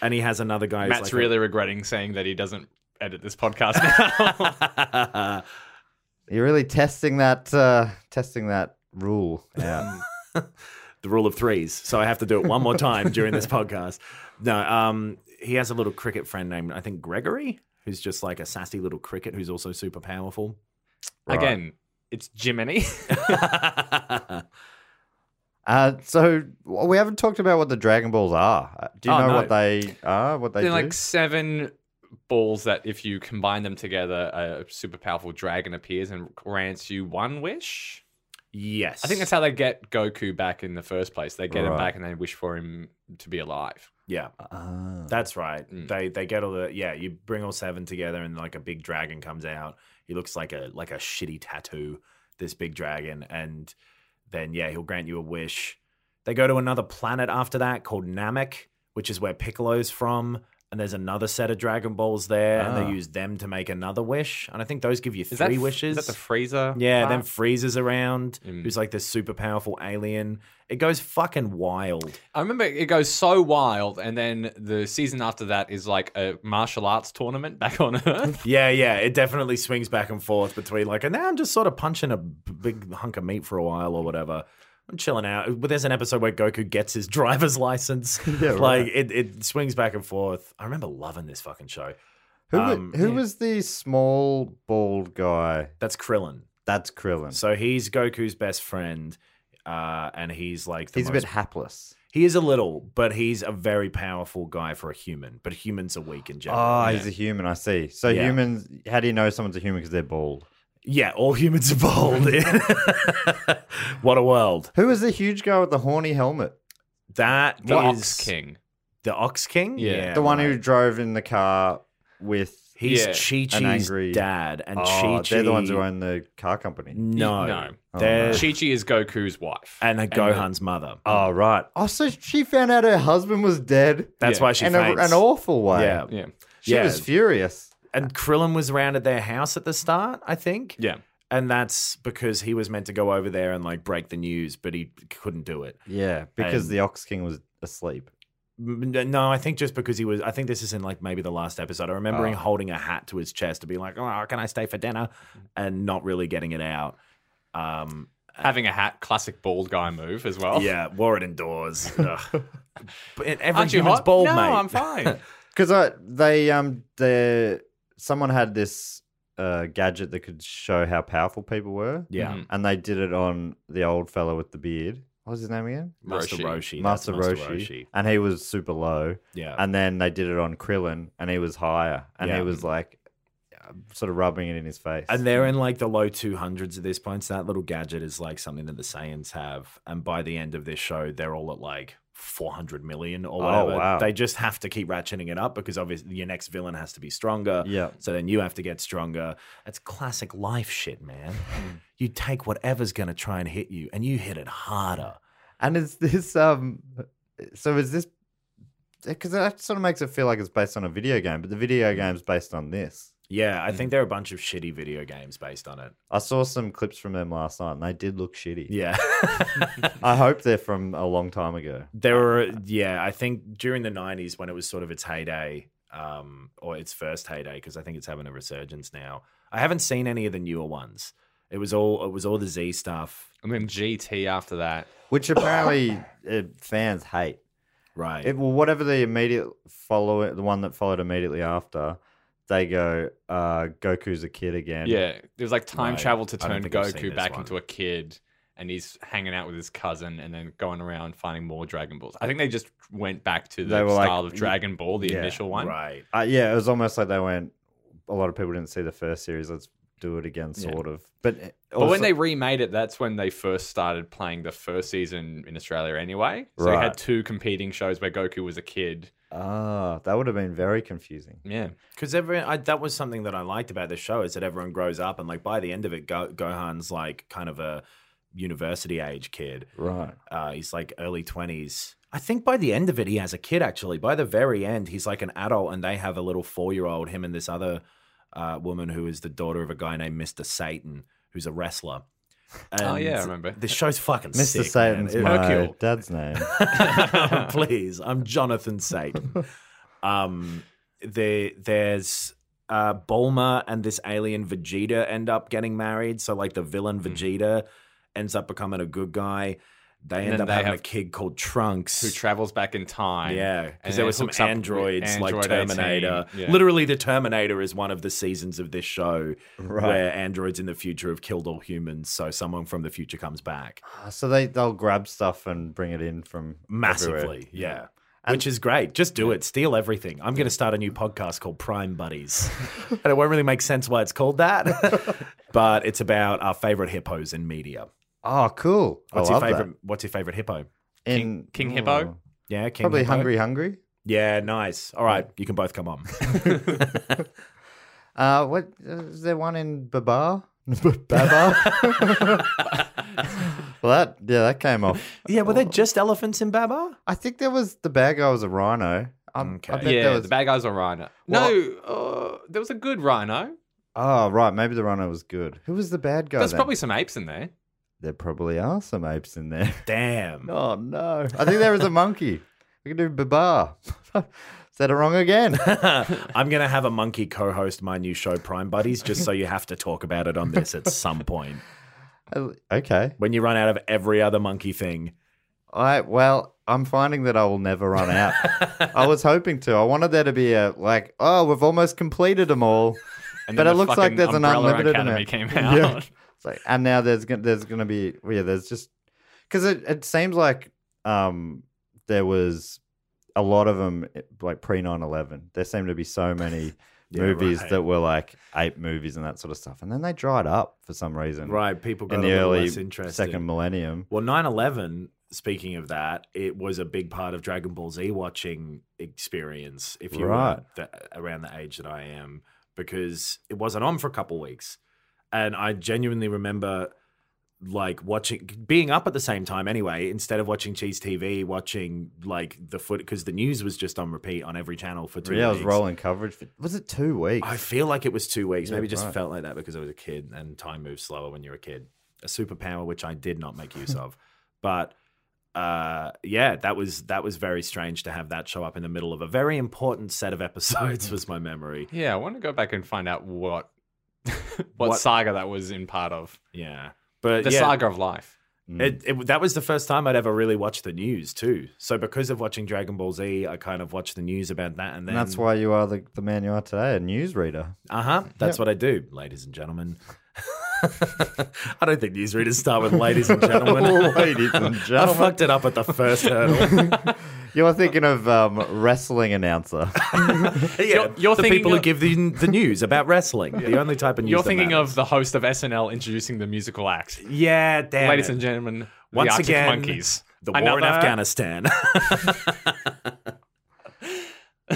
Speaker 5: And he has another guy. who's
Speaker 6: Matt's
Speaker 5: like a-
Speaker 6: really regretting saying that he doesn't edit this podcast now.
Speaker 2: You're really testing that uh, testing that rule out.
Speaker 5: the rule of threes. So I have to do it one more time during this podcast. No, um, he has a little cricket friend named I think Gregory, who's just like a sassy little cricket who's also super powerful.
Speaker 6: Again, it's Jiminy.
Speaker 2: uh, so well, we haven't talked about what the Dragon Balls are. Uh, Do you
Speaker 5: Oh,
Speaker 2: know
Speaker 5: no.
Speaker 2: what they are? What they
Speaker 6: They're
Speaker 2: do?
Speaker 6: like seven balls that if you combine them together, a super powerful dragon appears and grants you one wish.
Speaker 5: Yes,
Speaker 6: I think that's how they get Goku back in the first place. They get him
Speaker 2: Right.
Speaker 6: back and they wish for him to be alive.
Speaker 5: yeah.
Speaker 2: Ah.
Speaker 5: That's right.
Speaker 6: Mm.
Speaker 5: They they get all the yeah. You bring all seven together, and like a big dragon comes out. He looks like a like a shitty tattoo. This big dragon, and then yeah, he'll grant you a wish. They go to another planet after that called Namek, which is where Piccolo's from. And there's another set of Dragon Balls there, and
Speaker 2: Ah.
Speaker 5: they use them to make another wish. And I think those give you three
Speaker 6: Is that f-
Speaker 5: wishes.
Speaker 6: Is that the freezer?
Speaker 5: yeah,
Speaker 6: part?
Speaker 5: then freezes around,
Speaker 6: Mm.
Speaker 5: who's like this super powerful alien. It goes fucking wild.
Speaker 6: I remember it goes so wild, and then the season after that is like a martial arts tournament back on Earth.
Speaker 5: Yeah, yeah, it definitely swings back and forth between like, and now I'm just sort of punching a b- big hunk of meat for a while or whatever. I'm chilling out. But there's an episode where Goku gets his driver's license. like it, it swings back and forth. I remember loving this fucking show.
Speaker 2: who wa-
Speaker 5: um,
Speaker 2: who was the small bald guy?
Speaker 5: That's Krillin.
Speaker 2: That's Krillin.
Speaker 5: So he's Goku's best friend, uh, and he's like the
Speaker 2: He's a
Speaker 5: most-
Speaker 2: bit hapless.
Speaker 5: he is a little, but he's a very powerful guy for a human. But humans are weak in general.
Speaker 2: Oh, he's a human. I see. So
Speaker 5: Yeah.
Speaker 2: humans, how do you know someone's a human because they're bald?
Speaker 5: yeah, all humans are bold. what a world!
Speaker 2: Who is the huge guy with the horny helmet?
Speaker 5: That
Speaker 6: the
Speaker 5: is-
Speaker 6: Ox King.
Speaker 5: The Ox King?
Speaker 6: Yeah.
Speaker 2: the one who
Speaker 5: right.
Speaker 2: drove in the car with.
Speaker 5: He's
Speaker 6: Yeah.
Speaker 5: Chi
Speaker 2: An
Speaker 5: Chi's
Speaker 2: angry-
Speaker 5: dad. And
Speaker 2: Oh,
Speaker 5: Chi Chi.
Speaker 2: they're the ones who own the car company.
Speaker 5: No.
Speaker 6: No.
Speaker 2: Oh, no.
Speaker 5: They're.
Speaker 6: Chi Chi is Goku's wife.
Speaker 5: And a Gohan's mother.
Speaker 2: Oh right. Oh, so she found out her husband was dead.
Speaker 5: That's
Speaker 6: yeah.
Speaker 5: why she
Speaker 2: in a,
Speaker 5: faints.
Speaker 2: an awful way.
Speaker 5: Yeah.
Speaker 6: yeah,
Speaker 2: She
Speaker 5: Yeah.
Speaker 2: was furious.
Speaker 5: And Krillin was around at their house at the start, I think.
Speaker 6: yeah.
Speaker 5: And that's because he was meant to go over there and like break the news, but he couldn't do it.
Speaker 2: Yeah, because
Speaker 5: And-
Speaker 2: the Ox King was asleep.
Speaker 5: M- No, I think just because he was. I think this is in like maybe the last episode. I remember
Speaker 2: Oh.
Speaker 5: him holding a hat to his chest to be like, "Oh, can I stay for dinner?" and not really getting it out. Um,
Speaker 6: Having a hat, classic bald guy move as well.
Speaker 5: Yeah, wore it indoors. Ugh. but e, every
Speaker 6: Aren't you
Speaker 5: human's
Speaker 6: hot?
Speaker 5: bald,
Speaker 6: no,
Speaker 5: mate.
Speaker 6: I'm fine.
Speaker 2: Because I they um the someone had this uh gadget that could show how powerful people were.
Speaker 5: Yeah.
Speaker 6: Mhm.
Speaker 2: and they did it on the old fella with the beard. What was his name again?
Speaker 5: Master
Speaker 6: Roshi.
Speaker 5: Roshi. that's
Speaker 2: Master, Roshi. And he was super low.
Speaker 5: Yeah.
Speaker 2: And then they did it on Krillin, and he was higher. And
Speaker 5: Yeah.
Speaker 2: he was like, uh, sort of rubbing it in his face.
Speaker 5: And they're in like the low 200s at this point. So that little gadget is like something that the Saiyans have. And by the end of this show, they're all at like 400 million or
Speaker 2: Oh,
Speaker 5: whatever.
Speaker 2: wow.
Speaker 5: They just have to keep ratcheting it up because obviously your next villain has to be stronger.
Speaker 2: Yeah.
Speaker 5: So then you have to get stronger. That's classic life shit, man.
Speaker 6: Hmm.
Speaker 5: you take whatever's going to try and hit you and you hit it harder.
Speaker 2: And is this um? So is this? Because that sort of makes it feel like it's based on a video game, but the
Speaker 5: Mm.
Speaker 2: video game's based on this.
Speaker 5: Yeah, I think there are a bunch of shitty video games based on it.
Speaker 2: I saw some clips from them last night, and they did look shitty.
Speaker 5: Yeah.
Speaker 2: I hope they're from a long time ago.
Speaker 5: There were, yeah, I think during the 90s when it was sort of its heyday, um, or its first heyday, because I think it's having a resurgence now. I haven't seen any of the newer ones. It was all it was all the Z stuff,
Speaker 6: And then GT after that.
Speaker 2: Which apparently uh, fans hate.
Speaker 5: right?
Speaker 2: It, well, whatever the immediate follow, the one that followed immediately after, they go, uh, "Goku's a kid again."
Speaker 6: Yeah, there was like time
Speaker 5: Right.
Speaker 6: travel
Speaker 5: I
Speaker 6: to
Speaker 5: don't
Speaker 6: turn
Speaker 5: think I've seen
Speaker 6: Goku
Speaker 5: this
Speaker 6: back
Speaker 5: one.
Speaker 6: into a kid, and he's hanging out with his cousin, and then going around finding more Dragon Balls. I think they just went back to
Speaker 2: They
Speaker 6: the
Speaker 2: were like-
Speaker 6: style of Dragon Ball, the
Speaker 2: Yeah,
Speaker 6: initial one.
Speaker 5: right.
Speaker 2: uh, yeah. It was almost like they went. A lot of people didn't see the first series. Let's do it again,
Speaker 6: Yeah.
Speaker 2: sort of. But, uh,
Speaker 6: But
Speaker 2: also-
Speaker 6: when they remade it, that's when they first started playing the first season in Australia anyway. So we
Speaker 2: Right.
Speaker 6: had two competing shows where Goku was a kid.
Speaker 2: ah, that would have been very confusing.
Speaker 6: Yeah.
Speaker 5: Because everyone, I, that was something that I liked about the show is that everyone grows up and like by the end of it, Go, Gohan's like kind of a university age kid.
Speaker 2: Right.
Speaker 5: Uh, he's like early 20s. I think by the end of it, he has a kid actually. By the very end, he's like an adult and they have a little four year old, him and this other uh, woman who is the daughter of a guy named Mr. Satan, who's a wrestler.
Speaker 6: Oh, yeah,
Speaker 5: And
Speaker 6: I remember.
Speaker 5: This show's fucking
Speaker 2: Mr.
Speaker 5: sick. man.
Speaker 2: Satan's
Speaker 5: It-
Speaker 2: my
Speaker 6: Hercule.
Speaker 2: dad's name.
Speaker 5: please. I'm Jonathan Satan. Um, there, there's uh, Bulma and this alien Vegeta end up getting married. So like the villain
Speaker 6: Hmm.
Speaker 5: Vegeta ends up becoming a good guy. They end
Speaker 6: And then
Speaker 5: up
Speaker 6: they
Speaker 5: having
Speaker 6: have-
Speaker 5: a kid called Trunks.
Speaker 6: Who travels back in time.
Speaker 5: yeah, because
Speaker 6: And
Speaker 5: there
Speaker 6: then
Speaker 5: were some
Speaker 6: hooks up with
Speaker 5: androids like
Speaker 6: Android 18,
Speaker 5: Terminator.
Speaker 6: yeah.
Speaker 5: Literally, the Terminator is one of the seasons of this show
Speaker 2: Right.
Speaker 5: where androids in the future have killed all humans. So someone from the future comes back.
Speaker 2: Ah, so they they'll grab stuff and bring it in from
Speaker 5: massively
Speaker 2: everywhere.
Speaker 5: yeah which is great just do it steal everything i'm going to start a new podcast called prime buddies and it won't really make sense why it's called that but it's about our favorite hippos in media
Speaker 2: Oh, cool.
Speaker 5: what's
Speaker 2: I
Speaker 5: your
Speaker 2: love
Speaker 5: favorite what's your favorite hippo
Speaker 2: that.
Speaker 6: King- King Hippo?
Speaker 2: Ooh.
Speaker 5: yeah King
Speaker 2: Probably
Speaker 5: hippo?
Speaker 2: Hungry Hungry.
Speaker 5: yeah nice all right you can both come on
Speaker 2: Uh, what is there one in Babar? Babar. well, that yeah, that came off.
Speaker 5: yeah were they just elephants in baba
Speaker 2: I think there was the bad guy was a rhino. Um, I
Speaker 5: Okay.
Speaker 2: bet
Speaker 6: Yeah,
Speaker 2: there was-
Speaker 6: the bad guys are Rhino. No, uh, there was a good Rhino.
Speaker 2: oh right, maybe the rhino was good. Who was the bad guy?
Speaker 6: There's
Speaker 2: then?
Speaker 6: probably some apes in there.
Speaker 2: there probably are some apes in there.
Speaker 5: damn
Speaker 2: Oh no! I think there was a monkey. We can do Babar. Said it wrong again.
Speaker 5: i'm going to have a monkey co-host my new show prime buddies just so you have to talk about it on this at some point
Speaker 2: okay.
Speaker 5: when you run out of every other monkey thing
Speaker 2: I well, I'm finding that I will never run out. I was hoping to. I wanted there to be a like, oh, we've almost completed them all.
Speaker 6: And
Speaker 2: But
Speaker 6: then
Speaker 2: it
Speaker 6: the
Speaker 2: looks like
Speaker 6: fucking
Speaker 2: there's an
Speaker 6: Umbrella
Speaker 2: unlimited
Speaker 6: Academy
Speaker 2: amount.
Speaker 6: came out.
Speaker 2: Yeah. It's like, and now there's gonna, there's going to be yeah, there's just because it it seems like um there was a lot of them like pre 9-11. There seemed to be so many.
Speaker 5: Yeah,
Speaker 2: movies
Speaker 5: right.
Speaker 2: that were like ape movies and that sort of stuff, and then they dried up for some reason.
Speaker 5: right people got
Speaker 2: in
Speaker 5: a
Speaker 2: the
Speaker 5: little
Speaker 2: early
Speaker 5: less interested.
Speaker 2: second millennium.
Speaker 5: Well, 9 11, speaking of that, it was a big part of Dragon Ball Z watching experience, if you
Speaker 2: Right.
Speaker 5: were the, around the age that I am, because it wasn't on for a couple weeks. And I genuinely remember like watching being up at the same time anyway instead of watching cheese tv watching like the foot because the news was just on repeat on every channel for two
Speaker 2: Yeah, I was
Speaker 5: weeks.
Speaker 2: rolling coverage. For, was it two weeks?
Speaker 5: I feel like it was two weeks.
Speaker 2: Yeah,
Speaker 5: Maybe it just
Speaker 2: right.
Speaker 5: felt like that because I was a kid and time moves slower when you're a kid. A superpower which I did not make use of. But uh, yeah, that was that was very strange to have that show up in the middle of a very important set of episodes was my memory.
Speaker 6: Yeah, I want to go back and find out what what,
Speaker 5: What-
Speaker 6: saga that was in part of.
Speaker 5: Yeah. But
Speaker 6: The
Speaker 5: yeah,
Speaker 6: saga of life.
Speaker 5: It, it, that was the first time I'd ever really watched the news too. So because of watching Dragon Ball Z, I kind of watched the news about that, and then
Speaker 2: And that's why you are the, the man you are today, a newsreader.
Speaker 5: Uh huh. That's what I do, ladies and gentlemen. I don't think newsreaders start with ladies and gentlemen.
Speaker 2: Ladies and
Speaker 5: I
Speaker 2: gentlemen.
Speaker 5: fucked it up at the first hurdle.
Speaker 2: You're thinking of um, wrestling announcer.
Speaker 5: Yeah,
Speaker 6: you're
Speaker 5: the
Speaker 6: thinking
Speaker 5: people who
Speaker 6: of-
Speaker 5: give the, the news about wrestling. The only type of news.
Speaker 6: You're
Speaker 5: that
Speaker 6: thinking
Speaker 5: matters.
Speaker 6: of the host of SNL introducing the musical act.
Speaker 5: Yeah, damn.
Speaker 6: Ladies
Speaker 5: it.
Speaker 6: and gentlemen,
Speaker 5: Once
Speaker 6: the Arctic
Speaker 5: again,
Speaker 6: Monkeys.
Speaker 5: the war in
Speaker 6: Another-
Speaker 5: Afghanistan.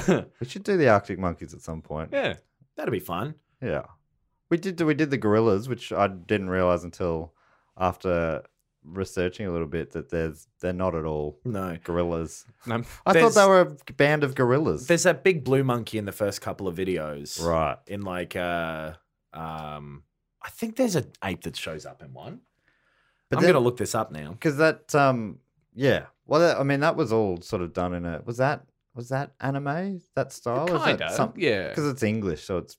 Speaker 2: we should do the Arctic Monkeys at some point.
Speaker 6: Yeah.
Speaker 5: That'd be fun.
Speaker 2: Yeah. We did we did the gorillas, which I didn't realize until after researching a little bit that there's they're not at all
Speaker 5: No.
Speaker 2: gorillas.
Speaker 6: Um,
Speaker 2: I
Speaker 5: There's-
Speaker 2: thought they were a band of gorillas.
Speaker 5: There's that big blue monkey in the first couple of videos.
Speaker 2: Right.
Speaker 5: In like uh um I think there's an ape that shows up in one.
Speaker 2: But
Speaker 5: I'm
Speaker 2: then-
Speaker 5: gonna look this up now.
Speaker 2: Because that um yeah. Well that, I mean that was all sort of done in a was that was that anime? That style? Is that
Speaker 6: Kinda,
Speaker 2: some-
Speaker 6: yeah.
Speaker 2: Because it's English, so it's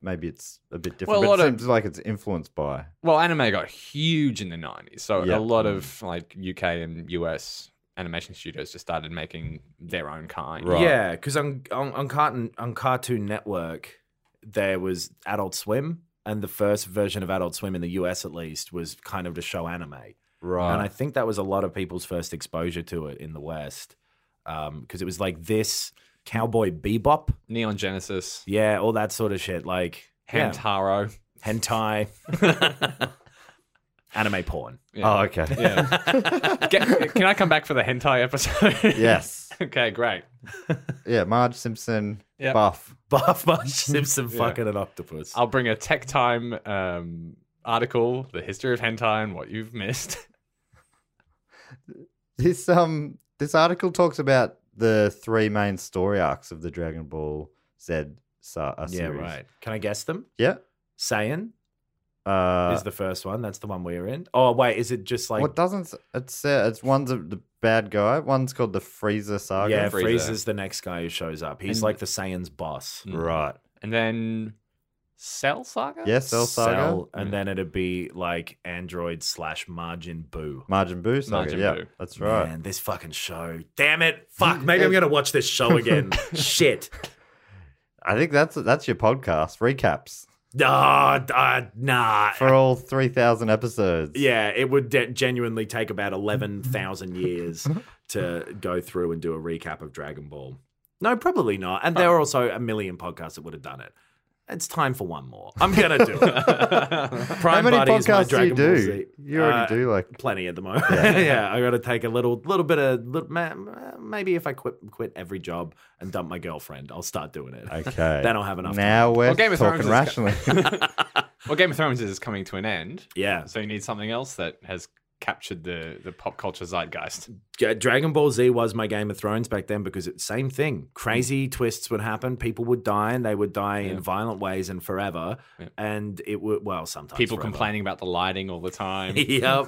Speaker 2: maybe it's a bit different.
Speaker 6: Well, a
Speaker 2: but it
Speaker 6: lot of-
Speaker 2: seems like it's influenced by
Speaker 6: well, anime got huge in the 90s. So
Speaker 2: Yeah.
Speaker 6: a lot of like UK and US animation studios just started making their own kind.
Speaker 5: Yeah, because on, on on Cartoon on Cartoon Network there was Adult Swim, and the first version of Adult Swim in the US at least was kind of to show anime.
Speaker 2: Right.
Speaker 5: And I think that was a lot of people's first exposure to it in the West, because it was like this cowboy bebop,
Speaker 6: Neon Genesis,
Speaker 5: yeah, all that sort of shit, like yeah,
Speaker 6: Hamtaro.
Speaker 5: hentai, anime porn.
Speaker 2: Oh, okay.
Speaker 6: Get- can I come back for the hentai episode?
Speaker 2: yes.
Speaker 6: okay, great.
Speaker 2: Yeah, Marge Simpson
Speaker 6: Yep.
Speaker 2: buff.
Speaker 5: Buff Marge Simpson fucking an octopus.
Speaker 6: I'll bring a Tech Time um, article, the history of hentai and what you've missed.
Speaker 2: This um this article talks about the three main story arcs of the Dragon Ball Z sa- uh,
Speaker 5: yeah,
Speaker 2: series.
Speaker 5: right. Can I guess them?
Speaker 2: Yeah.
Speaker 5: Saiyan
Speaker 2: Uh,
Speaker 5: is the first one. That's the one we're in. Oh wait, is it just like
Speaker 2: what doesn't it's uh, it's one's a, the bad guy. One's called the Freezer Saga.
Speaker 5: yeah?
Speaker 6: Frieza.
Speaker 5: Frieza's the next guy who shows up. He's
Speaker 6: And-
Speaker 5: like the Saiyan's boss.
Speaker 2: Right.
Speaker 6: And then Cell Saga?
Speaker 2: Yeah, Cell Saga.
Speaker 5: Cell, and then it'd be like Android slash Margin Boo.
Speaker 2: Margin Boo Saga.
Speaker 6: Majin
Speaker 2: yeah,
Speaker 6: Buu.
Speaker 2: that's right.
Speaker 5: Man, this fucking show. Damn it. Fuck. Maybe I'm going to watch this show again. Shit.
Speaker 2: I think that's that's your podcast recaps
Speaker 5: Nah, uh, nah.
Speaker 2: for all three thousand episodes.
Speaker 5: yeah, it would de- genuinely take about 11,000 years to go through and do a recap of Dragon Ball. No, probably not. And
Speaker 2: Oh.
Speaker 5: there are also a million podcasts that would have done it. It's time for one more. I'm going to do it. Prime
Speaker 2: How many
Speaker 5: Buddy is my
Speaker 2: podcasts do you
Speaker 5: Dragon Ball
Speaker 2: do?
Speaker 5: Z.
Speaker 2: You already
Speaker 5: Uh,
Speaker 2: do like
Speaker 5: plenty at the moment. Yeah, I got to take a little, little bit of, little, ma- ma- maybe if I quit, quit every job and dump my girlfriend, I'll start doing it.
Speaker 2: okay.
Speaker 5: Then I'll have enough.
Speaker 2: Now we're
Speaker 6: Well, Game of Thrones
Speaker 2: talking
Speaker 6: is-
Speaker 2: rationally.
Speaker 6: Well, Game of Thrones is coming to an end.
Speaker 5: Yeah.
Speaker 6: So you need something else that has captured the, the pop culture zeitgeist.
Speaker 5: Yeah, Dragon Ball Z was my Game of Thrones back then because it's same thing. Crazy twists would happen. People would die, and they would die in violent ways and forever. And it would well sometimes
Speaker 6: People
Speaker 5: forever.
Speaker 6: complaining about the lighting all the time.
Speaker 5: yep.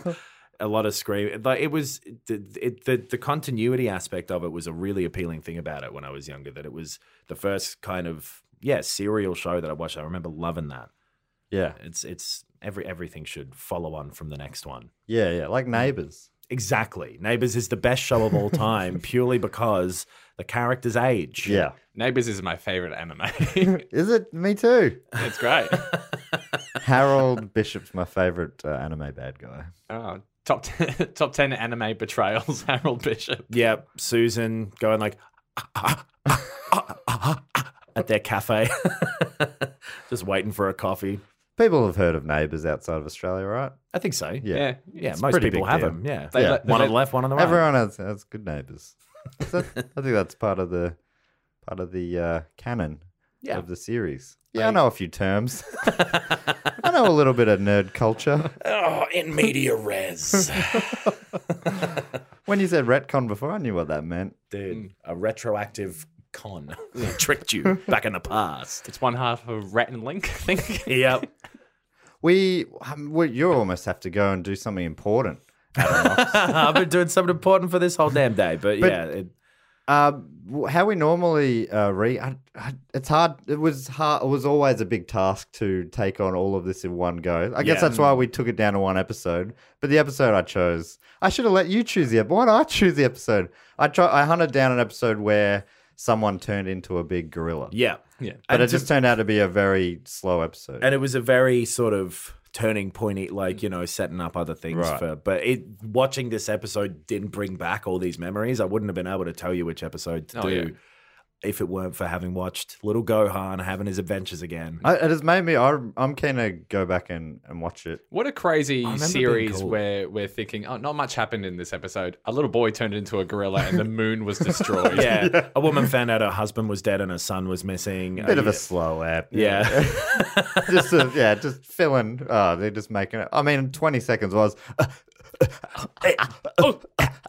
Speaker 5: A lot of scream. Like it was it, it, the the continuity aspect of it was a really appealing thing about it when I was younger. That it was the first kind of yeah serial show that I watched. I remember loving that.
Speaker 2: yeah,
Speaker 5: It's it's every everything should follow on from the next one.
Speaker 2: yeah, yeah. Like neighbors.
Speaker 5: Exactly. Neighbors is the best show of all time purely because the characters age.
Speaker 2: Yeah,
Speaker 6: Neighbors is my favorite anime. it's
Speaker 2: is it? Me too.
Speaker 6: great.
Speaker 2: Harold Bishop's my favorite uh, anime bad guy.
Speaker 6: Oh, top, ten, top 10 anime betrayals, Harold Bishop.
Speaker 5: Yep. Susan going like at their cafe, just waiting for a coffee.
Speaker 2: People have heard of neighbors outside of Australia, right?
Speaker 5: I think so. Yeah.
Speaker 2: Yeah.
Speaker 6: Yeah.
Speaker 5: Yeah.
Speaker 2: It's
Speaker 5: most
Speaker 2: pretty
Speaker 5: people
Speaker 2: big
Speaker 5: have
Speaker 2: deal.
Speaker 5: them. Yeah.
Speaker 6: They
Speaker 2: Yeah.
Speaker 6: let-
Speaker 5: one
Speaker 6: they
Speaker 5: on the left, one on the right.
Speaker 2: Everyone has, has good neighbors. Is that- I think that's part of the part of the uh, canon
Speaker 5: Yeah.
Speaker 2: of the series. Yeah, I know a few terms. I know a little bit of nerd culture.
Speaker 5: Oh, in media res.
Speaker 2: When you said retcon before, I knew what that meant.
Speaker 5: Dude,
Speaker 6: Mm.
Speaker 5: a retroactive con tricked you back in the past.
Speaker 6: It's one half of Rat and Link, I think.
Speaker 5: Yep.
Speaker 2: We, um, we you almost have to go and do something important.
Speaker 5: I've been doing something important for this whole damn day, but, yeah, it,
Speaker 2: Uh, w- how we normally uh, re, I, I, it's hard. It was hard. It was always a big task to take on all of this in one go. I guess
Speaker 5: Yeah.
Speaker 2: that's why we took it down to one episode. But the episode I chose, I should have let you choose the. ep- Why did I choose the episode? I try. I hunted down an episode where someone turned into a big gorilla.
Speaker 5: yeah.
Speaker 6: Yeah.
Speaker 2: but
Speaker 5: And
Speaker 2: it
Speaker 5: to-
Speaker 2: just turned out to be a very slow episode.
Speaker 5: and it was a very sort of turning pointy, like you know, setting up other things
Speaker 6: Right.
Speaker 5: for. But it watching this episode didn't bring back all these memories. I wouldn't have been able to tell you which episode to
Speaker 6: Oh,
Speaker 5: do
Speaker 6: yeah.
Speaker 5: if it weren't for having watched Little Gohan having his adventures again.
Speaker 2: I, it has made me. I, I'm keen to go back and, and watch it.
Speaker 6: What a crazy
Speaker 5: I remember being
Speaker 6: series
Speaker 5: cool.
Speaker 6: where we're thinking, oh, not much happened in this episode. A little boy turned into a gorilla and the moon was destroyed.
Speaker 5: yeah. a woman found out her husband was dead and her son was missing.
Speaker 2: Bit of a slow app.
Speaker 5: yeah.
Speaker 2: just uh, yeah, just filling. Oh, they're just making it. I mean, 20 seconds was.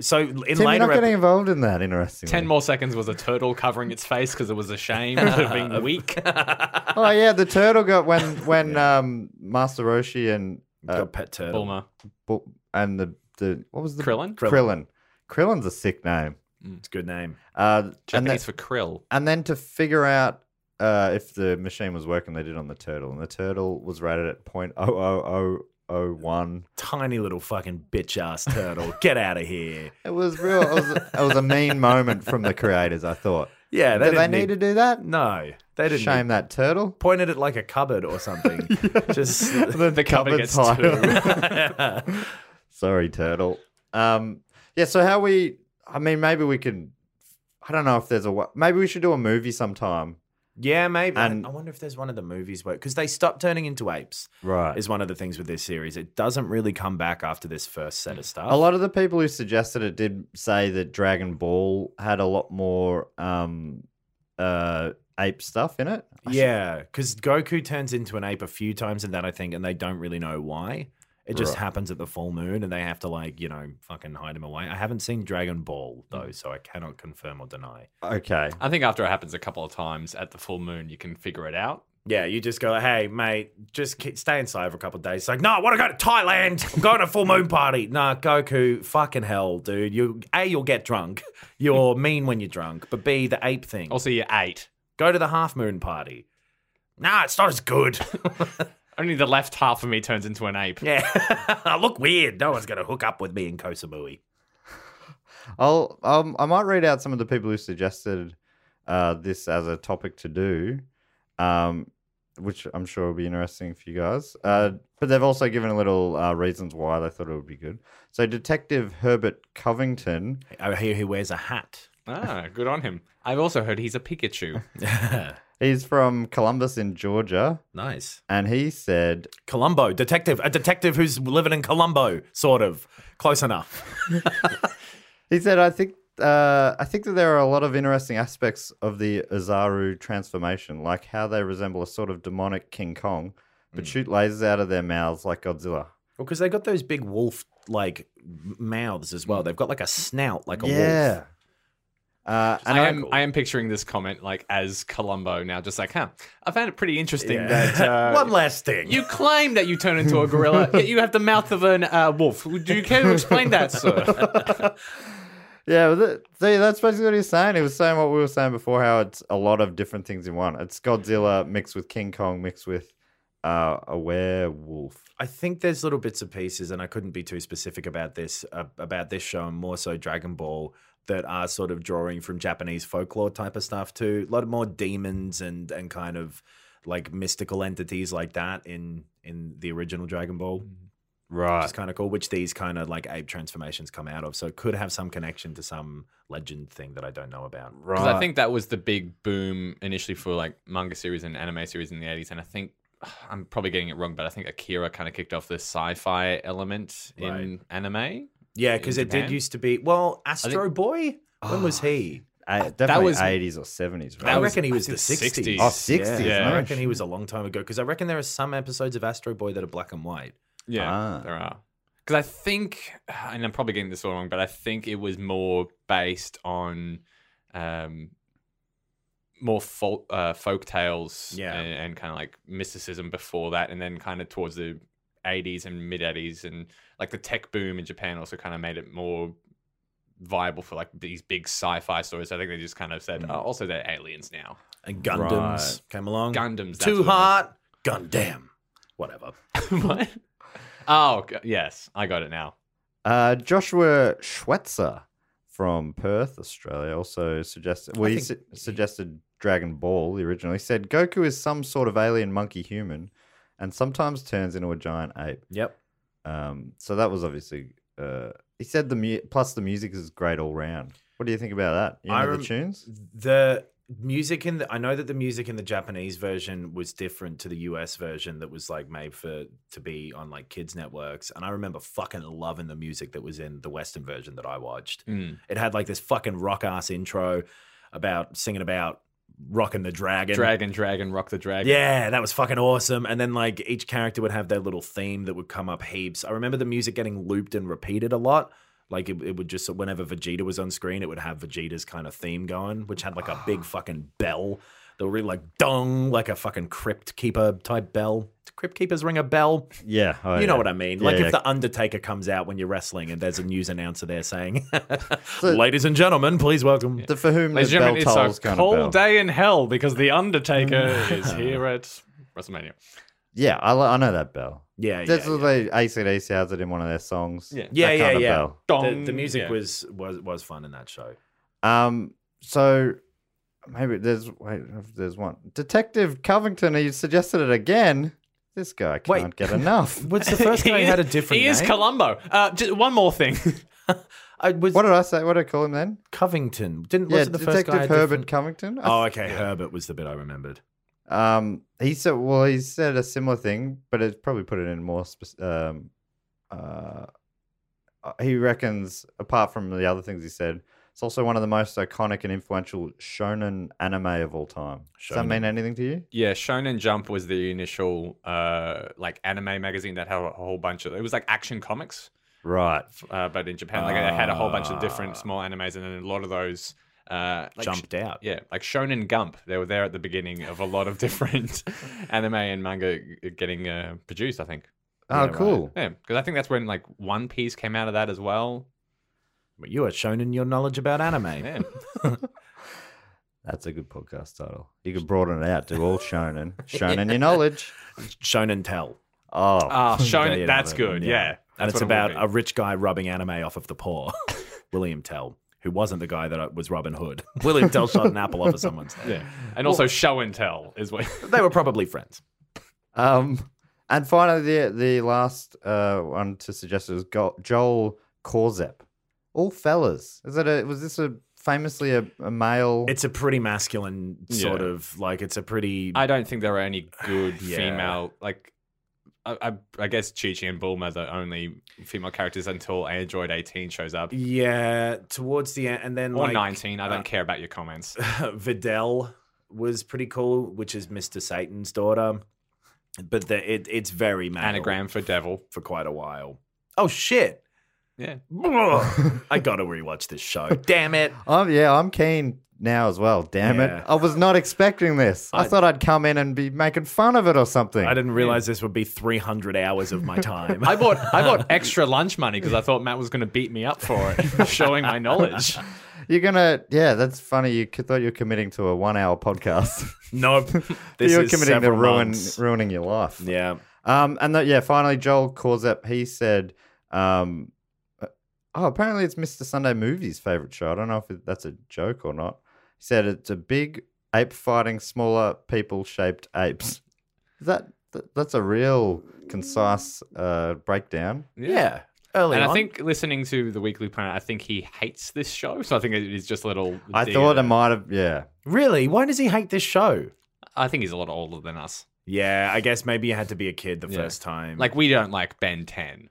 Speaker 5: so in
Speaker 2: Tim, you're
Speaker 5: later
Speaker 2: not getting
Speaker 5: epi-
Speaker 2: involved in that. Interesting.
Speaker 6: Ten more seconds was a turtle covering its face because it was ashamed of being weak.
Speaker 2: Oh yeah, the turtle got when when um Master Roshi and uh,
Speaker 5: Got pet turtle.
Speaker 6: Bulma.
Speaker 2: Bu- and the the what was the
Speaker 6: Krillin?
Speaker 2: Krillin. Krillin's a sick name.
Speaker 5: It's a good name.
Speaker 2: Uh, and then
Speaker 6: Japanese for krill.
Speaker 2: and then to figure out uh, if the machine was working, they did on the turtle, and the turtle was rated at point oh oh oh oh one.
Speaker 5: Tiny little fucking bitch ass turtle. Get out of here.
Speaker 2: It was real. It was, it was a mean moment from the creators. I thought.
Speaker 5: Yeah, they
Speaker 2: Did they
Speaker 5: didn't
Speaker 2: need, to do that?
Speaker 5: No, they didn't.
Speaker 2: Shame that turtle.
Speaker 5: Pointed at like a cupboard or something. Just
Speaker 6: The cover
Speaker 2: cupboard's
Speaker 6: gets
Speaker 2: high.
Speaker 6: two.
Speaker 2: Sorry, turtle. Um, yeah. So how we? I mean, maybe we can. I don't know if there's a. wa- Maybe we should do a movie sometime.
Speaker 5: yeah, maybe.
Speaker 2: And-
Speaker 5: I wonder if there's one of the movies where because they stop turning into apes.
Speaker 2: Right.
Speaker 5: Is one of the things with this series. It doesn't really come back after this first set of stuff.
Speaker 2: A lot of the people who suggested it did say that Dragon Ball had a lot more um, uh, ape stuff in it. I should-
Speaker 5: Yeah, because Goku turns into an ape a few times in that, I think, and they don't really know why. It just
Speaker 2: Right.
Speaker 5: happens at the full moon, and they have to like you know fucking hide him away. I haven't seen Dragon Ball
Speaker 2: Hmm.
Speaker 5: though, so I cannot confirm or deny.
Speaker 2: Okay.
Speaker 6: I think after it happens a couple of times at the full moon, you can figure it out.
Speaker 5: Yeah, you just go, hey mate, just ki- stay inside for a couple of days. It's like, no, I want to go to Thailand. I'm going to a full moon party. Nah, Goku, fucking hell, dude. You a you'll get drunk. You're
Speaker 2: Hmm.
Speaker 5: mean when you're drunk, but b the ape thing.
Speaker 6: Also, you ate.
Speaker 5: go to the half moon party. Nah, it's not as good.
Speaker 6: Only the left half of me turns into an ape.
Speaker 5: Yeah, I look weird. No one's gonna hook up with me in Kosamui.
Speaker 2: I'll um, I might read out some of the people who suggested uh, this as a topic to do, um, which I'm sure will be interesting for you guys. Uh, but they've also given a little uh, reasons why they thought it would be good. So Detective Herbert Covington,
Speaker 5: I hear Oh, he wears a hat.
Speaker 6: Ah, good on him. I've also heard he's a Pikachu.
Speaker 2: he's from Columbus in Georgia,
Speaker 5: nice.
Speaker 2: and he said
Speaker 5: Columbo, detective, a detective who's living in Colombo, sort of. Close enough.
Speaker 2: He said, "I think uh, I think that there are a lot of interesting aspects of the Azaru transformation, like how they resemble a sort of demonic King Kong, but shoot lasers out of their mouths like Godzilla."
Speaker 5: Well, because they got those big wolf like m- mouths as well. They've got like a snout like a wolf.
Speaker 2: Uh, and
Speaker 6: I
Speaker 2: I-
Speaker 6: am I am picturing this comment like as Columbo now, just like, huh? I found it pretty interesting
Speaker 5: Yeah.
Speaker 6: that uh,
Speaker 5: One last thing.
Speaker 6: you claim that you turn into a gorilla, yet you have the mouth of an uh, wolf. Do you care to explain that, sir?
Speaker 2: yeah, but th- see, that's basically what he's saying. He was saying what we were saying before, how it's a lot of different things in one. It's Godzilla mixed with King Kong mixed with uh, a werewolf.
Speaker 5: I think there's little bits and pieces, and I couldn't be too specific about this uh, about this show, and more so Dragon Ball that are sort of drawing from Japanese folklore type of stuff too. A lot more demons and and kind of like mystical entities like that in in the original Dragon Ball.
Speaker 6: Mm-hmm.
Speaker 5: Which
Speaker 2: Right.
Speaker 5: is kind of cool, which these kind of like ape transformations come out of. So it could have some connection to some legend thing that I don't know about.
Speaker 6: Because I think that was the big boom initially for like manga series and anime series in the eighties, and I think I'm probably getting it wrong, but I think Akira kind of kicked off the sci-fi element in
Speaker 5: Right.
Speaker 6: anime.
Speaker 5: Yeah, because it
Speaker 6: In
Speaker 5: did
Speaker 6: Japan? Ah,
Speaker 5: used to be, well, Astro Boy? When was he?
Speaker 2: Uh, definitely
Speaker 6: was-
Speaker 2: 80s or 70s, right?
Speaker 5: I
Speaker 6: was-
Speaker 5: reckon he
Speaker 6: I
Speaker 5: was the
Speaker 6: think
Speaker 5: 60s.
Speaker 6: 60s.
Speaker 2: Oh, 60s,
Speaker 5: Yeah,
Speaker 2: nice.
Speaker 5: I reckon he was a long time ago because I reckon there are some episodes of Astro Boy that are black and white.
Speaker 6: Yeah,
Speaker 2: Ah.
Speaker 6: there are. Because I think, and I'm probably getting this all wrong, but I think it was more based on um, more folk, uh, folk tales
Speaker 5: Yeah.
Speaker 6: and, and kind of like mysticism before that. And then kind of towards the 80s and mid 80s, and like the tech boom in Japan also kind of made it more viable for like these big sci fi stories. I think they just kind of
Speaker 5: Hmm.
Speaker 6: said, oh, also they're aliens now.
Speaker 5: And Gundams came along.
Speaker 6: Gundams,
Speaker 5: Mm.
Speaker 6: that's
Speaker 5: Too
Speaker 6: what it was.
Speaker 5: hot. Gundam. Whatever.
Speaker 6: what? Oh, g- yes. I got it now.
Speaker 2: Uh, Joshua Schwetzer from Perth, Australia, also suggested. Well, he su- suggested Dragon Ball originally. He said Goku is some sort of alien monkey human, and sometimes turns into a giant ape.
Speaker 5: Yep.
Speaker 2: Um, so that was obviously. Uh, he said the mu- plus the music is great all round. What do you think about that? You know
Speaker 5: I
Speaker 2: the
Speaker 5: rem-
Speaker 2: tunes?
Speaker 5: The music in the I know that the music in the Japanese version was different to the US version that was like made for to be on like kids networks and I remember fucking loving the music that was in the western version that I watched.
Speaker 6: Mm.
Speaker 5: It had like this fucking rock ass intro about singing about rocking the dragon.
Speaker 6: Dragon, dragon, rock the dragon.
Speaker 5: Yeah, that was fucking awesome. And then like each character would have their little theme that would come up heaps. I remember the music getting looped and repeated a lot. Like it, it would just whenever Vegeta was on screen, it would have Vegeta's kind of theme going, which had like a
Speaker 2: Ah.
Speaker 5: big fucking bell. They were really like dong, like a fucking crypt keeper type bell. Do crypt keepers ring a bell.
Speaker 2: Yeah. oh,
Speaker 5: you know
Speaker 2: yeah.
Speaker 5: what I mean.
Speaker 2: Yeah,
Speaker 5: like
Speaker 2: yeah.
Speaker 5: if the Undertaker comes out when you're wrestling and there's a news announcer there saying, "Ladies and gentlemen, please welcome."
Speaker 2: The- for whom
Speaker 6: Ladies
Speaker 2: the
Speaker 6: and
Speaker 2: bell
Speaker 6: gentlemen,
Speaker 2: tolls
Speaker 6: it's a
Speaker 2: kind
Speaker 6: cold
Speaker 2: of bell.
Speaker 6: day in hell because The Undertaker
Speaker 5: Mm.
Speaker 6: is here at WrestleMania.
Speaker 2: Yeah, I, li- I know that bell.
Speaker 5: Yeah,
Speaker 2: That's
Speaker 5: yeah,
Speaker 2: what they ACDC has it in one of their songs.
Speaker 6: Yeah.
Speaker 5: yeah,
Speaker 2: that
Speaker 5: yeah,
Speaker 2: kind of
Speaker 5: yeah.
Speaker 2: bell.
Speaker 5: The,
Speaker 6: Dong.
Speaker 5: the music
Speaker 6: Yeah.
Speaker 5: was was was fun in that show.
Speaker 2: Um, so maybe there's wait, there's one Detective Covington. He suggested it again. This guy can't
Speaker 5: Wait.
Speaker 2: get enough.
Speaker 5: What's the first guy
Speaker 6: He
Speaker 5: who had a
Speaker 6: is-
Speaker 5: different
Speaker 6: He is
Speaker 5: name?
Speaker 6: Columbo. Uh, just one more thing.
Speaker 5: I was
Speaker 2: what did I say? What did I call him then?
Speaker 5: Covington. Didn't
Speaker 2: yeah,
Speaker 5: wasn't the first guy
Speaker 2: Detective
Speaker 5: a
Speaker 2: Herbert
Speaker 5: different-
Speaker 2: Covington. I
Speaker 5: Oh, okay. Herbert was the bit I remembered.
Speaker 2: Um, he said, well, he said a similar thing, but it's probably put it in more. Spec- um, uh, uh, he reckons, apart from the other things he said, it's also one of the most iconic and influential shonen anime of all time. Does that
Speaker 5: Shonen.
Speaker 2: mean anything to you?
Speaker 6: yeah, Shonen Jump was the initial uh, like anime magazine that had a whole bunch of. It was like Action Comics,
Speaker 2: Right.
Speaker 6: uh, but in Japan, like it had a whole bunch of different small animes, and then a lot of those. Uh, like
Speaker 5: Jumped out.
Speaker 6: Yeah, like Shonen Gump. They were there at the beginning of a lot of different anime and manga g- getting uh, produced, I think.
Speaker 2: Oh, cool.
Speaker 6: Yeah, because I think that's when like One Piece came out of that as well.
Speaker 5: But you are shown in your knowledge about anime.
Speaker 6: Yeah.
Speaker 2: That's a good podcast title. You could broaden it out to all shonen, shonen your knowledge.
Speaker 5: shown and tell.
Speaker 2: Oh,
Speaker 6: Ah,
Speaker 5: There you
Speaker 6: Shonen.
Speaker 5: have
Speaker 6: That's
Speaker 5: it.
Speaker 6: good. Yeah.
Speaker 5: And it's
Speaker 6: That's what it
Speaker 5: about
Speaker 6: would be.
Speaker 5: a rich guy rubbing anime off of the poor, William Tell, who wasn't the guy that uh, was Robin Hood. William Tell shot an apple off of someone's head.
Speaker 6: Yeah. And also show and tell is what.
Speaker 5: They were probably friends.
Speaker 2: Um, and finally, the the last uh, one to suggest is Go- Joel Korzep. All fellas. Is that a was this a famously a, a male?
Speaker 5: It's a pretty masculine sort
Speaker 6: Yeah.
Speaker 5: of like it's a pretty
Speaker 6: I don't think there are any good
Speaker 5: Yeah.
Speaker 6: female like. I, I, I guess Chi-Chi and Bulma are the only female characters until Android 18 shows up.
Speaker 5: yeah towards the end and then
Speaker 6: Or
Speaker 5: like
Speaker 6: 19. I don't
Speaker 5: uh,
Speaker 6: care about your comments.
Speaker 5: Videl was pretty cool, which is Mr. Satan's daughter. But the, it, it's very male
Speaker 6: Anagram for devil.
Speaker 5: for quite a while. Oh shit!
Speaker 6: Yeah.
Speaker 5: I gotta rewatch this show. Damn it!
Speaker 2: oh yeah, I'm keen now as well. Damn
Speaker 5: Yeah.
Speaker 2: it! I was not expecting this. I,
Speaker 5: I-
Speaker 2: thought I'd come in and be making fun of it or something.
Speaker 5: I didn't realize this would be 300 hours of my time.
Speaker 6: I bought I bought extra lunch money because I thought Matt was going to beat me up for it, for showing my knowledge.
Speaker 2: You're gonna yeah, that's funny. You c- thought you were committing to a one hour podcast.
Speaker 5: nope. This
Speaker 2: you were
Speaker 5: is
Speaker 2: committing to
Speaker 5: several
Speaker 2: ruin
Speaker 5: months.
Speaker 2: ruining your life.
Speaker 5: Yeah.
Speaker 2: Um, and that, yeah, finally, Joel Korzep, he said, um, uh, oh, apparently it's Mr. Sunday Movie's favorite show. I don't know if it, that's a joke or not. He said it's a big ape fighting smaller people shaped apes. Is that, th- that's a real concise uh, breakdown.
Speaker 5: yeah, Early
Speaker 6: And I
Speaker 5: on.
Speaker 6: think listening to the Weekly Planet, I think he hates this show. So I think it is just a little.
Speaker 2: I
Speaker 6: the,
Speaker 2: thought
Speaker 6: uh,
Speaker 2: it might have, yeah.
Speaker 5: really, why does he hate this show?
Speaker 6: I think he's a lot older than us.
Speaker 5: Yeah, I guess maybe you had to be a kid the
Speaker 6: Yeah.
Speaker 5: first time.
Speaker 6: Like we don't like Ben Ten,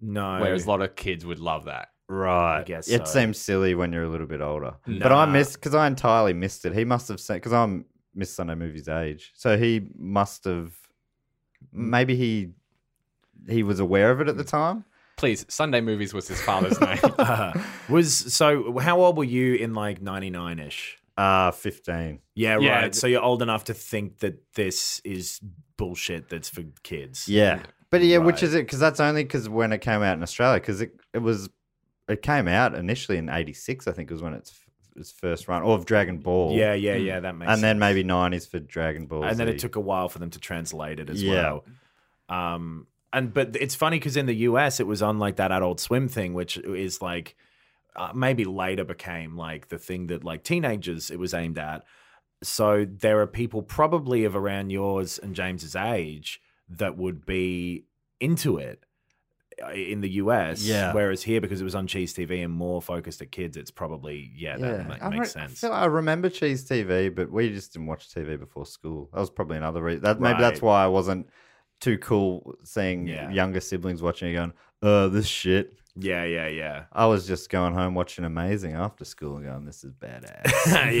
Speaker 5: no,
Speaker 6: whereas a lot of kids would love that.
Speaker 2: Right.
Speaker 5: guess
Speaker 2: it
Speaker 5: so.
Speaker 2: Uh, seems silly when you're a little bit older. But I
Speaker 5: Nah.
Speaker 2: missed, because I entirely missed it. He must have sent, because I'm Miss Sunday Movie's age. So he must have, maybe he he was aware of it at the time.
Speaker 6: Please, Sunday movies was his father's name.
Speaker 5: was so. How old were you in like 99 ish?
Speaker 2: Uh, 15.
Speaker 5: Yeah,
Speaker 6: Yeah,
Speaker 5: right.
Speaker 6: d-
Speaker 5: So you're old enough to think that this is bullshit that's for kids.
Speaker 2: Yeah. But yeah, which
Speaker 5: Right.
Speaker 2: is it? Because that's only because when it came out in Australia, because it, it was, it came out initially in 86, I think was when it's, its first run, or of Dragon Ball.
Speaker 5: Yeah, yeah, yeah. That makes
Speaker 2: And
Speaker 5: sense.
Speaker 2: then maybe 90s for Dragon Ball.
Speaker 5: and then it
Speaker 2: Z.
Speaker 5: took a while for them to translate it as
Speaker 2: Yeah.
Speaker 5: well. Um, and but it's funny because in the US it was on like that Adult Swim thing, which is like uh, maybe later became like the thing that like teenagers it was aimed at. So there are people probably of around yours and James's age that would be into it uh, in the US.
Speaker 2: Yeah.
Speaker 5: Whereas here, because it was on Cheese TV and more focused at kids, it's probably yeah, that ma-
Speaker 2: I re-
Speaker 5: makes
Speaker 2: I,
Speaker 5: sense.
Speaker 2: feel I remember Cheese TV, but we just didn't watch TV before school. That was probably another reason. That, Maybe that's
Speaker 5: Right.
Speaker 2: why I wasn't too cool seeing
Speaker 5: Yeah.
Speaker 2: younger siblings watching it going, oh, this shit.
Speaker 5: yeah, yeah, yeah.
Speaker 2: I was just going home watching Amazing after school and going, this is badass.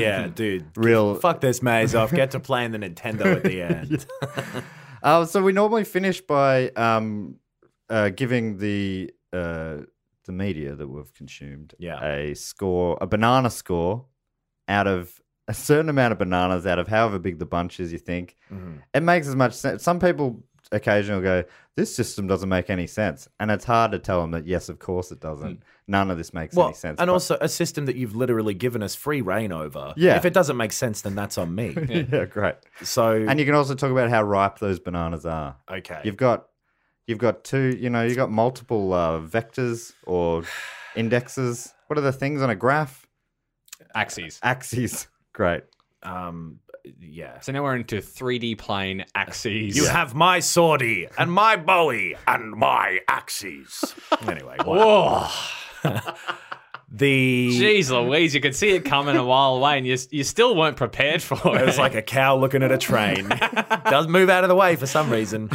Speaker 5: yeah, dude.
Speaker 2: Real.
Speaker 5: Fuck this maze off. Get to playing the Nintendo at the end.
Speaker 2: Uh, so we normally finish by um, uh, giving the uh, the media that we've consumed
Speaker 5: Yeah.
Speaker 2: a score, a banana score, out of a certain amount of bananas, out of however big the bunch is. You think
Speaker 5: Mhm.
Speaker 2: it makes as much sense? Some people occasionally go, "This system doesn't make any sense," and it's hard to tell them that yes, of course it doesn't. None of this makes
Speaker 5: Mm. Well,
Speaker 2: any sense.
Speaker 5: and
Speaker 2: but-
Speaker 5: also a system that you've literally given us free reign over.
Speaker 2: Yeah.
Speaker 5: If it doesn't make sense, then that's on me.
Speaker 2: yeah, great.
Speaker 5: So,
Speaker 2: And you can also talk about how ripe those bananas are.
Speaker 5: okay.
Speaker 2: You've got you've got two, you know, you've got multiple uh, vectors or indexes. What are the things on a graph?
Speaker 6: Axes.
Speaker 2: Axes. Great.
Speaker 5: um, yeah.
Speaker 6: So now we're into 3D plane axes.
Speaker 5: You have my swordy and my bowie and my axes. anyway, wow.
Speaker 6: Whoa.
Speaker 5: the
Speaker 6: Jeez Louise, you could see it coming a while away and you, you still weren't prepared for it.
Speaker 5: it was like a cow looking at a train. Does move out of the way for some reason.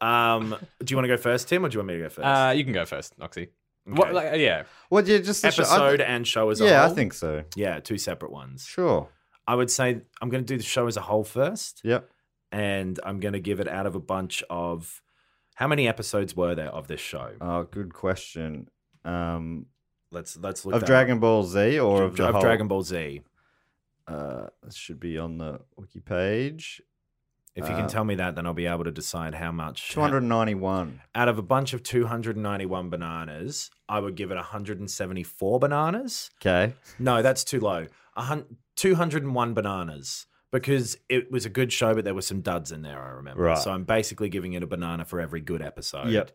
Speaker 5: Um, do you want to go first, Tim, or do you want me to go first?
Speaker 6: Uh, you can go first, Noxy. What,
Speaker 5: Okay.
Speaker 6: like, yeah.
Speaker 2: Well, yeah, just the show- I th-
Speaker 5: Episode and show as a
Speaker 2: yeah,
Speaker 5: whole.
Speaker 2: I think so.
Speaker 5: Yeah, two separate ones.
Speaker 2: Sure.
Speaker 5: I would say I'm going to do the show as a whole first.
Speaker 2: Yep.
Speaker 5: and I'm going to give it out of a bunch of how many episodes were there of this show?
Speaker 2: Oh, good question. Um,
Speaker 5: Let's let's look
Speaker 2: of
Speaker 5: that
Speaker 2: Dragon
Speaker 5: up.
Speaker 2: Ball Z or of, the
Speaker 5: of
Speaker 2: whole,
Speaker 5: Dragon Ball Z.
Speaker 2: Uh, this should be on the wiki page.
Speaker 5: If you
Speaker 2: Uh,
Speaker 5: can tell me that, then I'll be able to decide how much.
Speaker 2: Two hundred ninety-one.
Speaker 5: out of a bunch of 291 bananas, I would give it 174 bananas.
Speaker 2: Okay.
Speaker 5: No, that's too low. A hun- 201 bananas because it was a good show, but there were some duds in there, I remember.
Speaker 2: Right.
Speaker 5: So I'm basically giving it a banana for every good episode.
Speaker 2: Yep.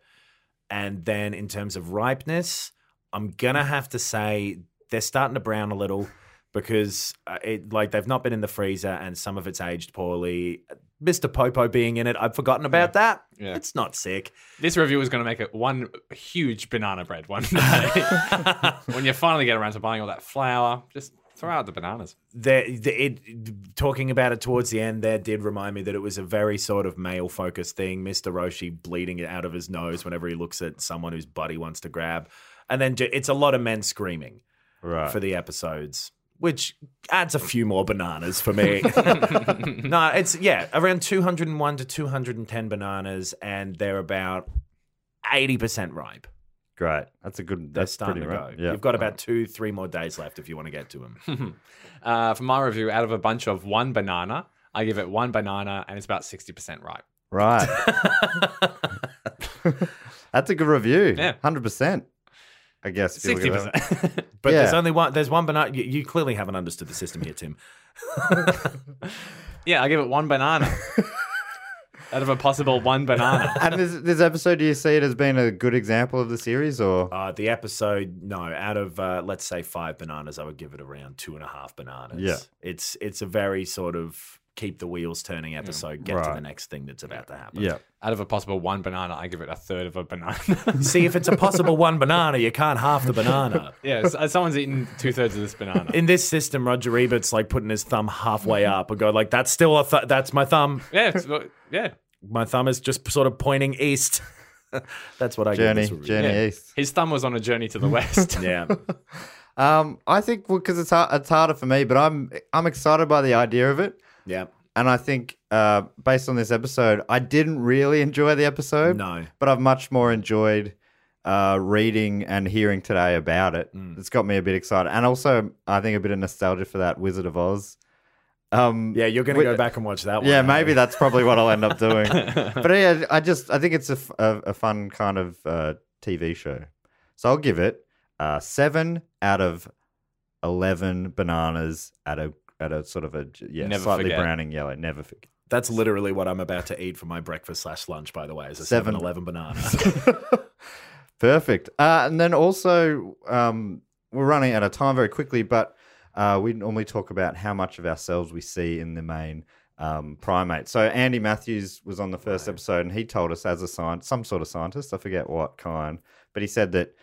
Speaker 5: And then in terms of ripeness, I'm going to have to say they're starting to brown a little because uh, it like they've not been in the freezer and some of it's aged poorly. Mr. Popo being in it, I've forgotten about that.
Speaker 6: Yeah.
Speaker 5: It's not sick.
Speaker 6: This review is going to make it one huge banana bread one day. when you finally get around to buying all that flour, just throw out the bananas.
Speaker 5: there, the, it, talking about it towards the end there did remind me that it was a very sort of male focused thing. Mr. Roshi bleeding it out of his nose whenever he looks at someone whose butt he wants to grab. And then ju- it's a lot of men screaming
Speaker 2: Right.
Speaker 5: for the episodes, which adds a few more bananas for me. no, it's, yeah, around 201 to 210 bananas, and they're about 80% ripe.
Speaker 2: Great. That's a good.
Speaker 5: They're
Speaker 2: That's
Speaker 5: starting
Speaker 2: pretty
Speaker 5: to
Speaker 2: right.
Speaker 5: go. You've got about two, three more days left if you want to get to them.
Speaker 6: Uh, for my review, out of a bunch of one banana, I give it one banana and it's about 60% ripe.
Speaker 2: Right. That's a good review.
Speaker 6: Yeah.
Speaker 2: 100%. I guess. if you look at that.
Speaker 6: 60%.
Speaker 5: But there's
Speaker 2: Yeah.
Speaker 5: only one. There's one banana. You, you clearly haven't understood the system here, Tim.
Speaker 6: yeah, I give it one banana out of a possible one banana.
Speaker 2: And this, this episode, do you see it as being a good example of the series or?
Speaker 5: Uh, the episode, no, out of uh, let's say five bananas, I would give it around two and a half bananas.
Speaker 2: Yeah.
Speaker 5: it's it's a very sort of keep the wheels turning episode. Get to
Speaker 2: Right.
Speaker 5: the next thing that's about to happen.
Speaker 2: Yeah.
Speaker 6: Out of a possible one banana, I give it a third of a banana.
Speaker 5: See, if it's a possible one banana, you can't half the banana.
Speaker 6: yeah, so- someone's eaten two thirds of this banana.
Speaker 5: In this system, Roger Ebert's like putting his thumb halfway
Speaker 2: Mm-hmm.
Speaker 5: up and go like, "That's still a th- that's my thumb.
Speaker 6: yeah, it's- well, yeah.
Speaker 5: My thumb is just sort of pointing east." that's what I
Speaker 2: Journey,
Speaker 5: Get this review.
Speaker 2: Journey
Speaker 6: Yeah.
Speaker 2: East.
Speaker 6: His thumb was on a journey to the west.
Speaker 5: Yeah.
Speaker 2: Um, I think because it's hard, it's harder for me, but I'm I'm excited by the idea of it,
Speaker 5: yeah.
Speaker 2: and I think uh, based on this episode, I didn't really enjoy the episode.
Speaker 5: No.
Speaker 2: but I've much more enjoyed uh, reading and hearing today about it.
Speaker 5: Mm.
Speaker 2: It's got me a bit excited, and also I think a bit of nostalgia for that Wizard of Oz. Um,
Speaker 5: Yeah, you're going to
Speaker 2: Wait-
Speaker 5: go back and watch that one. eh?
Speaker 2: yeah,
Speaker 5: aren't
Speaker 2: maybe
Speaker 5: you?
Speaker 2: that's probably what I'll end up doing. but yeah, I just I think it's a, f- a- a fun kind of uh, TV show, so I'll give it uh, seven out of eleven bananas at a at a sort of a j- yeah
Speaker 6: Never
Speaker 2: slightly
Speaker 6: forget.
Speaker 2: browning yellow. Never forget.
Speaker 5: That's literally what I'm about to eat for my breakfast slash lunch, by the way, is a
Speaker 2: Seven.
Speaker 5: 7 Eleven banana.
Speaker 2: Perfect. Uh, and then also, um, we're running out of time very quickly, but uh, we normally talk about how much of ourselves we see in the main um, primate. So Andy Matthews was on the first episode, and he told us as a scientist, some sort of scientist, I forget what kind, but he said that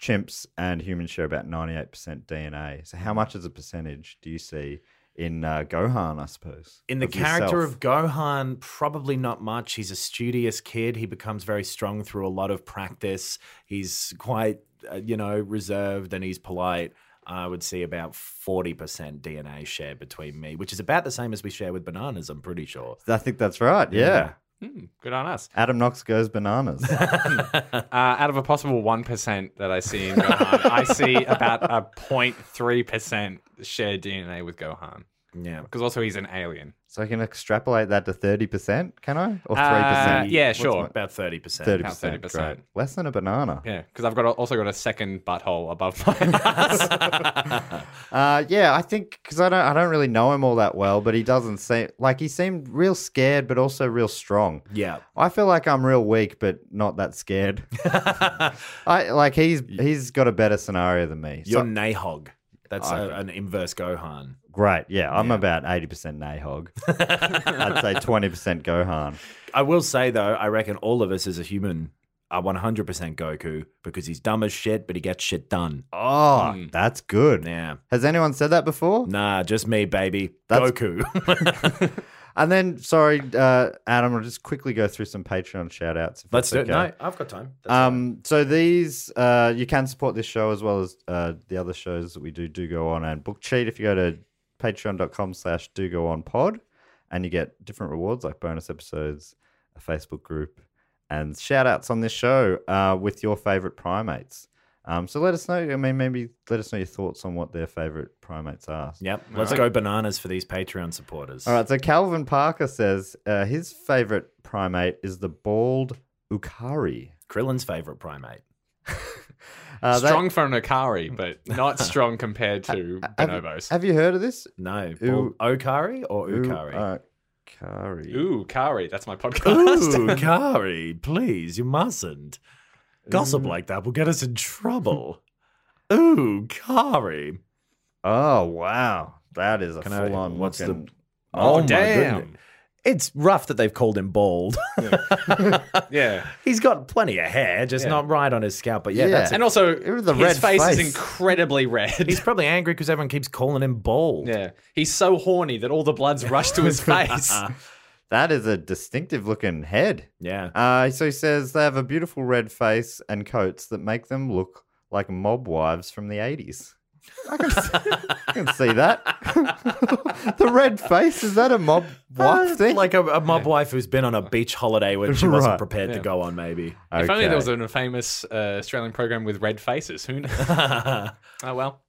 Speaker 2: chimps and humans share about ninety eight percent DNA. So how much as a percentage do you see in uh, Gohan? I suppose
Speaker 5: In the
Speaker 2: of
Speaker 5: character
Speaker 2: yourself?
Speaker 5: of Gohan, probably not much. He's a studious kid. He becomes very strong through a lot of practice. He's quite, uh, you know, reserved and he's polite. I would see about 40% DNA share between me, which is about the same as we share with bananas, I'm pretty sure.
Speaker 2: I think that's right. yeah.
Speaker 6: Hmm, good on us.
Speaker 2: Adam Knox goes bananas.
Speaker 6: Uh, out of a possible one percent that I see in Gohan, I see about a 03 percent shared DNA with Gohan.
Speaker 5: Yeah.
Speaker 6: Because also he's an alien.
Speaker 2: so I can extrapolate that to 30%, can I? Or 3%?
Speaker 6: Uh, yeah,
Speaker 2: What's
Speaker 6: sure.
Speaker 2: my-
Speaker 5: About 30%.
Speaker 2: 30%.
Speaker 6: About 30%.
Speaker 2: great. Less than a banana.
Speaker 6: Yeah, because I've got a, also got a second butthole above my ass.
Speaker 2: Uh, yeah, I think because I don't, I don't really know him all that well, but he doesn't seem like he seemed real scared, but also real strong.
Speaker 5: Yeah.
Speaker 2: I feel like I'm real weak, but not that scared. I like he's he's got a better scenario than me.
Speaker 5: You're
Speaker 2: So-
Speaker 5: Nahog. That's a, an inverse Gohan.
Speaker 2: great. Yeah, I'm about eighty percent Nahog. I'd say twenty percent
Speaker 6: Hmm.
Speaker 2: Gohan.
Speaker 5: I will say though, I reckon all of us as a human are 100% Goku because he's dumb as shit, but he gets shit done.
Speaker 2: Oh, that's good.
Speaker 5: Yeah.
Speaker 2: Has anyone said that before?
Speaker 5: Nah, just me, baby.
Speaker 2: That's-
Speaker 5: Goku.
Speaker 2: And then, sorry, uh, Adam, I'll just quickly go through some Patreon shout outs.
Speaker 5: Let's do it.
Speaker 2: okay.
Speaker 5: No, I've got time. That's
Speaker 2: Um, so these uh, you can support this show as well as uh, the other shows that we do do go on and book cheat if you go to patreon.com slash do go on pod and you get different rewards like bonus episodes a facebook group and shout outs on this show uh, with your favorite primates um, so let us know i mean maybe let us know your thoughts on what their favorite primates are
Speaker 5: Yep. Let's go bananas for these Patreon supporters.
Speaker 2: all right so calvin parker says uh, his favorite primate is the bald ukari
Speaker 5: Krillin's favorite primate.
Speaker 2: uh, that- Uh,
Speaker 6: strong for an Akari, but not strong compared to bonobos.
Speaker 2: have you heard of this
Speaker 5: No.
Speaker 2: Ooh.
Speaker 5: Bald- Okari or Ukari?
Speaker 2: Ukari.
Speaker 6: Ooh, Kari, that's my podcast.
Speaker 5: Ooh, Kari, please, you mustn't.
Speaker 2: Mm.
Speaker 5: Gossip like that will get us in trouble. Ooh, Kari.
Speaker 2: Oh wow, that is a
Speaker 5: Can I-
Speaker 2: full on.
Speaker 5: what's the-
Speaker 2: Oh, my
Speaker 6: damn.
Speaker 2: goodness.
Speaker 5: It's rough that they've called him bald.
Speaker 6: yeah.
Speaker 5: He's got plenty of hair, just
Speaker 6: Yeah.
Speaker 5: not right on his scalp. But yeah,
Speaker 2: Yeah.
Speaker 5: that's
Speaker 6: And also,
Speaker 2: It was the
Speaker 6: his
Speaker 2: red
Speaker 6: face,
Speaker 2: face.
Speaker 6: is incredibly red.
Speaker 5: he's probably angry because everyone keeps calling him bald.
Speaker 6: yeah. He's so horny that all the blood's rushed to his face.
Speaker 2: That is a distinctive looking head.
Speaker 5: Yeah.
Speaker 2: Uh, so he says they have a beautiful red face and coats that make them look like mob wives from the eighties. I can see, I can see that. the red face is that a mob
Speaker 6: Uh,
Speaker 2: wife thing?
Speaker 5: Uh, Like a, a mob wife who's been on a beach holiday when she
Speaker 2: Right.
Speaker 5: wasn't prepared to go on, maybe.
Speaker 6: If only
Speaker 2: Okay.
Speaker 6: there was a famous uh, Australian program with red faces. Who knows? oh, well.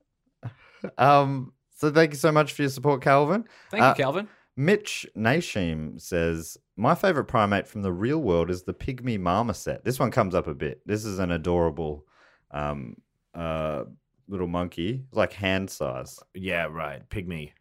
Speaker 2: Um. So thank you so much for your support, Calvin.
Speaker 6: Thank
Speaker 2: Uh,
Speaker 6: you, Calvin.
Speaker 2: Mitch Nashim says, My favorite primate from the real world is the pygmy marmoset. This one comes up a bit. This is an adorable um, uh, little monkey, like hand size.
Speaker 5: yeah, right. Pygmy.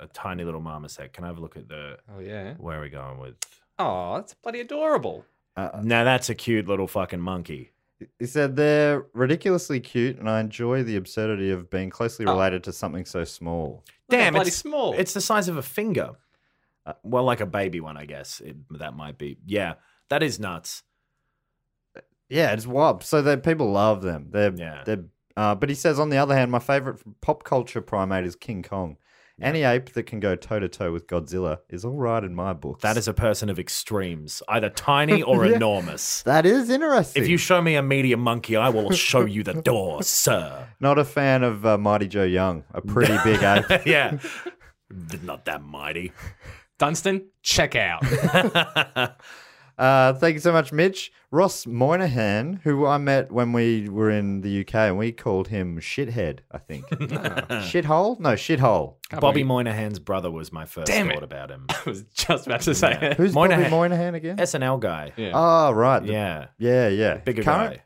Speaker 5: A tiny little marmoset. Can I have a look at the.
Speaker 6: Oh, yeah.
Speaker 5: Where are we going with.
Speaker 6: Oh, that's bloody adorable.
Speaker 2: Uh,
Speaker 5: Now that's a cute little fucking monkey.
Speaker 2: He said, They're ridiculously cute, and I enjoy the absurdity of being closely related to something so small.
Speaker 6: Look, they're
Speaker 5: Damn,
Speaker 6: bloody
Speaker 5: it's
Speaker 6: small.
Speaker 5: It's the size of a finger. Uh, well, like a baby one, I guess. It, that might be. Yeah, that is nuts.
Speaker 2: Yeah, it's wild. So that people love them. They're
Speaker 5: Yeah.
Speaker 2: they're. Uh, but he says, on the other hand, my favorite pop culture primate is King Kong. Any ape that can go toe to toe with Godzilla is all right in my book.
Speaker 5: That is a person of extremes, either tiny or enormous.
Speaker 2: that is interesting.
Speaker 5: If you show me a media monkey, I will show you the door, sir.
Speaker 2: Not a fan of uh, Mighty Joe Young, a pretty big ape.
Speaker 5: yeah. Not that mighty.
Speaker 6: Dunstan, check out.
Speaker 2: Uh, thank you so much, Mitch. Ross Moynihan, who I met when we were in the UK, and we called him Shithead, I think. Shithole? No, Shithole.
Speaker 5: Bobby Moynihan's brother was my first
Speaker 6: Damn
Speaker 5: thought
Speaker 6: it.
Speaker 5: about him.
Speaker 6: I was just about to say it.
Speaker 2: Who's Bobby
Speaker 5: Moynihan-
Speaker 2: Moynihan again?
Speaker 5: SNL guy. Yeah.
Speaker 2: Oh, right. the-
Speaker 5: yeah.
Speaker 2: Yeah, yeah.
Speaker 5: Bigger
Speaker 2: Current-
Speaker 5: guy.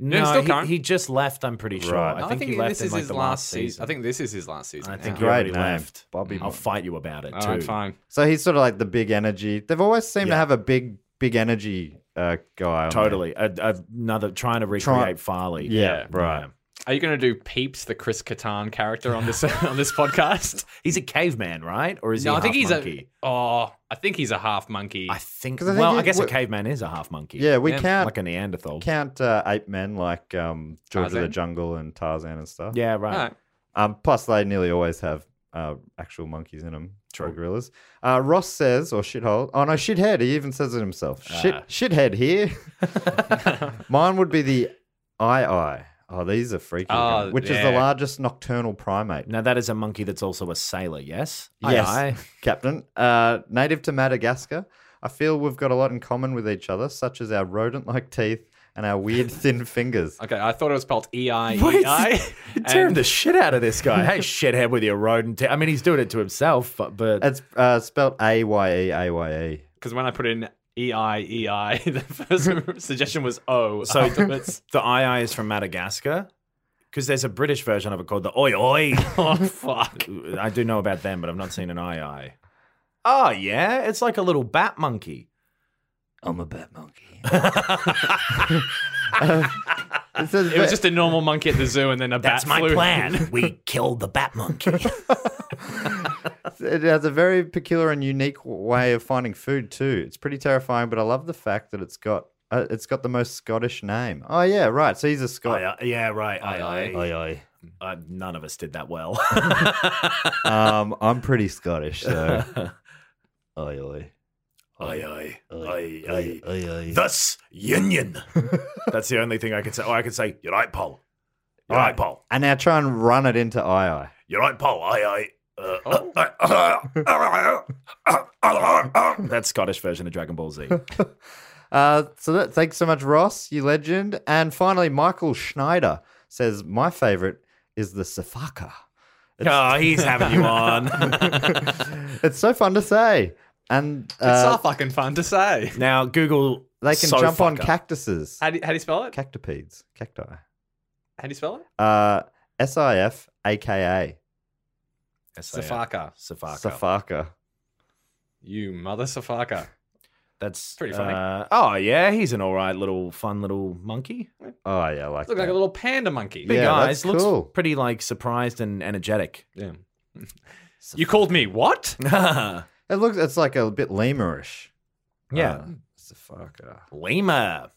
Speaker 5: No,
Speaker 6: still
Speaker 5: he,
Speaker 6: current.
Speaker 5: he just left, I'm pretty sure.
Speaker 2: Right.
Speaker 5: I, think he left
Speaker 6: this
Speaker 5: in
Speaker 6: is
Speaker 5: like
Speaker 6: his
Speaker 5: the
Speaker 6: last
Speaker 5: last season.
Speaker 6: I think this is his last season.
Speaker 5: I think
Speaker 6: now.
Speaker 5: he
Speaker 2: Great
Speaker 5: already
Speaker 2: name.
Speaker 5: left.
Speaker 2: Bobby
Speaker 5: I'll
Speaker 2: Moynihan.
Speaker 5: fight you about it, too.
Speaker 6: All right, fine.
Speaker 2: So he's sort of like the big energy. They've always seemed to have a big, big energy uh, guy. on there.
Speaker 5: Totally. A, another trying to recreate Farley.
Speaker 2: Yeah, right.
Speaker 6: Are you going to do Peeps, the Chris Kattan character on this on this podcast?
Speaker 5: He's a caveman, right? Or is he?
Speaker 6: no, I
Speaker 5: half
Speaker 6: think he's
Speaker 5: monkey?
Speaker 6: a. Oh, I think he's a half monkey.
Speaker 5: I think.
Speaker 2: 'Cause I think
Speaker 5: well,
Speaker 2: he-
Speaker 5: I guess a
Speaker 2: what-
Speaker 5: caveman is a half monkey.
Speaker 2: Yeah, we
Speaker 6: Yeah,
Speaker 2: count
Speaker 5: like a Neanderthal.
Speaker 2: count uh, ape men like um, George of the
Speaker 6: Tarzan?
Speaker 2: Jungle and Tarzan and stuff.
Speaker 5: yeah,
Speaker 6: All
Speaker 5: right.
Speaker 6: right.
Speaker 2: Um, plus, they nearly always have uh, actual monkeys in them. True. gorillas. Uh, Ross says, or shithole. Oh no, shithead. He even says it himself. Shit,
Speaker 6: Ah.
Speaker 2: shithead here. Mine would be the eye eye. Oh, these are freaky.
Speaker 6: Oh,
Speaker 2: which is the
Speaker 6: yeah.
Speaker 2: largest nocturnal primate.
Speaker 5: Now that is a monkey that's also a sailor. Yes. Aye,
Speaker 2: Yes,
Speaker 5: aye.
Speaker 2: Captain. Uh, native to Madagascar, I feel we've got a lot in common with each other, such as our rodent-like teeth and our weird thin fingers.
Speaker 6: Okay, I thought it was spelled E I
Speaker 5: Wait,
Speaker 6: E I.
Speaker 5: tearing
Speaker 6: And-
Speaker 5: the shit out of this guy. Hey, shithead with your rodent. I mean, he's doing it to himself, but, but
Speaker 2: It's uh, spelled A Y E A Y E.
Speaker 6: Because when I put in E I E I, the first suggestion was O.
Speaker 5: So-
Speaker 6: afterwards.
Speaker 5: the II is from Madagascar because there's a British version of it called the Oi Oi.
Speaker 6: oh fuck.
Speaker 5: I do know about them, but I've not seen an II. Oh yeah, it's like a little bat monkey.
Speaker 2: I'm a bat monkey.
Speaker 6: It was just a normal monkey at the zoo, and then a bat flew.
Speaker 5: we killed the bat monkey.
Speaker 2: It has a very peculiar and unique w- way of finding food too. It's pretty terrifying, but I love the fact that it's got uh, it's got the most Scottish name. Oh yeah, right. So he's a Scot.
Speaker 5: yeah, right. Aye, aye.
Speaker 2: aye.
Speaker 5: Uh, none of us did that well.
Speaker 2: Um, I'm pretty Scottish, so aye aye.
Speaker 5: Aye, aye, aye,
Speaker 2: Aye, aye, aye.
Speaker 5: Thus, union. That's the only thing I could say. Or I could say, you're right, Paul. You're right, Paul.
Speaker 2: And now try and run it into aye aye.
Speaker 5: You're right, Paul. Aye, aye. Uh,
Speaker 6: Oh.
Speaker 5: that Scottish version of Dragon Ball Z.
Speaker 2: Uh, so that, thanks so much, Ross, you legend. And finally, Michael Schneider says my favorite is the safaka.
Speaker 5: oh, he's having you on.
Speaker 2: It's so fun to say, and
Speaker 6: it's so
Speaker 2: uh,
Speaker 6: fucking fun to say.
Speaker 5: now, Google.
Speaker 2: they can
Speaker 5: so
Speaker 2: jump on
Speaker 5: fucker.
Speaker 2: cactuses.
Speaker 6: How do, you, how do you spell it?
Speaker 2: cactopedes, cacti.
Speaker 6: How do you spell it?
Speaker 2: Uh, S I F A K
Speaker 6: Safaka.
Speaker 2: A
Speaker 5: Safaka.
Speaker 2: Safaka.
Speaker 6: You mother Safaka.
Speaker 5: That's
Speaker 6: Pretty funny.
Speaker 5: uh, oh, yeah. He's an all right little fun little monkey.
Speaker 2: Oh yeah, I like
Speaker 6: Look
Speaker 2: that.
Speaker 6: like a little panda monkey.
Speaker 5: Big
Speaker 2: Yeah,
Speaker 5: eyes.
Speaker 2: that's
Speaker 5: Looks
Speaker 2: cool.
Speaker 5: pretty like surprised and energetic.
Speaker 6: Yeah. You called me what?
Speaker 2: Mm.
Speaker 5: yeah.
Speaker 2: it looks. It's like a bit lemurish. Uh, Safaka.
Speaker 5: Lima.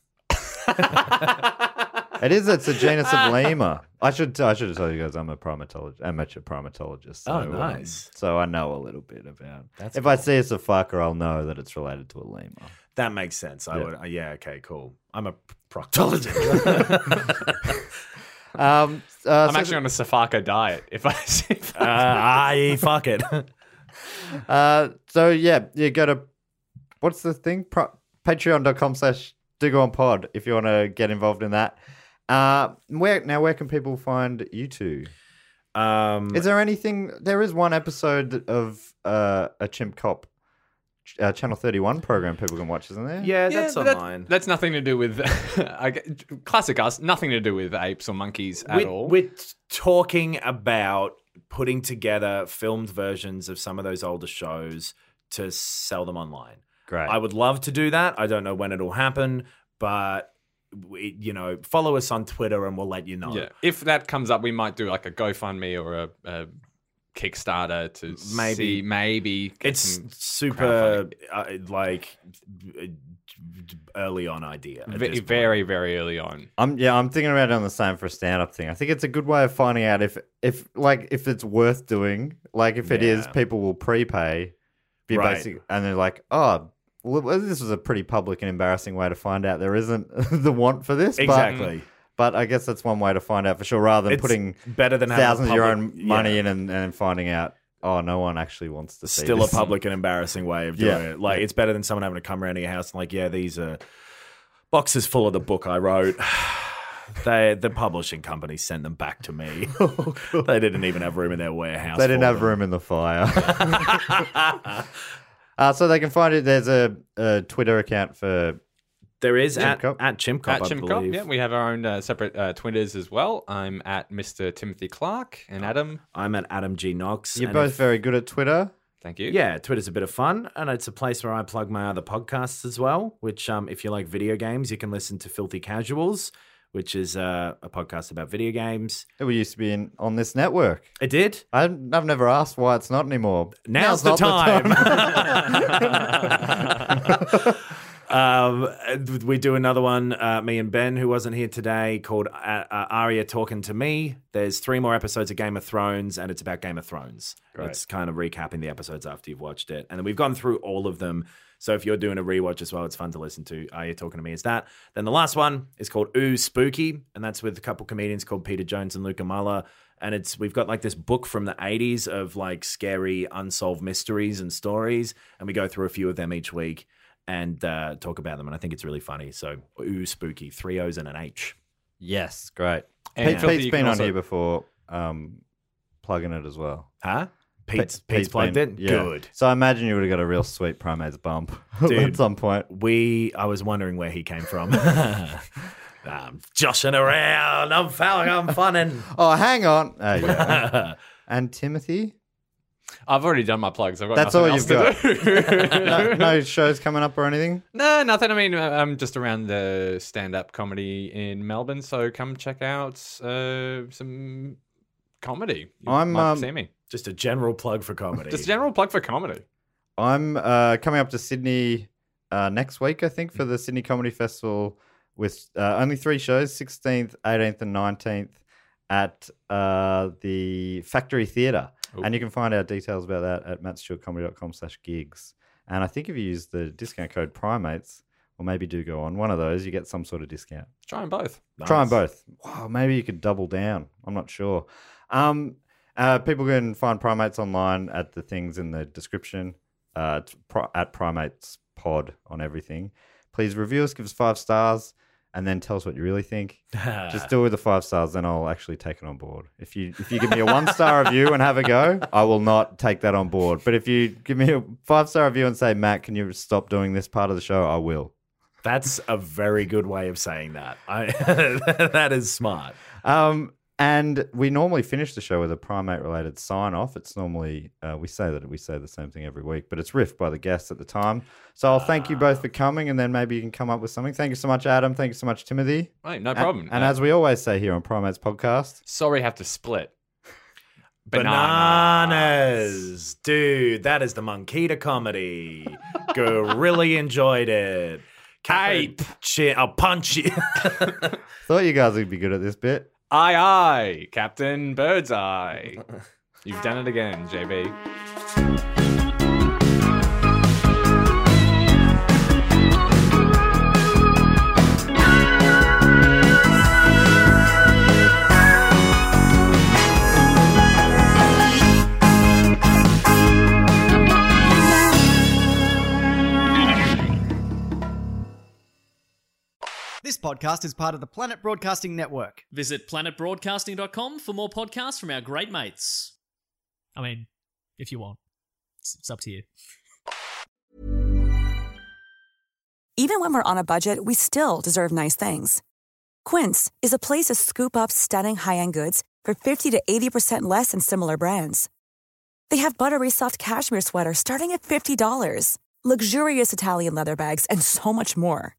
Speaker 2: It is. It's a genus of lemur. I should. I should have told you guys. I'm a primatologist, amateur primatologist.
Speaker 5: Oh,
Speaker 2: um,
Speaker 5: nice.
Speaker 2: so I know a little bit about.
Speaker 5: That's
Speaker 2: if I see a safaka, I'll know that it's related to a lemur.
Speaker 5: That makes sense. I
Speaker 2: Yeah.
Speaker 5: would. uh, Yeah. Okay. Cool. I'm a proctologist.
Speaker 2: Um, uh,
Speaker 6: I'm
Speaker 2: so-
Speaker 6: actually on a Safaka diet. If I see
Speaker 5: uh, I fuck it.
Speaker 2: Uh, so yeah, you go to what's the thing? Pro- Patreon.com slash do go on pod if you want to get involved in that. Uh, where now? Where can people find you two?
Speaker 5: Um,
Speaker 2: Is there anything? There is one episode of uh, a Chimp Cop uh, Channel Thirty One program people can watch, isn't there?
Speaker 5: yeah,
Speaker 6: Yeah,
Speaker 5: that's
Speaker 6: but that-
Speaker 5: online.
Speaker 6: that's nothing to do with I g- classic us. Nothing to do with apes or monkeys at
Speaker 5: we're,
Speaker 6: all.
Speaker 5: we're t- talking about putting together filmed versions of some of those older shows to sell them online.
Speaker 2: great.
Speaker 5: I would love to do that. I don't know when it'll happen, but we, you know, follow us on Twitter and we'll let you know.
Speaker 6: yeah. If that comes up, we might do like a GoFundMe or a, a Kickstarter to
Speaker 5: Maybe.
Speaker 6: see, maybe get
Speaker 5: It's
Speaker 6: some
Speaker 5: super uh, like uh, early on idea. at this
Speaker 6: ve-
Speaker 5: point.
Speaker 6: very very early on.
Speaker 2: I'm yeah, I'm thinking about it on the same for a stand-up thing. I think it's a good way of finding out if if like if it's worth doing. Like if it is,
Speaker 5: Yeah.
Speaker 2: people will prepay. Be
Speaker 5: Right.
Speaker 2: basic, and they're like, oh. Well, well, this was a pretty public and embarrassing way to find out there isn't the want for this. but-
Speaker 5: exactly.
Speaker 2: But, I guess that's one way to find out for sure, rather than
Speaker 5: It's
Speaker 2: putting
Speaker 5: better than having
Speaker 2: thousands of your
Speaker 5: public-
Speaker 2: own money
Speaker 5: yeah.
Speaker 2: in and, and finding out, oh, no one actually wants to see
Speaker 5: Still a
Speaker 2: this.
Speaker 5: public and embarrassing way of doing
Speaker 2: Yeah.
Speaker 5: it. Like it's better than someone having to come around to your house and like, yeah, these are boxes full of the book I wrote. They, the publishing company sent them back to me. they didn't even have room in their warehouse.
Speaker 2: Oh, They didn't
Speaker 5: for
Speaker 2: have
Speaker 5: them.
Speaker 2: room in the fire. uh, so they can find it. There's a, a Twitter account for
Speaker 5: There is
Speaker 2: Chimp
Speaker 5: at,
Speaker 2: Cop.
Speaker 5: at Chimp Cop,
Speaker 6: at
Speaker 5: I
Speaker 6: Chim Cop,
Speaker 5: believe.
Speaker 6: yeah, we have our own uh, separate uh, Twitters as well. I'm at Mr. Timothy Clark and Adam.
Speaker 5: I'm at Adam G Knox.
Speaker 2: You're
Speaker 5: and
Speaker 2: both
Speaker 5: if-
Speaker 2: very good at Twitter.
Speaker 6: Thank you.
Speaker 5: yeah, Twitter's a bit of fun, and it's a place where I plug my other podcasts as well. Which, um, if you like video games, you can listen to Filthy Casuals, which is uh, a podcast about video games.
Speaker 2: It used to be in, on this network.
Speaker 5: It did.
Speaker 2: I, I've never asked why it's not anymore.
Speaker 5: Now's, the
Speaker 2: not
Speaker 5: time. um, we do another one, uh, me and Ben, who wasn't here today, called uh, uh, Aria Talking to Me. There's three more episodes of Game of Thrones, and it's about Game of Thrones. It's kind of recapping the episodes after you've watched it. And then we've gone through all of them. So if you're doing a rewatch as well, it's fun to listen to. Are you talking to me? Is that? Then the last one is called Ooh Spooky, and that's with a couple comedians called Peter Jones and Luca Muller. And it's we've got like this book from the 80s of like scary unsolved mysteries and stories, and we go through a few of them each week and uh, talk about them. And I think it's really funny. So Ooh Spooky, three O's and an H.
Speaker 2: Yes, great.
Speaker 6: And
Speaker 2: Pete,
Speaker 6: Phil,
Speaker 2: Pete's
Speaker 6: you
Speaker 2: been
Speaker 6: can
Speaker 2: on
Speaker 6: also-
Speaker 2: here before, um, plugging it as well.
Speaker 5: Huh? Pete's, Pete's,
Speaker 2: Pete-
Speaker 5: plugged
Speaker 2: been-
Speaker 5: in.
Speaker 2: yeah.
Speaker 5: Good.
Speaker 2: So I imagine you would have got a real sweet primates bump at
Speaker 5: Dude.
Speaker 2: some point.
Speaker 5: We, I was wondering where he came from. I'm joshing around. I'm fouling. I'm funning.
Speaker 2: Oh, hang on. Oh, yeah. and Timothy?
Speaker 6: I've already done my plugs. I've got
Speaker 2: That's all
Speaker 6: nothing
Speaker 2: you've
Speaker 6: else to do.
Speaker 2: No, no shows coming up or anything?
Speaker 6: No, nothing. I mean, uh, I'm just around the stand-up comedy in Melbourne, so come check out uh, some comedy. You
Speaker 2: I'm,
Speaker 6: might
Speaker 2: um,
Speaker 6: see me.
Speaker 5: Just a general plug for comedy.
Speaker 6: Just a general plug for comedy.
Speaker 2: I'm uh, coming up to Sydney uh, next week, I think, for the Sydney Comedy Festival with uh, only three shows 16th, 18th, and 19th at uh, the Factory Theatre.
Speaker 6: Ooh.
Speaker 2: And you can find out details about that at mattstewartcomedy.com slash gigs. And I think if you use the discount code Primates, or maybe do go on one of those, you get some sort of discount.
Speaker 6: Try them both.
Speaker 2: Try them both. Wow, maybe you could double down. I'm not sure. Um, uh, people can find primates online at the things in the description. Uh, it's pri- at primates pod on everything. Please review us, give us five stars, and then tell us what you really think. Just do it with the five stars, then I'll actually take it on board. If you if you give me a one star review and have a go, I will not take that on board. But if you give me a five star review and say, Matt, can you stop doing this part of the show? I will.
Speaker 5: That's a very good way of saying that. I, that is smart.
Speaker 2: Um, and we normally finish the show with a primate related sign off. It's normally, uh, we say that we say the same thing every week, but it's riffed by the guests at the time. So I'll thank you both for coming, and then maybe you can come up with something. Thank you so much, Adam. Thank you so much, Timothy.
Speaker 6: Hey, no
Speaker 2: And-
Speaker 6: problem.
Speaker 2: And,
Speaker 6: Uh,
Speaker 2: as we always say here on Primates Podcast,
Speaker 6: sorry, have to split.
Speaker 5: Bananas. Dude, that is the Monkita comedy. Go really enjoyed it. Cape. Chin, I'll punch you.
Speaker 2: thought you guys would be good at this bit.
Speaker 6: Aye, aye, Captain Birdseye. You've done it again, JB.
Speaker 3: This podcast is part of the Planet Broadcasting Network.
Speaker 4: Visit planetbroadcasting.com for more podcasts from our great mates. I mean, if you want, it's, it's up to you.
Speaker 8: Even when we're on a budget, we still deserve nice things. Quince is a place to scoop up stunning high end goods for 50 to 80% less than similar brands. They have buttery soft cashmere sweaters starting at $50, luxurious Italian leather bags, and so much more.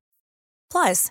Speaker 8: Plus,